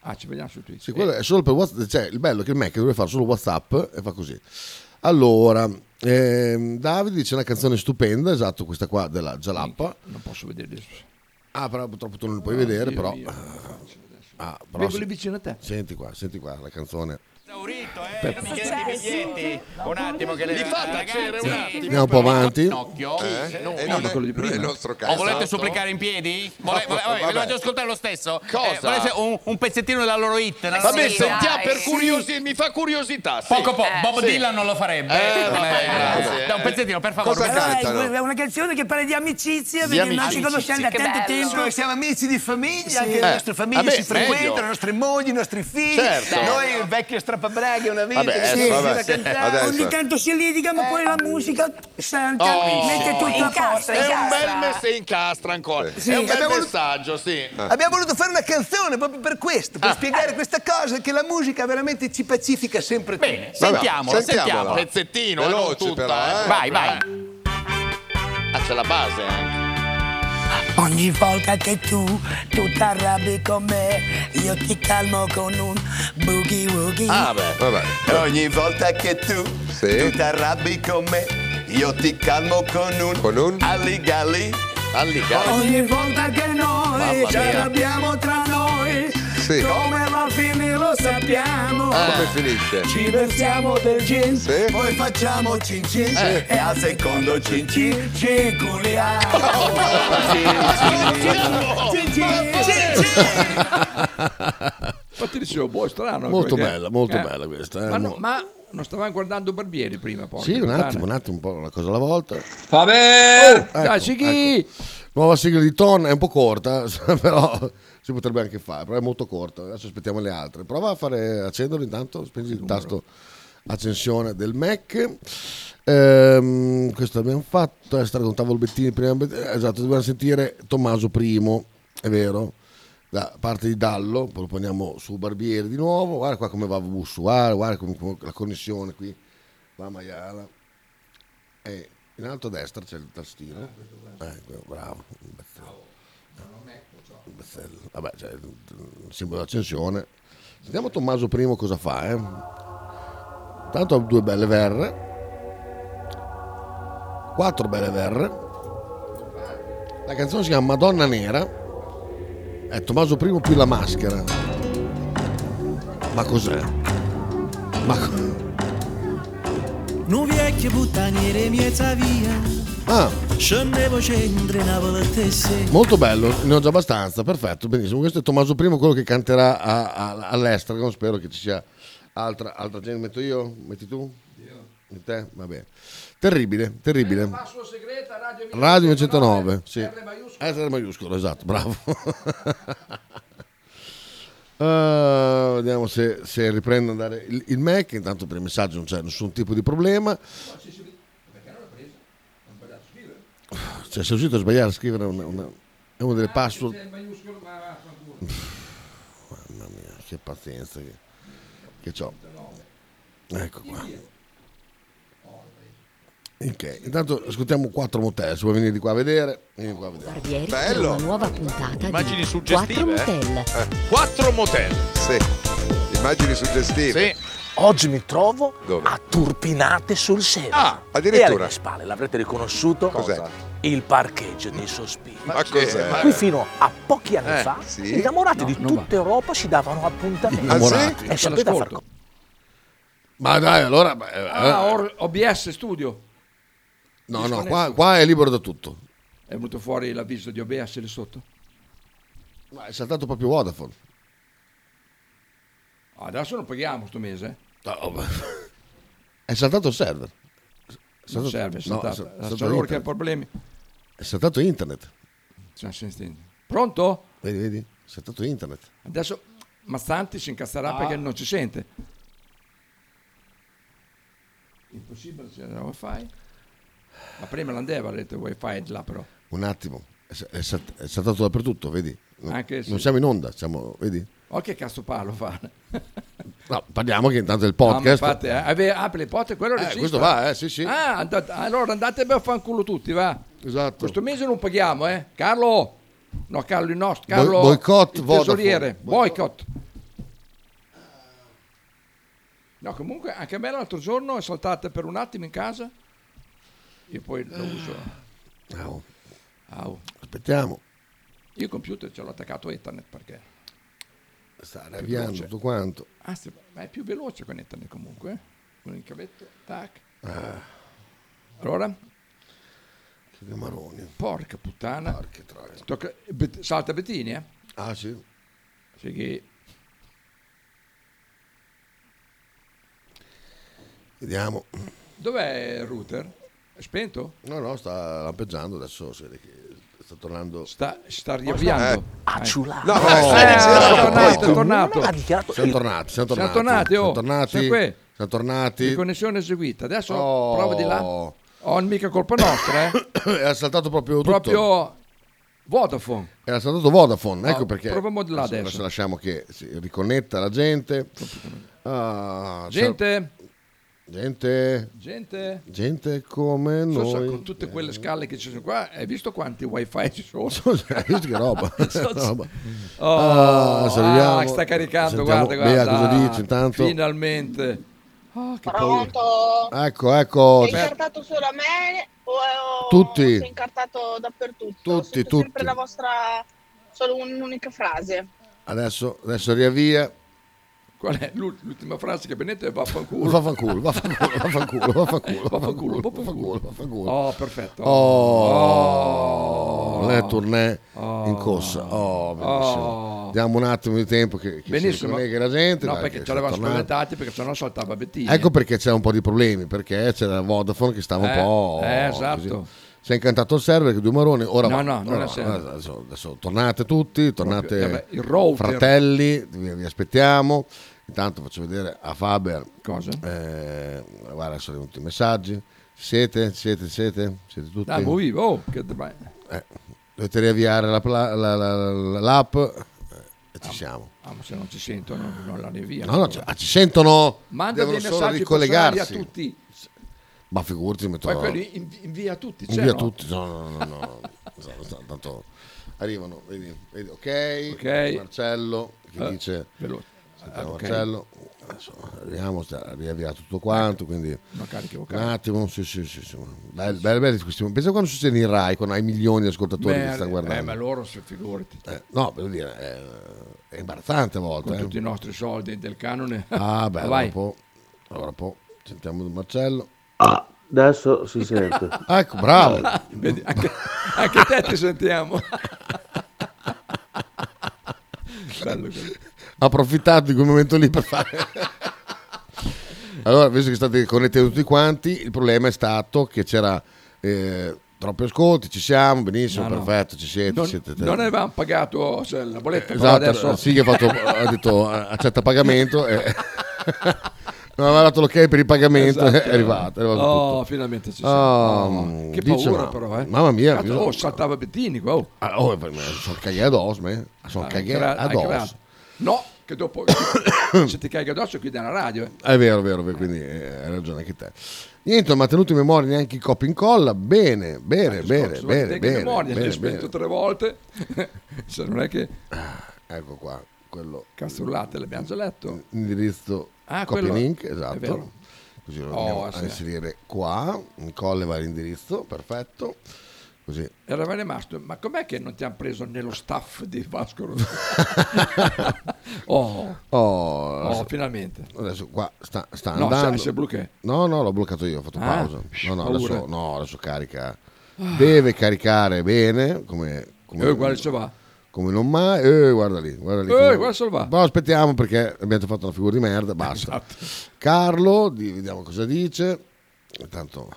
[SPEAKER 2] Ah, ci vediamo su Twitch.
[SPEAKER 1] Sì, quello è solo per WhatsApp. Cioè, il bello è che il Mac dovrebbe fare solo WhatsApp e fa così. Allora, ehm, Davide dice una canzone stupenda, esatto, questa qua della Jalappa.
[SPEAKER 2] Non posso vedere.
[SPEAKER 1] Ah, però purtroppo tu non lo puoi vedere, però. Ah, però
[SPEAKER 2] Vengo
[SPEAKER 1] se-
[SPEAKER 2] lì vicino a te.
[SPEAKER 1] Senti qua, senti qua la canzone.
[SPEAKER 5] eh.
[SPEAKER 2] Aspetta.
[SPEAKER 17] Un attimo che le
[SPEAKER 5] Li fate
[SPEAKER 17] tacere un attimo.
[SPEAKER 1] Andiamo un po' avanti.
[SPEAKER 17] Eh?
[SPEAKER 5] No,
[SPEAKER 17] Eh,
[SPEAKER 5] no,
[SPEAKER 17] non è-
[SPEAKER 5] quello
[SPEAKER 17] non
[SPEAKER 5] di prima.
[SPEAKER 17] è il nostro caso.
[SPEAKER 5] O volete
[SPEAKER 17] Esatto.
[SPEAKER 5] supplicare in piedi? Vole, vole,
[SPEAKER 17] Vabbè.
[SPEAKER 5] ve lo faccio ascoltare lo stesso. Eh,
[SPEAKER 17] Cosa?
[SPEAKER 5] volete un, un pezzettino della loro hit. della loro
[SPEAKER 17] Vabbè,
[SPEAKER 5] hit?
[SPEAKER 17] sentiamo
[SPEAKER 5] Dai.
[SPEAKER 17] per curiosità, mi fa curiosità. sì.
[SPEAKER 5] Poco
[SPEAKER 9] Eh,
[SPEAKER 5] poco, Bob
[SPEAKER 17] Sì.
[SPEAKER 5] Dylan non lo farebbe.
[SPEAKER 17] Eh, vabbè,
[SPEAKER 5] Eh,
[SPEAKER 17] grazie,
[SPEAKER 5] dai, un
[SPEAKER 17] eh.
[SPEAKER 5] pezzettino, per favore.
[SPEAKER 17] Cosa
[SPEAKER 5] per favore.
[SPEAKER 17] cantano?
[SPEAKER 9] È una canzone che parla di amicizia,
[SPEAKER 5] Di
[SPEAKER 9] perché noi ci
[SPEAKER 5] amicizia,
[SPEAKER 9] conosciamo da
[SPEAKER 5] che
[SPEAKER 9] tanto
[SPEAKER 5] bello.
[SPEAKER 9] tempo. Siamo amici di famiglia,
[SPEAKER 17] anche le nostre famiglie si frequentano, le
[SPEAKER 9] nostre mogli, i nostri figli.
[SPEAKER 17] Eh. Certo. Noi,
[SPEAKER 9] il vecchio strappabraghe, una
[SPEAKER 17] vita, Vabbè, che si adesso, sentiva vabbè, cantare. adesso.
[SPEAKER 9] Ogni tanto diciamo, si litiga, ma poi la musica santa
[SPEAKER 17] Oh,
[SPEAKER 9] mette tutto a posto.
[SPEAKER 17] È un bel messaggio, incastra ancora.
[SPEAKER 9] Sì.
[SPEAKER 17] È un bel
[SPEAKER 9] Abbiamo voluto-
[SPEAKER 17] messaggio, sì.
[SPEAKER 9] Abbiamo voluto fare una canzone proprio per questo, per spiegare questa cosa che la musica veramente ci pacifica sempre Bene,
[SPEAKER 17] sentiamolo, sentiamolo.
[SPEAKER 5] Pezzettino,
[SPEAKER 17] eh, non
[SPEAKER 5] Veloce,
[SPEAKER 17] tutta,
[SPEAKER 5] però, eh.
[SPEAKER 17] eh.
[SPEAKER 5] Vai, vai.
[SPEAKER 17] Ah, c'è la base eh. anche.
[SPEAKER 20] Ogni volta che tu, tu t'arrabbi con me, io ti calmo con un boogie woogie.
[SPEAKER 17] Ah, beh, vabbè.
[SPEAKER 18] Ogni volta che tu, tu ti arrabbi con me, io ti calmo con un, con un? alligalli.
[SPEAKER 9] Ogni volta che
[SPEAKER 18] Mamma
[SPEAKER 9] noi
[SPEAKER 18] mia.
[SPEAKER 9] ci arrabbiamo tra noi,
[SPEAKER 18] Sì. Ah.
[SPEAKER 9] come va a finire lo
[SPEAKER 6] Eh.
[SPEAKER 9] sappiamo.
[SPEAKER 18] Come finisce?
[SPEAKER 9] Ci versiamo del gin, poi facciamo cin cin
[SPEAKER 18] Eh.
[SPEAKER 9] e al secondo cin cin ci culiamo.
[SPEAKER 17] [laughs]
[SPEAKER 9] Cin cin, cin cin.
[SPEAKER 2] Infatti dicevo, boh, è strano.
[SPEAKER 1] Molto
[SPEAKER 2] perché-
[SPEAKER 1] bella, molto bella questa, eh,
[SPEAKER 2] Ma, no-
[SPEAKER 1] mo-
[SPEAKER 2] ma non stavamo guardando Barbieri prima, poi.
[SPEAKER 1] Sì, un attimo, un attimo, un po' una cosa alla volta.
[SPEAKER 2] Vabbè!
[SPEAKER 1] Ecco,
[SPEAKER 2] dai, Sighi!
[SPEAKER 1] ecco. Nuova sigla di Ton è un po' corta, [laughs] però si potrebbe anche fare, però è molto corta. Adesso aspettiamo le altre. Prova a fare accenderlo intanto, spingi il tasto accensione del Mac. Ehm, questo abbiamo fatto, è stato con Tavolo Bettini prima, eh, esatto, dobbiamo sentire Tommaso I, è vero? Da parte di Dallo, poi lo poniamo su Barbieri di nuovo. Guarda qua come va Bussu, guarda, guarda come- come la connessione qui, la maiala. E in alto a destra c'è il tastino. Eh, quello, bravo. il Bezzello. Il Bezzello. Vabbè, c'è il il simbolo d'accensione. Sentiamo Tommaso I cosa fa. Eh. Tanto ha due belle verre. Quattro belle verre. La canzone si chiama Madonna Nera. È Tommaso I più la maschera. Ma cos'è? Ma co-
[SPEAKER 21] Nu vecchie puttaniere mi è via.
[SPEAKER 1] Ah,
[SPEAKER 21] Scendevo centre Napoli e Tessè.
[SPEAKER 1] Molto bello, ne ho già abbastanza, perfetto, benissimo. Questo è Tommaso I, quello che canterà a- a- all'Estragon, spero che ci sia altra, altra gente. Metto io? Metti tu? Io. E te? Va bene. Terribile, terribile. Radio 109, sì. R maiuscolo. esatto, [laughs] bravo. Eh, vediamo se, se riprende a andare il, il Mac, intanto per il messaggio non c'è nessun tipo di problema. Cioè, sei riuscito a sbagliare a scrivere una, una- è una delle password. Mamma mia, che pazienza che, che ho. Ecco qua. Ok, intanto ascoltiamo quattro motel, se vuoi venire di qua a vedere, vieni qua a vedere.
[SPEAKER 14] Barbieri per una nuova puntata
[SPEAKER 17] Immagini
[SPEAKER 14] di
[SPEAKER 17] suggestive,
[SPEAKER 14] 4 Motel.
[SPEAKER 17] eh? Quattro motel.
[SPEAKER 18] Sì. Immagini suggestive.
[SPEAKER 8] Oggi mi trovo
[SPEAKER 18] Dove?
[SPEAKER 8] a Turpinate sul Sena.
[SPEAKER 18] Ah, addirittura.
[SPEAKER 8] E alle mie spalle l'avrete riconosciuto?
[SPEAKER 18] Cos'è?
[SPEAKER 8] Il parcheggio dei sospiri.
[SPEAKER 18] Ma cos'è?
[SPEAKER 8] Qui fino a pochi anni
[SPEAKER 18] Eh,
[SPEAKER 8] fa,
[SPEAKER 18] sì? Ah,
[SPEAKER 8] gli innamorati di tutta Europa ci davano appuntamenti.
[SPEAKER 1] Innamorati?
[SPEAKER 8] E Eh, sapete far co-
[SPEAKER 1] Ma dai, allora... beh,
[SPEAKER 2] Ah,
[SPEAKER 1] eh,
[SPEAKER 2] or- OBS Studio.
[SPEAKER 1] no, no, qua, qua è libero da tutto.
[SPEAKER 2] È venuto fuori l'avviso di OBS lì sotto.
[SPEAKER 1] Ma è saltato proprio Vodafone.
[SPEAKER 2] Ah, adesso non paghiamo sto mese. eh.
[SPEAKER 1] È saltato il server. È
[SPEAKER 2] Non serve, è saltato.
[SPEAKER 1] sa-
[SPEAKER 2] Sono loro che hanno
[SPEAKER 1] internet.
[SPEAKER 2] problemi.
[SPEAKER 1] È saltato internet.
[SPEAKER 2] Cioè, si stende. Pronto?
[SPEAKER 1] Vedi, vedi? È saltato internet.
[SPEAKER 2] Adesso Mazzanti si incazzerà
[SPEAKER 4] Ah.
[SPEAKER 2] perché non ci sente. Impossibile, c'è la wifi. Ma prima l'andeva, ha detto wifi là però.
[SPEAKER 1] Un attimo. È, sa- è salt- è saltato dappertutto, vedi? Non,
[SPEAKER 2] Anche se-
[SPEAKER 1] non siamo in onda, siamo, vedi?
[SPEAKER 2] Oh che cazzo parlo fa?
[SPEAKER 1] No, parliamo che intanto del
[SPEAKER 2] Ah,
[SPEAKER 1] podcast.
[SPEAKER 2] infatti, eh, ave- apri le porte, quello
[SPEAKER 1] Eh,
[SPEAKER 2] registra.
[SPEAKER 1] questo va, eh, sì, sì.
[SPEAKER 2] Ah, andate- allora andate a fanculo tutti, va.
[SPEAKER 1] Esatto.
[SPEAKER 2] Questo mese non paghiamo, eh. Carlo, no, Carlo il nostro, Carlo,
[SPEAKER 1] Boi- boicott
[SPEAKER 2] il
[SPEAKER 1] Vodafone.
[SPEAKER 2] tesoriere, boicott. No, comunque, anche a me l'altro giorno è saltata per un attimo in casa e poi lo uso.
[SPEAKER 1] Au.
[SPEAKER 2] Au.
[SPEAKER 1] Aspettiamo.
[SPEAKER 2] Io il computer ce l'ho attaccato a Ethernet perché...
[SPEAKER 1] Sta
[SPEAKER 2] Più
[SPEAKER 1] arrabbiando
[SPEAKER 2] veloce.
[SPEAKER 1] tutto quanto.
[SPEAKER 2] Ah, sì, ma è più veloce con Ethernet comunque. eh. Con il cavetto, tac.
[SPEAKER 1] Ah.
[SPEAKER 2] Allora?
[SPEAKER 1] Che maroni.
[SPEAKER 2] Porca puttana. Sto ca- Bet- salta Bettini, eh?
[SPEAKER 1] Ah, sì.
[SPEAKER 2] Sì che-
[SPEAKER 1] Vediamo.
[SPEAKER 2] Dov'è il router? È spento?
[SPEAKER 1] No, no, sta lampeggiando adesso. si vede che sta tornando.
[SPEAKER 2] Sta, sta riavviando.
[SPEAKER 1] Ah,
[SPEAKER 2] ciula.
[SPEAKER 1] No,
[SPEAKER 2] No,
[SPEAKER 1] ma stai
[SPEAKER 2] eh,
[SPEAKER 1] dicendo
[SPEAKER 2] è
[SPEAKER 1] che
[SPEAKER 2] tornato,
[SPEAKER 1] poi-
[SPEAKER 2] è tornato.
[SPEAKER 1] Non ha dichiarato- Siamo tornati, siamo tornati,
[SPEAKER 2] oh.
[SPEAKER 1] siamo tornati,
[SPEAKER 2] Siamo qui.
[SPEAKER 1] siamo tornati.
[SPEAKER 2] Di connessione eseguita. Adesso
[SPEAKER 1] Oh.
[SPEAKER 2] prova di là. Oh, mica colpa nostra, eh?
[SPEAKER 1] [coughs] Era saltato proprio, tutto.
[SPEAKER 2] Proprio Vodafone.
[SPEAKER 1] Era saltato Vodafone, ecco
[SPEAKER 2] No,
[SPEAKER 1] perché.
[SPEAKER 2] proviamo di là adesso.
[SPEAKER 1] lasciamo che si riconnetta la gente. Ah,
[SPEAKER 2] Gente,
[SPEAKER 1] c'è- gente,
[SPEAKER 2] gente.
[SPEAKER 1] gente come
[SPEAKER 2] So, so,
[SPEAKER 1] noi.
[SPEAKER 2] con tutte quelle scale che ci sono qua, hai visto quanti wifi ci sono?
[SPEAKER 1] Hai visto che roba? [laughs]
[SPEAKER 2] [laughs] So-
[SPEAKER 1] Roba.
[SPEAKER 2] Oh,
[SPEAKER 1] Ah, salutiamo.
[SPEAKER 2] ah, sta caricando,
[SPEAKER 1] Sentiamo
[SPEAKER 2] guarda, guarda.
[SPEAKER 1] Bea cosa dice intanto.
[SPEAKER 2] Finalmente. Oh, che paura.
[SPEAKER 3] Pronto?
[SPEAKER 1] Ecco, ecco.
[SPEAKER 3] Sei incartato solo a me o o
[SPEAKER 1] Tutti.
[SPEAKER 3] sei incartato dappertutto?
[SPEAKER 1] Tutti,
[SPEAKER 3] Sento
[SPEAKER 1] tutti.
[SPEAKER 3] sempre la vostra solo un'unica frase.
[SPEAKER 1] Adesso, adesso riavvia.
[SPEAKER 2] Qual è l'ult- l'ultima frase che Benetto è vaffanculo?
[SPEAKER 1] Vaffanculo, vaffanculo,
[SPEAKER 2] [laughs]
[SPEAKER 1] vaffanculo, vaffanculo,
[SPEAKER 2] Vaffanculo,
[SPEAKER 1] vaffanculo, vaffanculo.
[SPEAKER 2] Oh, perfetto.
[SPEAKER 1] Oh, le tournée in corsa. Oh, benissimo.
[SPEAKER 2] Oh.
[SPEAKER 1] Diamo un attimo di tempo che, che si
[SPEAKER 2] Benissimo.
[SPEAKER 1] ricollega la gente.
[SPEAKER 2] No,
[SPEAKER 1] dai,
[SPEAKER 2] perché
[SPEAKER 1] che
[SPEAKER 2] ce l'aveva
[SPEAKER 1] sono tornati.
[SPEAKER 2] spaventati perché sennò saltava Bettini.
[SPEAKER 1] Ecco perché c'era un po' di problemi, perché c'era Vodafone che stava
[SPEAKER 2] Eh,
[SPEAKER 1] un po'...
[SPEAKER 2] eh, esatto.
[SPEAKER 1] così. Si è incantato il server che due maroni, ora
[SPEAKER 2] No,
[SPEAKER 1] va.
[SPEAKER 2] no, non
[SPEAKER 1] Ora
[SPEAKER 2] è
[SPEAKER 1] va.
[SPEAKER 2] server.
[SPEAKER 1] adesso, adesso tornate tutti, tornate
[SPEAKER 2] Proprio, eh beh, il router.
[SPEAKER 1] fratelli, vi, vi aspettiamo. Intanto faccio vedere a Faber.
[SPEAKER 2] Cosa?
[SPEAKER 1] Eh, guarda, sono venuti i messaggi. Siete, siete, siete, siete tutti.
[SPEAKER 2] Dai, muovi, oh, che dai.
[SPEAKER 1] Eh, dovete riavviare la pla- la- la- la- l'app eh, e ci siamo.
[SPEAKER 2] Ah, ma se non ci sentono, non la via.
[SPEAKER 1] No, no, ci, ah, ci sentono,
[SPEAKER 2] Manda dei
[SPEAKER 1] devono solo
[SPEAKER 2] messaggi personali a
[SPEAKER 1] ricollegarsi.
[SPEAKER 2] tutti.
[SPEAKER 1] Ma figurati, metto
[SPEAKER 2] Poi quelli invi- invia a tutti. cioè,
[SPEAKER 1] Invia
[SPEAKER 2] no?
[SPEAKER 1] tutti, no, no, no, no, no. No, no, tanto arrivano, vedi, vedi, ok,
[SPEAKER 2] Ok.
[SPEAKER 1] Marcello che
[SPEAKER 2] Eh,
[SPEAKER 1] dice,
[SPEAKER 2] veloce.
[SPEAKER 1] Sentiamo
[SPEAKER 2] Ah, ok.
[SPEAKER 1] Marcello, adesso arriviamo, sta- riavvia tutto quanto, quindi
[SPEAKER 2] Una carica
[SPEAKER 1] un
[SPEAKER 2] vocale.
[SPEAKER 1] attimo, sì, sì, sì, sì. Belle, belle, belle discussioni. Pensa quando succede in Rai, quando hai milioni di ascoltatori che
[SPEAKER 2] Merda.
[SPEAKER 1] ti stanno
[SPEAKER 2] Eh, ma
[SPEAKER 1] guardando. Eh,
[SPEAKER 2] loro, se figurati.
[SPEAKER 1] No, voglio dire, eh, è, è imbarazzante a volte.
[SPEAKER 2] Con
[SPEAKER 1] eh.
[SPEAKER 2] tutti i nostri soldi del canone.
[SPEAKER 1] Ah,
[SPEAKER 2] [laughs]
[SPEAKER 1] beh, allora
[SPEAKER 2] Vai.
[SPEAKER 1] un po', allora un po', sentiamo Marcello.
[SPEAKER 13] Ah, Adesso si sente.
[SPEAKER 1] [laughs] Ecco, bravo.
[SPEAKER 2] [laughs] Vedi, anche, anche te
[SPEAKER 1] [laughs]
[SPEAKER 2] ti sentiamo. Bello quello.
[SPEAKER 1] Ha approfittato di quel momento lì per
[SPEAKER 2] [laughs]
[SPEAKER 1] fare. allora, visto che state connettendo tutti quanti, il problema è stato che c'era eh, troppi ascolti, ci siamo, benissimo,
[SPEAKER 2] No, no.
[SPEAKER 1] perfetto, ci siete.
[SPEAKER 2] Non,
[SPEAKER 1] siete
[SPEAKER 2] non avevamo pagato cioè, la bolletta, però
[SPEAKER 1] Esatto,
[SPEAKER 2] adesso...
[SPEAKER 1] sì che ha,
[SPEAKER 2] [laughs]
[SPEAKER 1] fatto, ha detto eh, accetta pagamento. e- Non aveva dato l'ok per il pagamento,
[SPEAKER 2] Esatto.
[SPEAKER 1] è arrivato. È arrivato
[SPEAKER 2] Oh,
[SPEAKER 1] tutto.
[SPEAKER 2] finalmente ci
[SPEAKER 1] Ah,
[SPEAKER 2] siamo. Oh, che
[SPEAKER 1] dice,
[SPEAKER 2] paura
[SPEAKER 1] ma-
[SPEAKER 2] però, eh.
[SPEAKER 1] Mamma mia,
[SPEAKER 2] Cazzo,
[SPEAKER 1] bisogna-
[SPEAKER 2] oh, saltava Bettini qua, oh.
[SPEAKER 1] Ah, oh, ma sono cagati addosso, me. Sono
[SPEAKER 2] Ah,
[SPEAKER 1] cagati
[SPEAKER 2] cra- hai
[SPEAKER 1] addosso.
[SPEAKER 2] creato. No, che
[SPEAKER 1] [coughs]
[SPEAKER 2] dopo [coughs] se ti caghi addosso qui dalla radio. eh.
[SPEAKER 1] È vero, vero, vero, quindi eh, hai ragione anche te. Niente, non mi ha tenuto in memoria neanche il coppa incolla. Bene, bene, bene, Eh, bene,
[SPEAKER 2] Se non ti
[SPEAKER 1] bene,
[SPEAKER 2] tengo in memoria,
[SPEAKER 1] bene,
[SPEAKER 2] l'hai spento
[SPEAKER 1] bene.
[SPEAKER 2] tre volte. [laughs] se non è che
[SPEAKER 1] Ecco qua, quello Eh.
[SPEAKER 2] castrullate l'abbiamo già letto.
[SPEAKER 1] indirizzo
[SPEAKER 2] Ah,
[SPEAKER 1] copy
[SPEAKER 2] quello-
[SPEAKER 1] link,
[SPEAKER 2] è vero.
[SPEAKER 1] esatto. Così lo
[SPEAKER 2] Oh,
[SPEAKER 1] andiamo a
[SPEAKER 2] sì.
[SPEAKER 1] inserire qua, incolla e va l'indirizzo, perfetto. Così.
[SPEAKER 2] Era rimasto, ma com'è che non ti hanno preso nello staff
[SPEAKER 1] [laughs]
[SPEAKER 2] di Vasco Rossi? oh,
[SPEAKER 1] Oh,
[SPEAKER 2] oh,
[SPEAKER 1] adesso-
[SPEAKER 2] finalmente.
[SPEAKER 1] Adesso qua sta, sta
[SPEAKER 2] No,
[SPEAKER 1] andando.
[SPEAKER 2] si è bloccato.
[SPEAKER 1] No, no, l'ho bloccato io, ho fatto
[SPEAKER 2] Ah,
[SPEAKER 1] pausa. No, no,
[SPEAKER 2] paura.
[SPEAKER 1] adesso, no, adesso carica.
[SPEAKER 2] Ah.
[SPEAKER 1] Deve caricare bene, come, come,
[SPEAKER 2] Eh, guarda, ci va.
[SPEAKER 1] come non mai. Eh, guarda lì, guarda lì.
[SPEAKER 2] Eh,
[SPEAKER 1] come-
[SPEAKER 2] guarda Salvato.
[SPEAKER 1] No, aspettiamo perché abbiamo fatto una figura di merda, basta.
[SPEAKER 2] Esatto.
[SPEAKER 1] Carlo, di- vediamo cosa dice. Intanto,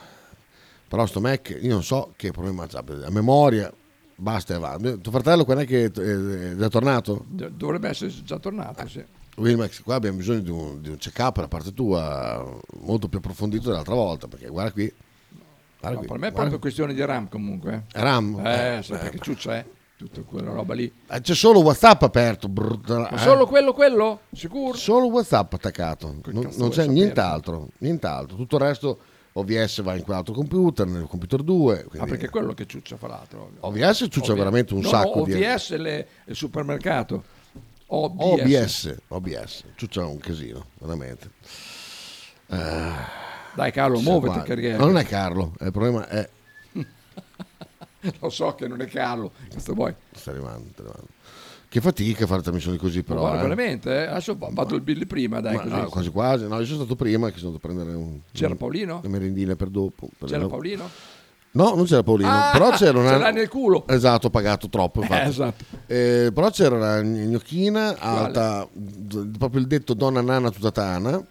[SPEAKER 1] però sto Mac, io non so che problema c'ha, a memoria, basta e va. Tuo fratello quando è che eh, è già tornato?
[SPEAKER 2] D- Dovrebbe essere già
[SPEAKER 1] Ah,
[SPEAKER 2] tornato, sì.
[SPEAKER 1] Quindi Max, qua abbiamo bisogno di un, di un check-up da parte tua molto più approfondito dell'altra volta, perché guarda qui. Guarda
[SPEAKER 2] No,
[SPEAKER 1] qui,
[SPEAKER 2] per me è
[SPEAKER 1] guarda qui.
[SPEAKER 2] proprio questione di RAM comunque. eh.
[SPEAKER 1] ah. RAM?
[SPEAKER 2] Eh,
[SPEAKER 1] Eh,
[SPEAKER 2] sai,
[SPEAKER 1] eh.
[SPEAKER 2] perché ciuccia è tutta quella roba lì.
[SPEAKER 1] Eh, C'è solo WhatsApp aperto. brutta-
[SPEAKER 2] Ma
[SPEAKER 1] eh.
[SPEAKER 2] solo quello, quello? Sicuro?
[SPEAKER 1] Solo WhatsApp attaccato, non,
[SPEAKER 2] cazzo
[SPEAKER 1] non
[SPEAKER 2] vuoi
[SPEAKER 1] c'è
[SPEAKER 2] sapere?
[SPEAKER 1] nient'altro, nient'altro. Tutto il resto OVS va in quell'altro computer, nel computer 2.
[SPEAKER 2] Ah,
[SPEAKER 1] quindi-
[SPEAKER 2] perché quello che ciuccia fra l'altro. ovvio.
[SPEAKER 1] OVS ciuccia veramente un
[SPEAKER 2] No,
[SPEAKER 1] sacco
[SPEAKER 2] no,
[SPEAKER 1] di-
[SPEAKER 2] OVS le- il supermercato. OBS.
[SPEAKER 1] OBS, OBS, ciuccia un casino, veramente. Eh,
[SPEAKER 2] Dai Carlo,
[SPEAKER 1] chissà
[SPEAKER 2] muoviti,
[SPEAKER 1] qua.
[SPEAKER 2] perché-
[SPEAKER 1] No, Non è Carlo, il problema è...
[SPEAKER 2] Lo so che non è Carlo, questo vuoi.
[SPEAKER 1] Sta arrivando, sta arrivando. Che fatica fare trasmissioni così
[SPEAKER 2] Però,
[SPEAKER 1] però. eh.
[SPEAKER 2] veramente, eh. adesso va- vado il Billy prima, dai,
[SPEAKER 1] Ma,
[SPEAKER 2] così.
[SPEAKER 1] no, quasi quasi, no, io sono stato prima che sono andato a prendere un,
[SPEAKER 2] C'era
[SPEAKER 1] un-
[SPEAKER 2] Paolino?
[SPEAKER 1] una merendina per dopo. per-
[SPEAKER 2] C'era Paolino?
[SPEAKER 1] No, non c'era Paolino,
[SPEAKER 2] Ah,
[SPEAKER 1] però c'era una...
[SPEAKER 2] ce l'hai nel culo.
[SPEAKER 1] Esatto, ho pagato troppo. infatti.
[SPEAKER 2] Eh, esatto.
[SPEAKER 1] Eh, però c'era una gnocchina alta, d- proprio il detto donna nana tutta tana.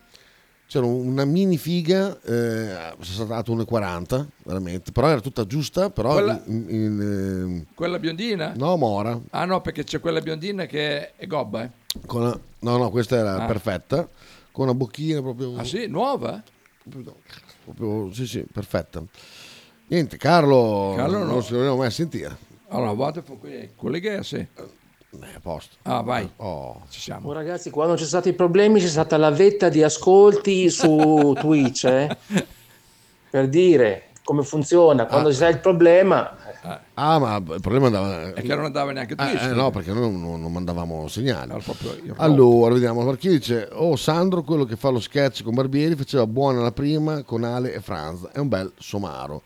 [SPEAKER 1] C'era una mini figa, eh, sono stata 1,40 veramente, però era tutta giusta, però
[SPEAKER 2] Quella-
[SPEAKER 1] in- in,
[SPEAKER 2] Quella biondina?
[SPEAKER 1] eh, no mora,
[SPEAKER 2] Ah no, perché c'è quella biondina che è gobba, eh.
[SPEAKER 1] Con la- no, no, questa era
[SPEAKER 2] Ah.
[SPEAKER 1] perfetta. Con una bocchina proprio.
[SPEAKER 2] Ah sì, nuova?
[SPEAKER 1] proprio- sì, sì, perfetta. Niente, Carlo,
[SPEAKER 2] Carlo
[SPEAKER 1] non
[SPEAKER 2] no.
[SPEAKER 1] si doveva mai sentire.
[SPEAKER 2] Allora, vado con que- con le ghe, sì.
[SPEAKER 1] Eh, a posto.
[SPEAKER 2] Ah, vai.
[SPEAKER 1] Ci
[SPEAKER 2] siamo.
[SPEAKER 8] Oh, ragazzi, quando c'è stati i problemi c'è stata la vetta di ascolti su Twitch, eh, per dire come funziona, quando c'è il problema...
[SPEAKER 1] Ah, ma il problema andava.
[SPEAKER 2] E che non andava neanche tu.
[SPEAKER 1] Ah, eh,
[SPEAKER 2] scusa.
[SPEAKER 1] no, perché noi non, non mandavamo segnali.
[SPEAKER 2] Era proprio io.
[SPEAKER 1] Allora, vediamo, perché dice, oh Sandro, quello che fa lo sketch con Barbieri, faceva buona la prima con Ale e Franz, è un bel somaro.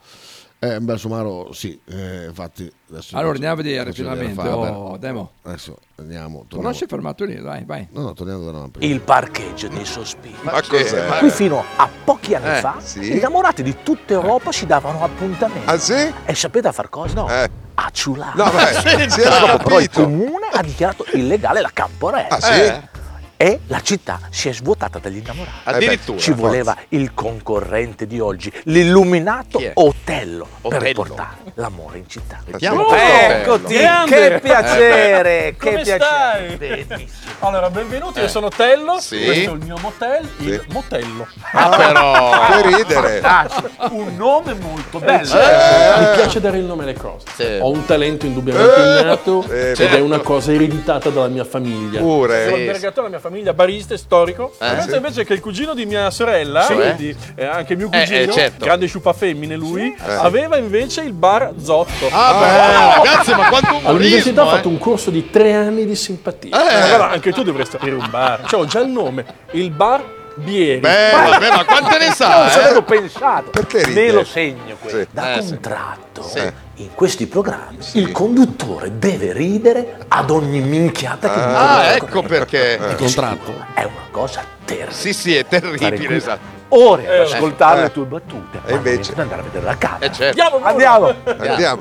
[SPEAKER 1] È un bel somaro, sì, eh, infatti adesso...
[SPEAKER 2] Allora, andiamo a vedere
[SPEAKER 1] faccio vedere
[SPEAKER 2] finalmente.
[SPEAKER 1] Faber.
[SPEAKER 2] Oh, Demo.
[SPEAKER 1] Adesso andiamo,
[SPEAKER 2] Però
[SPEAKER 1] torniamo.
[SPEAKER 2] si è fermato lì, dai, vai.
[SPEAKER 1] No, no, torniamo da Roma prima.
[SPEAKER 17] Il parcheggio dei sospiri.
[SPEAKER 1] Ma che- cos'è?
[SPEAKER 17] Qui fino a pochi anni
[SPEAKER 1] Eh,
[SPEAKER 17] fa,
[SPEAKER 1] sì.
[SPEAKER 17] gli innamorati di tutta Europa ci davano appuntamento. Ah sì? E sapete a far cosa? No. A ciulare. [laughs]
[SPEAKER 5] No, beh, Sì, sì, ho
[SPEAKER 17] Dopo però il
[SPEAKER 5] capito.
[SPEAKER 17] comune ha dichiarato illegale la camporella.
[SPEAKER 5] Ah, sì? Eh.
[SPEAKER 17] E la città si è svuotata dagli innamorati.
[SPEAKER 5] Addirittura.
[SPEAKER 17] Ci voleva il concorrente di oggi, l'illuminato
[SPEAKER 5] Chi è?
[SPEAKER 17] Otello, per
[SPEAKER 5] Otello.
[SPEAKER 17] portare l'amore in città.
[SPEAKER 5] Chiamalo Otello.
[SPEAKER 17] Ecco, Eccoti,
[SPEAKER 5] Grande.
[SPEAKER 17] che piacere,
[SPEAKER 5] Eh,
[SPEAKER 17] che
[SPEAKER 5] come
[SPEAKER 17] piacere. Eh.
[SPEAKER 5] stai?
[SPEAKER 17] Benissimo.
[SPEAKER 5] Allora, benvenuti,
[SPEAKER 17] io sono Tello, Sì. questo è il
[SPEAKER 5] mio motel,
[SPEAKER 17] il
[SPEAKER 5] motello.
[SPEAKER 17] Ah, però.
[SPEAKER 5] Che ridere.
[SPEAKER 17] Fantastico,
[SPEAKER 5] Un nome molto
[SPEAKER 17] bello.
[SPEAKER 5] Certo,
[SPEAKER 6] Eh, Mi piace dare il nome alle cose.
[SPEAKER 5] Sì.
[SPEAKER 6] Ho un talento indubbiamente
[SPEAKER 5] Eh,
[SPEAKER 6] innato
[SPEAKER 5] eh,
[SPEAKER 6] ed è
[SPEAKER 5] certo.
[SPEAKER 6] una cosa ereditata dalla mia famiglia.
[SPEAKER 5] Pure. Sono albergatore della mia famiglia, barista e storico.
[SPEAKER 6] Eh,
[SPEAKER 5] Pensa
[SPEAKER 6] sì.
[SPEAKER 5] invece che il cugino di mia sorella,
[SPEAKER 6] Sì.
[SPEAKER 5] quindi eh, anche mio
[SPEAKER 6] Eh, eh,
[SPEAKER 5] cugino,
[SPEAKER 6] certo.
[SPEAKER 5] grande sciupa femmine lui,
[SPEAKER 6] Sì.
[SPEAKER 5] aveva invece il bar Zotto.
[SPEAKER 6] Ah,
[SPEAKER 5] ragazzi, ma quanto
[SPEAKER 6] All'università ho fatto un corso di tre anni di simpatia.
[SPEAKER 5] Eh, allora anche tu dovresti aprire un bar. Cioè, ho già il nome, il bar Bieri.
[SPEAKER 6] Beh, vabbè, ma quante [laughs] ne sa,
[SPEAKER 17] Non ci
[SPEAKER 6] eh?
[SPEAKER 17] avevo pensato. Perché
[SPEAKER 5] ride?
[SPEAKER 17] Me lo segno questo.
[SPEAKER 5] Sì.
[SPEAKER 17] Da
[SPEAKER 5] Eh, sì.
[SPEAKER 17] contratto, in questi programmi, il conduttore deve ridere ad ogni minchiata che
[SPEAKER 16] Ah,
[SPEAKER 17] dice.
[SPEAKER 16] ecco perché.
[SPEAKER 17] Perché
[SPEAKER 16] Il contratto.
[SPEAKER 17] sicuro È una cosa terribile.
[SPEAKER 16] Sì, sì, è
[SPEAKER 17] Stare qui
[SPEAKER 16] terribile, esatto.
[SPEAKER 17] Ore ad
[SPEAKER 16] Eh,
[SPEAKER 17] ascoltare
[SPEAKER 16] eh.
[SPEAKER 17] le tue battute. E
[SPEAKER 5] invece-
[SPEAKER 17] andare a vedere la casa.
[SPEAKER 5] Eh, certo.
[SPEAKER 17] Andiamo.
[SPEAKER 5] Andiamo.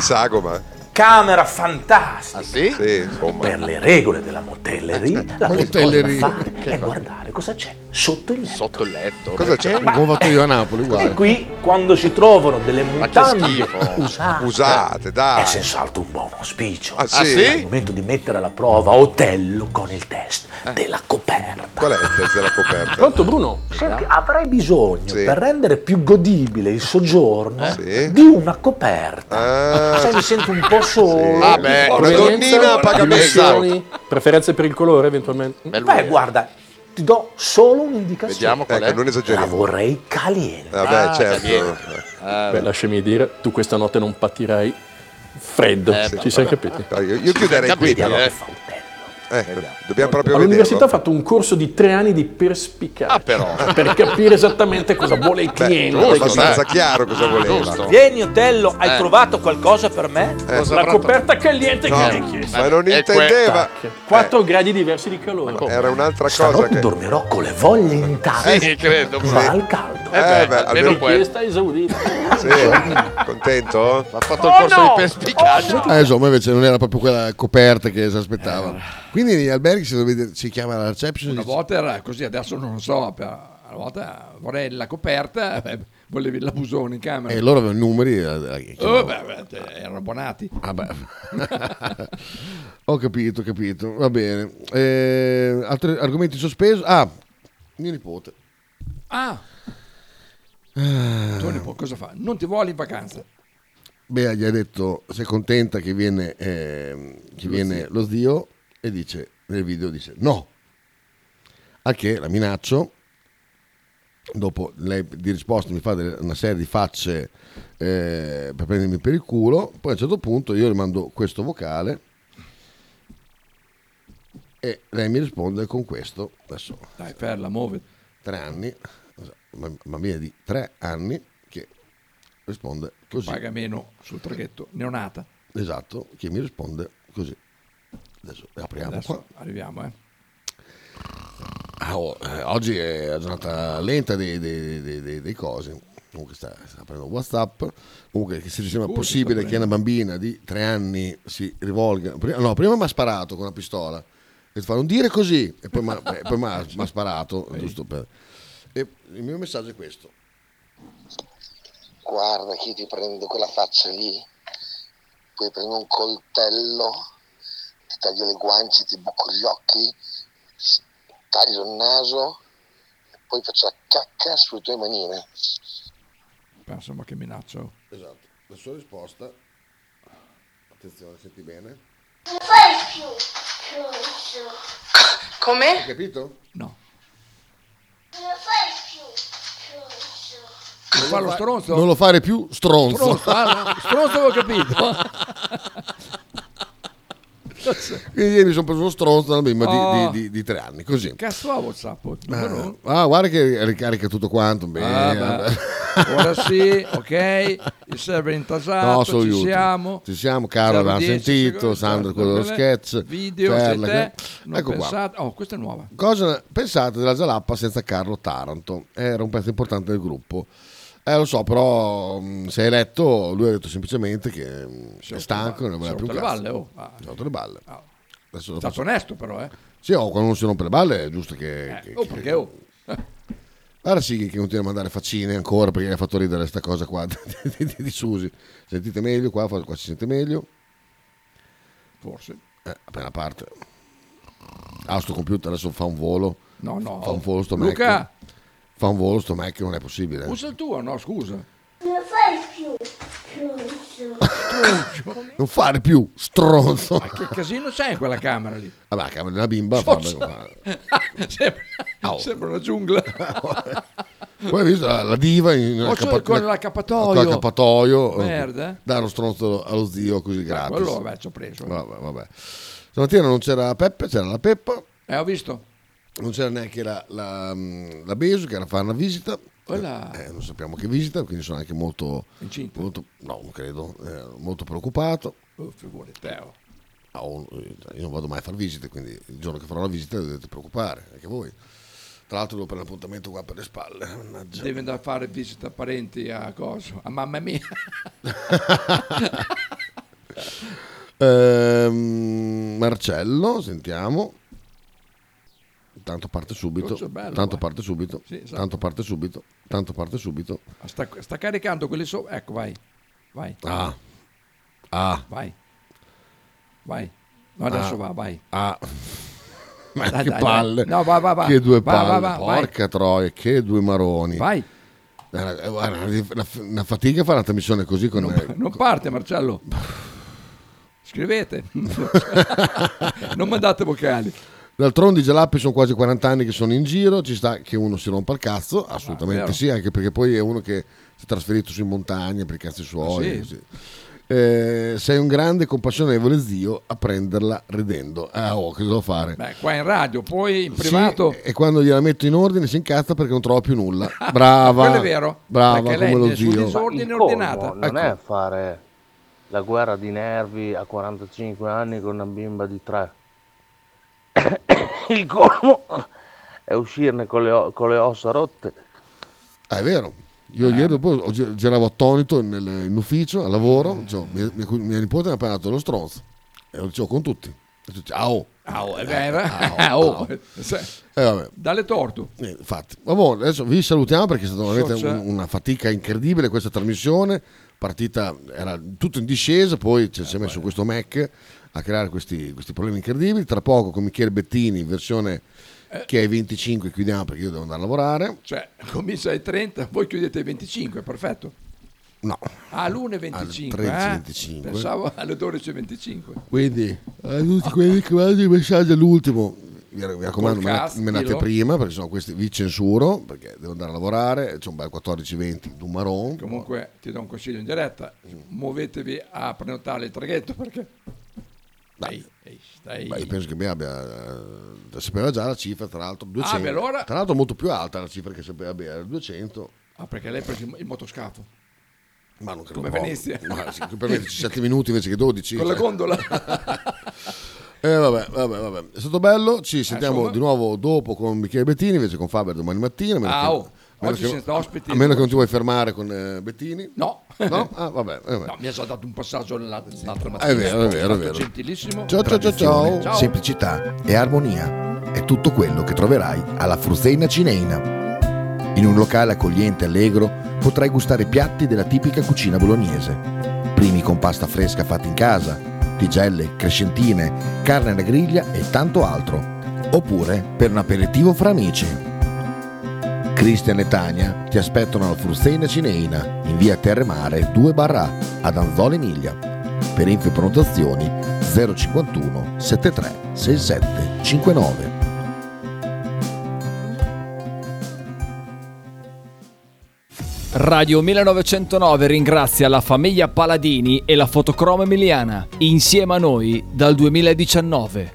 [SPEAKER 17] sagoma. Camera fantastica.
[SPEAKER 16] sì?
[SPEAKER 17] per le regole della motelleria, la
[SPEAKER 1] Motelleria.
[SPEAKER 17] motelleria. cosa da fare è guardare cosa c'è sotto il letto. Sotto il letto.
[SPEAKER 1] Cosa c'è? Come ho fatto io a Napoli, guarda.
[SPEAKER 17] E qui quando si trovano delle
[SPEAKER 1] che
[SPEAKER 17] mutande
[SPEAKER 1] schifo.
[SPEAKER 17] usate,
[SPEAKER 1] Usate,
[SPEAKER 17] dai. è senz'altro un buon auspicio.
[SPEAKER 1] Ah, sì?
[SPEAKER 17] È il momento di mettere alla prova Otello con il test della coperta. Eh. Qual è il test della coperta?
[SPEAKER 6] Pronto Bruno?
[SPEAKER 17] Senti, avrai bisogno per rendere più godibile il soggiorno di una coperta. Sai, mi sento un po' solo.
[SPEAKER 21] Ah,
[SPEAKER 6] Provenienza, dimensioni, preferenze per il colore eventualmente.
[SPEAKER 17] Beh, guarda, ti do solo un'indicazione.
[SPEAKER 6] Ecco, esageriamo.
[SPEAKER 17] La vorrei caliente.
[SPEAKER 6] Ah,
[SPEAKER 7] certo.
[SPEAKER 17] certo.
[SPEAKER 6] caliente.
[SPEAKER 17] Eh.
[SPEAKER 7] Eh,
[SPEAKER 6] Beh, lasciami dire, tu questa notte non patirai freddo,
[SPEAKER 21] Eh,
[SPEAKER 6] ci
[SPEAKER 21] sì.
[SPEAKER 6] sei capito?
[SPEAKER 21] Io, io chiuderei qui.
[SPEAKER 6] Capito,
[SPEAKER 21] però.
[SPEAKER 6] eh.
[SPEAKER 21] Eh, dobbiamo proprio
[SPEAKER 6] All'università
[SPEAKER 21] vederlo.
[SPEAKER 6] ho
[SPEAKER 21] Ah,
[SPEAKER 6] fatto un corso di tre anni di perspicacia
[SPEAKER 21] però.
[SPEAKER 6] [laughs] per capire esattamente cosa vuole il cliente.
[SPEAKER 21] [laughs] giusto, abbastanza chiaro cosa Ah, voleva. giusto.
[SPEAKER 17] Vieni Otello, hai trovato qualcosa per me?
[SPEAKER 6] Cosa La avrà coperta caliente
[SPEAKER 21] No,
[SPEAKER 6] che mi hai chiesto.
[SPEAKER 21] ma non
[SPEAKER 6] E
[SPEAKER 21] intendeva. Eh.
[SPEAKER 6] quel- tac. 4 gradi diversi di calore.
[SPEAKER 21] Era un'altra cosa
[SPEAKER 17] Stanotte
[SPEAKER 21] che...
[SPEAKER 17] dormirò con le voglie intatte.
[SPEAKER 6] Sì, credo,
[SPEAKER 17] Ma
[SPEAKER 6] sì.
[SPEAKER 17] al caldo
[SPEAKER 7] Eh, beh, almeno quello.
[SPEAKER 6] richiesta esaudita.
[SPEAKER 7] Sì. Contento? Ha fatto il
[SPEAKER 6] Oh,
[SPEAKER 7] corso
[SPEAKER 6] no!
[SPEAKER 7] di perspicacia.
[SPEAKER 1] Ah, insomma, invece non era proprio quella coperta che si
[SPEAKER 17] Eh,
[SPEAKER 1] aspettava. Quindi negli alberghi si, dove dire- si chiama la reception.
[SPEAKER 2] Una
[SPEAKER 1] dice-
[SPEAKER 2] volta era così, adesso non lo so, per- una volta vorrei la coperta, [laughs] eh, volevi la busone in camera.
[SPEAKER 1] E loro avevano i numeri. eh, Ah, eh,
[SPEAKER 2] Oh, beh, beh, te- erano abbonati.
[SPEAKER 1] [laughs] ho capito, ho capito. Va bene. Eh, altri argomenti in sospeso. Ah, mio nipote.
[SPEAKER 2] ah,
[SPEAKER 1] Ah.
[SPEAKER 2] Tony, po- cosa fa? Non ti vuole in vacanza.
[SPEAKER 1] Bea gli ha detto sei contenta che viene, ehm, che
[SPEAKER 2] Lo
[SPEAKER 1] viene
[SPEAKER 2] zio.
[SPEAKER 1] lo zio e dice nel video dice no a che la minaccio dopo lei di risposta mi fa delle- una serie di facce eh, per prendermi per il culo poi a un certo punto io le mando questo vocale e lei mi risponde con questo adesso
[SPEAKER 2] dai perla muovi
[SPEAKER 1] tre anni ma- bambina di tre anni che risponde così
[SPEAKER 2] Paga meno sul traghetto neonata.
[SPEAKER 1] Esatto, che mi risponde così. Adesso apriamo
[SPEAKER 2] Adesso
[SPEAKER 1] qua.
[SPEAKER 2] arriviamo, eh.
[SPEAKER 1] Ah, oh, eh, oggi è la giornata lenta dei, dei, dei- dei- dei cose. Comunque sta, sta aprendo Whatsapp. Comunque che se ci sembra
[SPEAKER 2] Scusi,
[SPEAKER 1] possibile
[SPEAKER 2] sta
[SPEAKER 1] che una bambina di tre anni si rivolga... pri- no, prima mi ha sparato con una pistola. E fa, non dire così. E poi mi ha- eh, poi mi ha mi ha sparato.
[SPEAKER 2] [laughs]
[SPEAKER 1] Giusto per... E il mio messaggio è questo.
[SPEAKER 9] Guarda che io ti prendo quella faccia lì, poi prendo un coltello, ti taglio le guance, ti buco gli occhi, ti taglio il naso, e poi faccio la cacca sulle tue manine.
[SPEAKER 2] Penso, ma che minaccia. oh.
[SPEAKER 1] Esatto. La sua risposta... Attenzione, senti bene.
[SPEAKER 3] Come?
[SPEAKER 1] Hai capito?
[SPEAKER 2] Non fa lo stronzo?
[SPEAKER 1] Non lo fare più stronzo.
[SPEAKER 2] Stronzo, ah,
[SPEAKER 1] [laughs]
[SPEAKER 2] no, stronzo avevo capito.
[SPEAKER 1] Quindi ieri mi sono preso uno stronzo una bimba di-
[SPEAKER 2] Oh.
[SPEAKER 1] di, di- di tre anni, così.
[SPEAKER 2] Cazzo ha Whatsapp?
[SPEAKER 1] Ah,
[SPEAKER 2] Numero
[SPEAKER 1] ah, guarda che ricarica tutto quanto. Bene.
[SPEAKER 2] Ah, beh.
[SPEAKER 1] [laughs]
[SPEAKER 2] Ora sì, ok, il server è intasato,
[SPEAKER 1] No, solo
[SPEAKER 2] ci
[SPEAKER 1] YouTube.
[SPEAKER 2] siamo.
[SPEAKER 1] Ci siamo, Carlo
[SPEAKER 2] Serve
[SPEAKER 1] avevamo
[SPEAKER 2] 10
[SPEAKER 1] sentito,
[SPEAKER 2] secondi,
[SPEAKER 1] Sandro con lo
[SPEAKER 2] bla, bla,
[SPEAKER 1] sketch.
[SPEAKER 2] Video,
[SPEAKER 1] Perla,
[SPEAKER 2] sei te,
[SPEAKER 1] che-
[SPEAKER 2] non
[SPEAKER 1] Ecco qua.
[SPEAKER 2] pensate- Oh, questa è nuova.
[SPEAKER 1] Cosa pensate della Zalappa senza Carlo Taranto? Era un pezzo importante del gruppo. Eh, lo so, però mh, se hai letto, lui ha detto semplicemente che mh, è stanco, non voleva
[SPEAKER 2] Sotto
[SPEAKER 1] più
[SPEAKER 2] le
[SPEAKER 1] cazzo.
[SPEAKER 2] balle, oh. Ah.
[SPEAKER 1] Sotto le balle. Adesso lo
[SPEAKER 2] È stato
[SPEAKER 1] faccio-
[SPEAKER 2] onesto però, eh.
[SPEAKER 1] Sì, oh, quando non si rompe le balle è giusto che...
[SPEAKER 2] Eh,
[SPEAKER 1] che-
[SPEAKER 2] oh,
[SPEAKER 1] che-
[SPEAKER 2] perché oh.
[SPEAKER 1] Guarda sì che continua a mandare faccine ancora perché gli ha fatto ridere questa cosa qua [laughs] di, di- di Susi. Sentite meglio qua, fa- qua si sente meglio.
[SPEAKER 2] Forse.
[SPEAKER 1] Eh, appena parte. Ah, sto computer adesso fa un volo.
[SPEAKER 2] No, no.
[SPEAKER 1] Fa un volo sto
[SPEAKER 2] Luca!
[SPEAKER 1] Mac. Fa un volo sto Mac, non è possibile.
[SPEAKER 2] Usa il tuo, no, scusa.
[SPEAKER 12] Non fai più. Stronzo.
[SPEAKER 1] Non fare più, stronzo.
[SPEAKER 2] Ma che casino c'è in quella camera lì?
[SPEAKER 1] [laughs] Vabbè, la camera della bimba. fa- fa-
[SPEAKER 2] [laughs] sembra, sembra
[SPEAKER 1] [laughs]
[SPEAKER 2] una giungla.
[SPEAKER 1] Poi hai visto la, la diva in,
[SPEAKER 2] Oh, cioè, con l'accappatoio.
[SPEAKER 1] con l'accappatoio,
[SPEAKER 2] Merda. eh.
[SPEAKER 1] Dare lo stronzo allo zio così gratis.
[SPEAKER 2] quello, vabbè, ci ho preso.
[SPEAKER 1] Vabbè, vabbè. Stamattina non c'era Peppe, c'era la Peppa.
[SPEAKER 2] Eh, ho visto.
[SPEAKER 1] Non c'era neanche la, la, mm, la Besu che era a fare una visita.
[SPEAKER 2] Quella-
[SPEAKER 1] Eh, non sappiamo che visita, quindi sono anche molto...
[SPEAKER 2] Incinta.
[SPEAKER 1] molto- no, non credo. eh, molto preoccupato.
[SPEAKER 2] Oh, figurati, Teo.
[SPEAKER 1] Ah, oh, io non vado mai a fare visite, quindi il giorno che farò la visita dovete preoccupare, anche voi. Tra l'altro devo prendere appuntamento qua per le spalle. Mannaggia.
[SPEAKER 2] Devi andare a fare visita a parenti a coso, a
[SPEAKER 1] [laughs]
[SPEAKER 2] mamma mia.
[SPEAKER 1] Ehm, Marcello, sentiamo. Tanto parte subito.
[SPEAKER 2] Coccio, bello,
[SPEAKER 1] tanto
[SPEAKER 2] eh.
[SPEAKER 1] parte subito.
[SPEAKER 2] Sì, esatto.
[SPEAKER 1] Tanto parte subito. Tanto parte subito.
[SPEAKER 2] sta, sta caricando quelli sopra. Ecco, vai. Vai.
[SPEAKER 1] Ah. Ah.
[SPEAKER 2] Vai. Vai. No, adesso
[SPEAKER 1] Ah.
[SPEAKER 2] va, vai. [laughs]
[SPEAKER 1] Ah. Ma
[SPEAKER 2] Dai,
[SPEAKER 1] che
[SPEAKER 2] dai,
[SPEAKER 1] palle.
[SPEAKER 2] dai. No, va, va, va.
[SPEAKER 1] Che due
[SPEAKER 2] Va, va,
[SPEAKER 1] palle.
[SPEAKER 2] va, vai.
[SPEAKER 1] Porca troia, che due maroni.
[SPEAKER 2] Vai.
[SPEAKER 1] Eh, eh, guarda, Una, una fatica fare una trasmissione così con eh,
[SPEAKER 2] Non parte Marcello. Scrivete.
[SPEAKER 1] [laughs]
[SPEAKER 2] non mandate vocali.
[SPEAKER 1] D'altronde i gelappi sono quasi 40 anni che sono in giro, ci sta che uno si rompa il cazzo, assolutamente
[SPEAKER 2] Ah, vero.
[SPEAKER 1] sì, anche perché poi è uno che si è trasferito su in montagna per i cazzi suoi.
[SPEAKER 2] Ah, sì?
[SPEAKER 1] sì. Eh, sei un grande e compassionevole zio a prenderla ridendo. Ah, oh, che devo fare?
[SPEAKER 2] Beh, qua in radio, poi in
[SPEAKER 1] Sì,
[SPEAKER 2] privato.
[SPEAKER 1] e quando gliela metto in ordine si incazza perché non trovo più
[SPEAKER 2] [laughs]
[SPEAKER 1] nulla.
[SPEAKER 2] Quello
[SPEAKER 1] Brava,
[SPEAKER 2] è vero.
[SPEAKER 1] brava
[SPEAKER 2] Perché
[SPEAKER 1] come
[SPEAKER 2] lei
[SPEAKER 1] lo
[SPEAKER 2] nel suo
[SPEAKER 1] zio.
[SPEAKER 2] disordine
[SPEAKER 21] Il
[SPEAKER 2] è
[SPEAKER 21] colmo
[SPEAKER 2] ordinata. Ecco.
[SPEAKER 21] Non è fare la guerra di nervi a 45 anni con una bimba di
[SPEAKER 13] [coughs]
[SPEAKER 21] 3. Il colmo è uscirne con le, o- con le ossa rotte
[SPEAKER 1] Ah, è vero. Io ieri dopo ho gi- giravo attonito nel, in ufficio, a lavoro, dicevo, mia, mia cu- mia nipote mi ha parlato lo stronzo e lo dicevo con tutti. E tutti, "Ah, oh." Ciao.
[SPEAKER 2] Au, oh,
[SPEAKER 1] Ah,
[SPEAKER 2] è [laughs] vero?
[SPEAKER 1] oh,
[SPEAKER 2] Au. Se-
[SPEAKER 1] Eh, vabbè.
[SPEAKER 2] Cioè, Dalle torto.
[SPEAKER 1] Eh, Infatti, Vabbè, adesso vi salutiamo perché è stata veramente
[SPEAKER 2] Forza.
[SPEAKER 1] un- una fatica incredibile questa trasmissione. Partita era tutto in discesa, Eh, poi ci si è messo questo Mac a creare questi, questi problemi incredibili. Tra poco con Michele Bettini, in versione che è 25, chiudiamo perché io devo andare a lavorare.
[SPEAKER 2] Cioè, comincia ai 30, voi chiudete ai 25, perfetto.
[SPEAKER 1] No,
[SPEAKER 2] Ah, l'1.25.
[SPEAKER 1] Alle 13,
[SPEAKER 2] eh?
[SPEAKER 1] 25.
[SPEAKER 2] Pensavo alle 12.25.
[SPEAKER 1] quindi a tutti quelli che mandano i messaggi all'ultimo, mi ra- mi raccomando,
[SPEAKER 2] Podcast,
[SPEAKER 1] menate- menate
[SPEAKER 2] dillo.
[SPEAKER 1] prima perché sono questi vi censuro perché devo andare a lavorare. C'è un bel 14-20 d'un marron.
[SPEAKER 2] Comunque ti do un consiglio in diretta, muovetevi a prenotare il traghetto perché... Dai, ehi, stai...
[SPEAKER 1] Beh, io penso che mi abbia eh, sapeva già la cifra, tra l'altro 200.
[SPEAKER 2] Ah, beh, allora-
[SPEAKER 1] Tra l'altro molto più alta la cifra che sapeva bene, era 200.
[SPEAKER 2] Ah, perché lei ha preso il il motoscafo.
[SPEAKER 1] Ma non credo
[SPEAKER 2] Come
[SPEAKER 1] proprio.
[SPEAKER 2] Venezia.
[SPEAKER 1] [laughs] Ma sì, per me 17 minuti invece che 12.
[SPEAKER 2] Con la gondola.
[SPEAKER 1] [laughs] Eh, vabbè, vabbè, vabbè. È stato bello, ci sentiamo
[SPEAKER 2] Eh, insomma.
[SPEAKER 1] di nuovo dopo con Michele Bettini, invece con Faber domani mattina. a meno
[SPEAKER 2] Ah,
[SPEAKER 1] che-
[SPEAKER 2] oh,
[SPEAKER 1] a meno
[SPEAKER 2] oggi
[SPEAKER 1] che-
[SPEAKER 2] senza ospiti.
[SPEAKER 1] A meno che non ti vuoi fermare con eh, Bettini.
[SPEAKER 2] No.
[SPEAKER 1] No? Ah, vabbè. eh, vabbè.
[SPEAKER 2] No, mi ha già dato un passaggio la- l'altra mattina.
[SPEAKER 1] È vero, è vero, è
[SPEAKER 2] Stato
[SPEAKER 1] vero.
[SPEAKER 2] Gentilissimo.
[SPEAKER 1] Ciao, ciao, ciao,
[SPEAKER 18] Tradizione,
[SPEAKER 1] ciao.
[SPEAKER 18] semplicità e armonia è tutto quello che troverai alla Fruzeina Cineina. In un locale accogliente e allegro potrai gustare piatti della tipica cucina bolognese. Primi con pasta fresca fatta in casa, tigelle, crescentine, carne alla griglia e tanto altro. Oppure per un aperitivo fra amici. Cristian e Tania ti aspettano alla Fruzeina Cineina in via Terremare 2 barra ad Anzola Emilia. Per info e prenotazioni 051 73 67 59.
[SPEAKER 10] Radio 1909 ringrazia la famiglia Paladini e la fotocromo emiliana, insieme a noi dal 2019.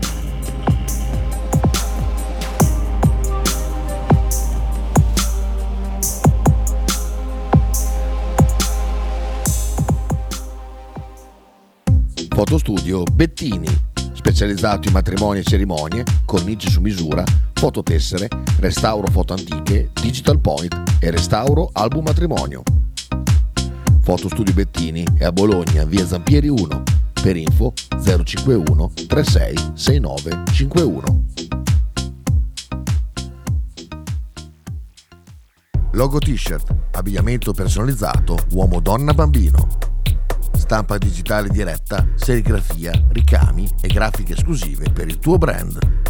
[SPEAKER 1] Fotostudio Bettini, specializzato in matrimoni e cerimonie, cornici su misura, fototessere, restauro foto antiche, digital point e restauro album matrimonio. Fotostudio Bettini è a Bologna, via Zampieri 1, per info 051 36 69 51. Logo t-shirt, abbigliamento personalizzato, uomo, donna, bambino. Stampa digitale diretta, serigrafia, ricami e grafiche esclusive per il tuo brand.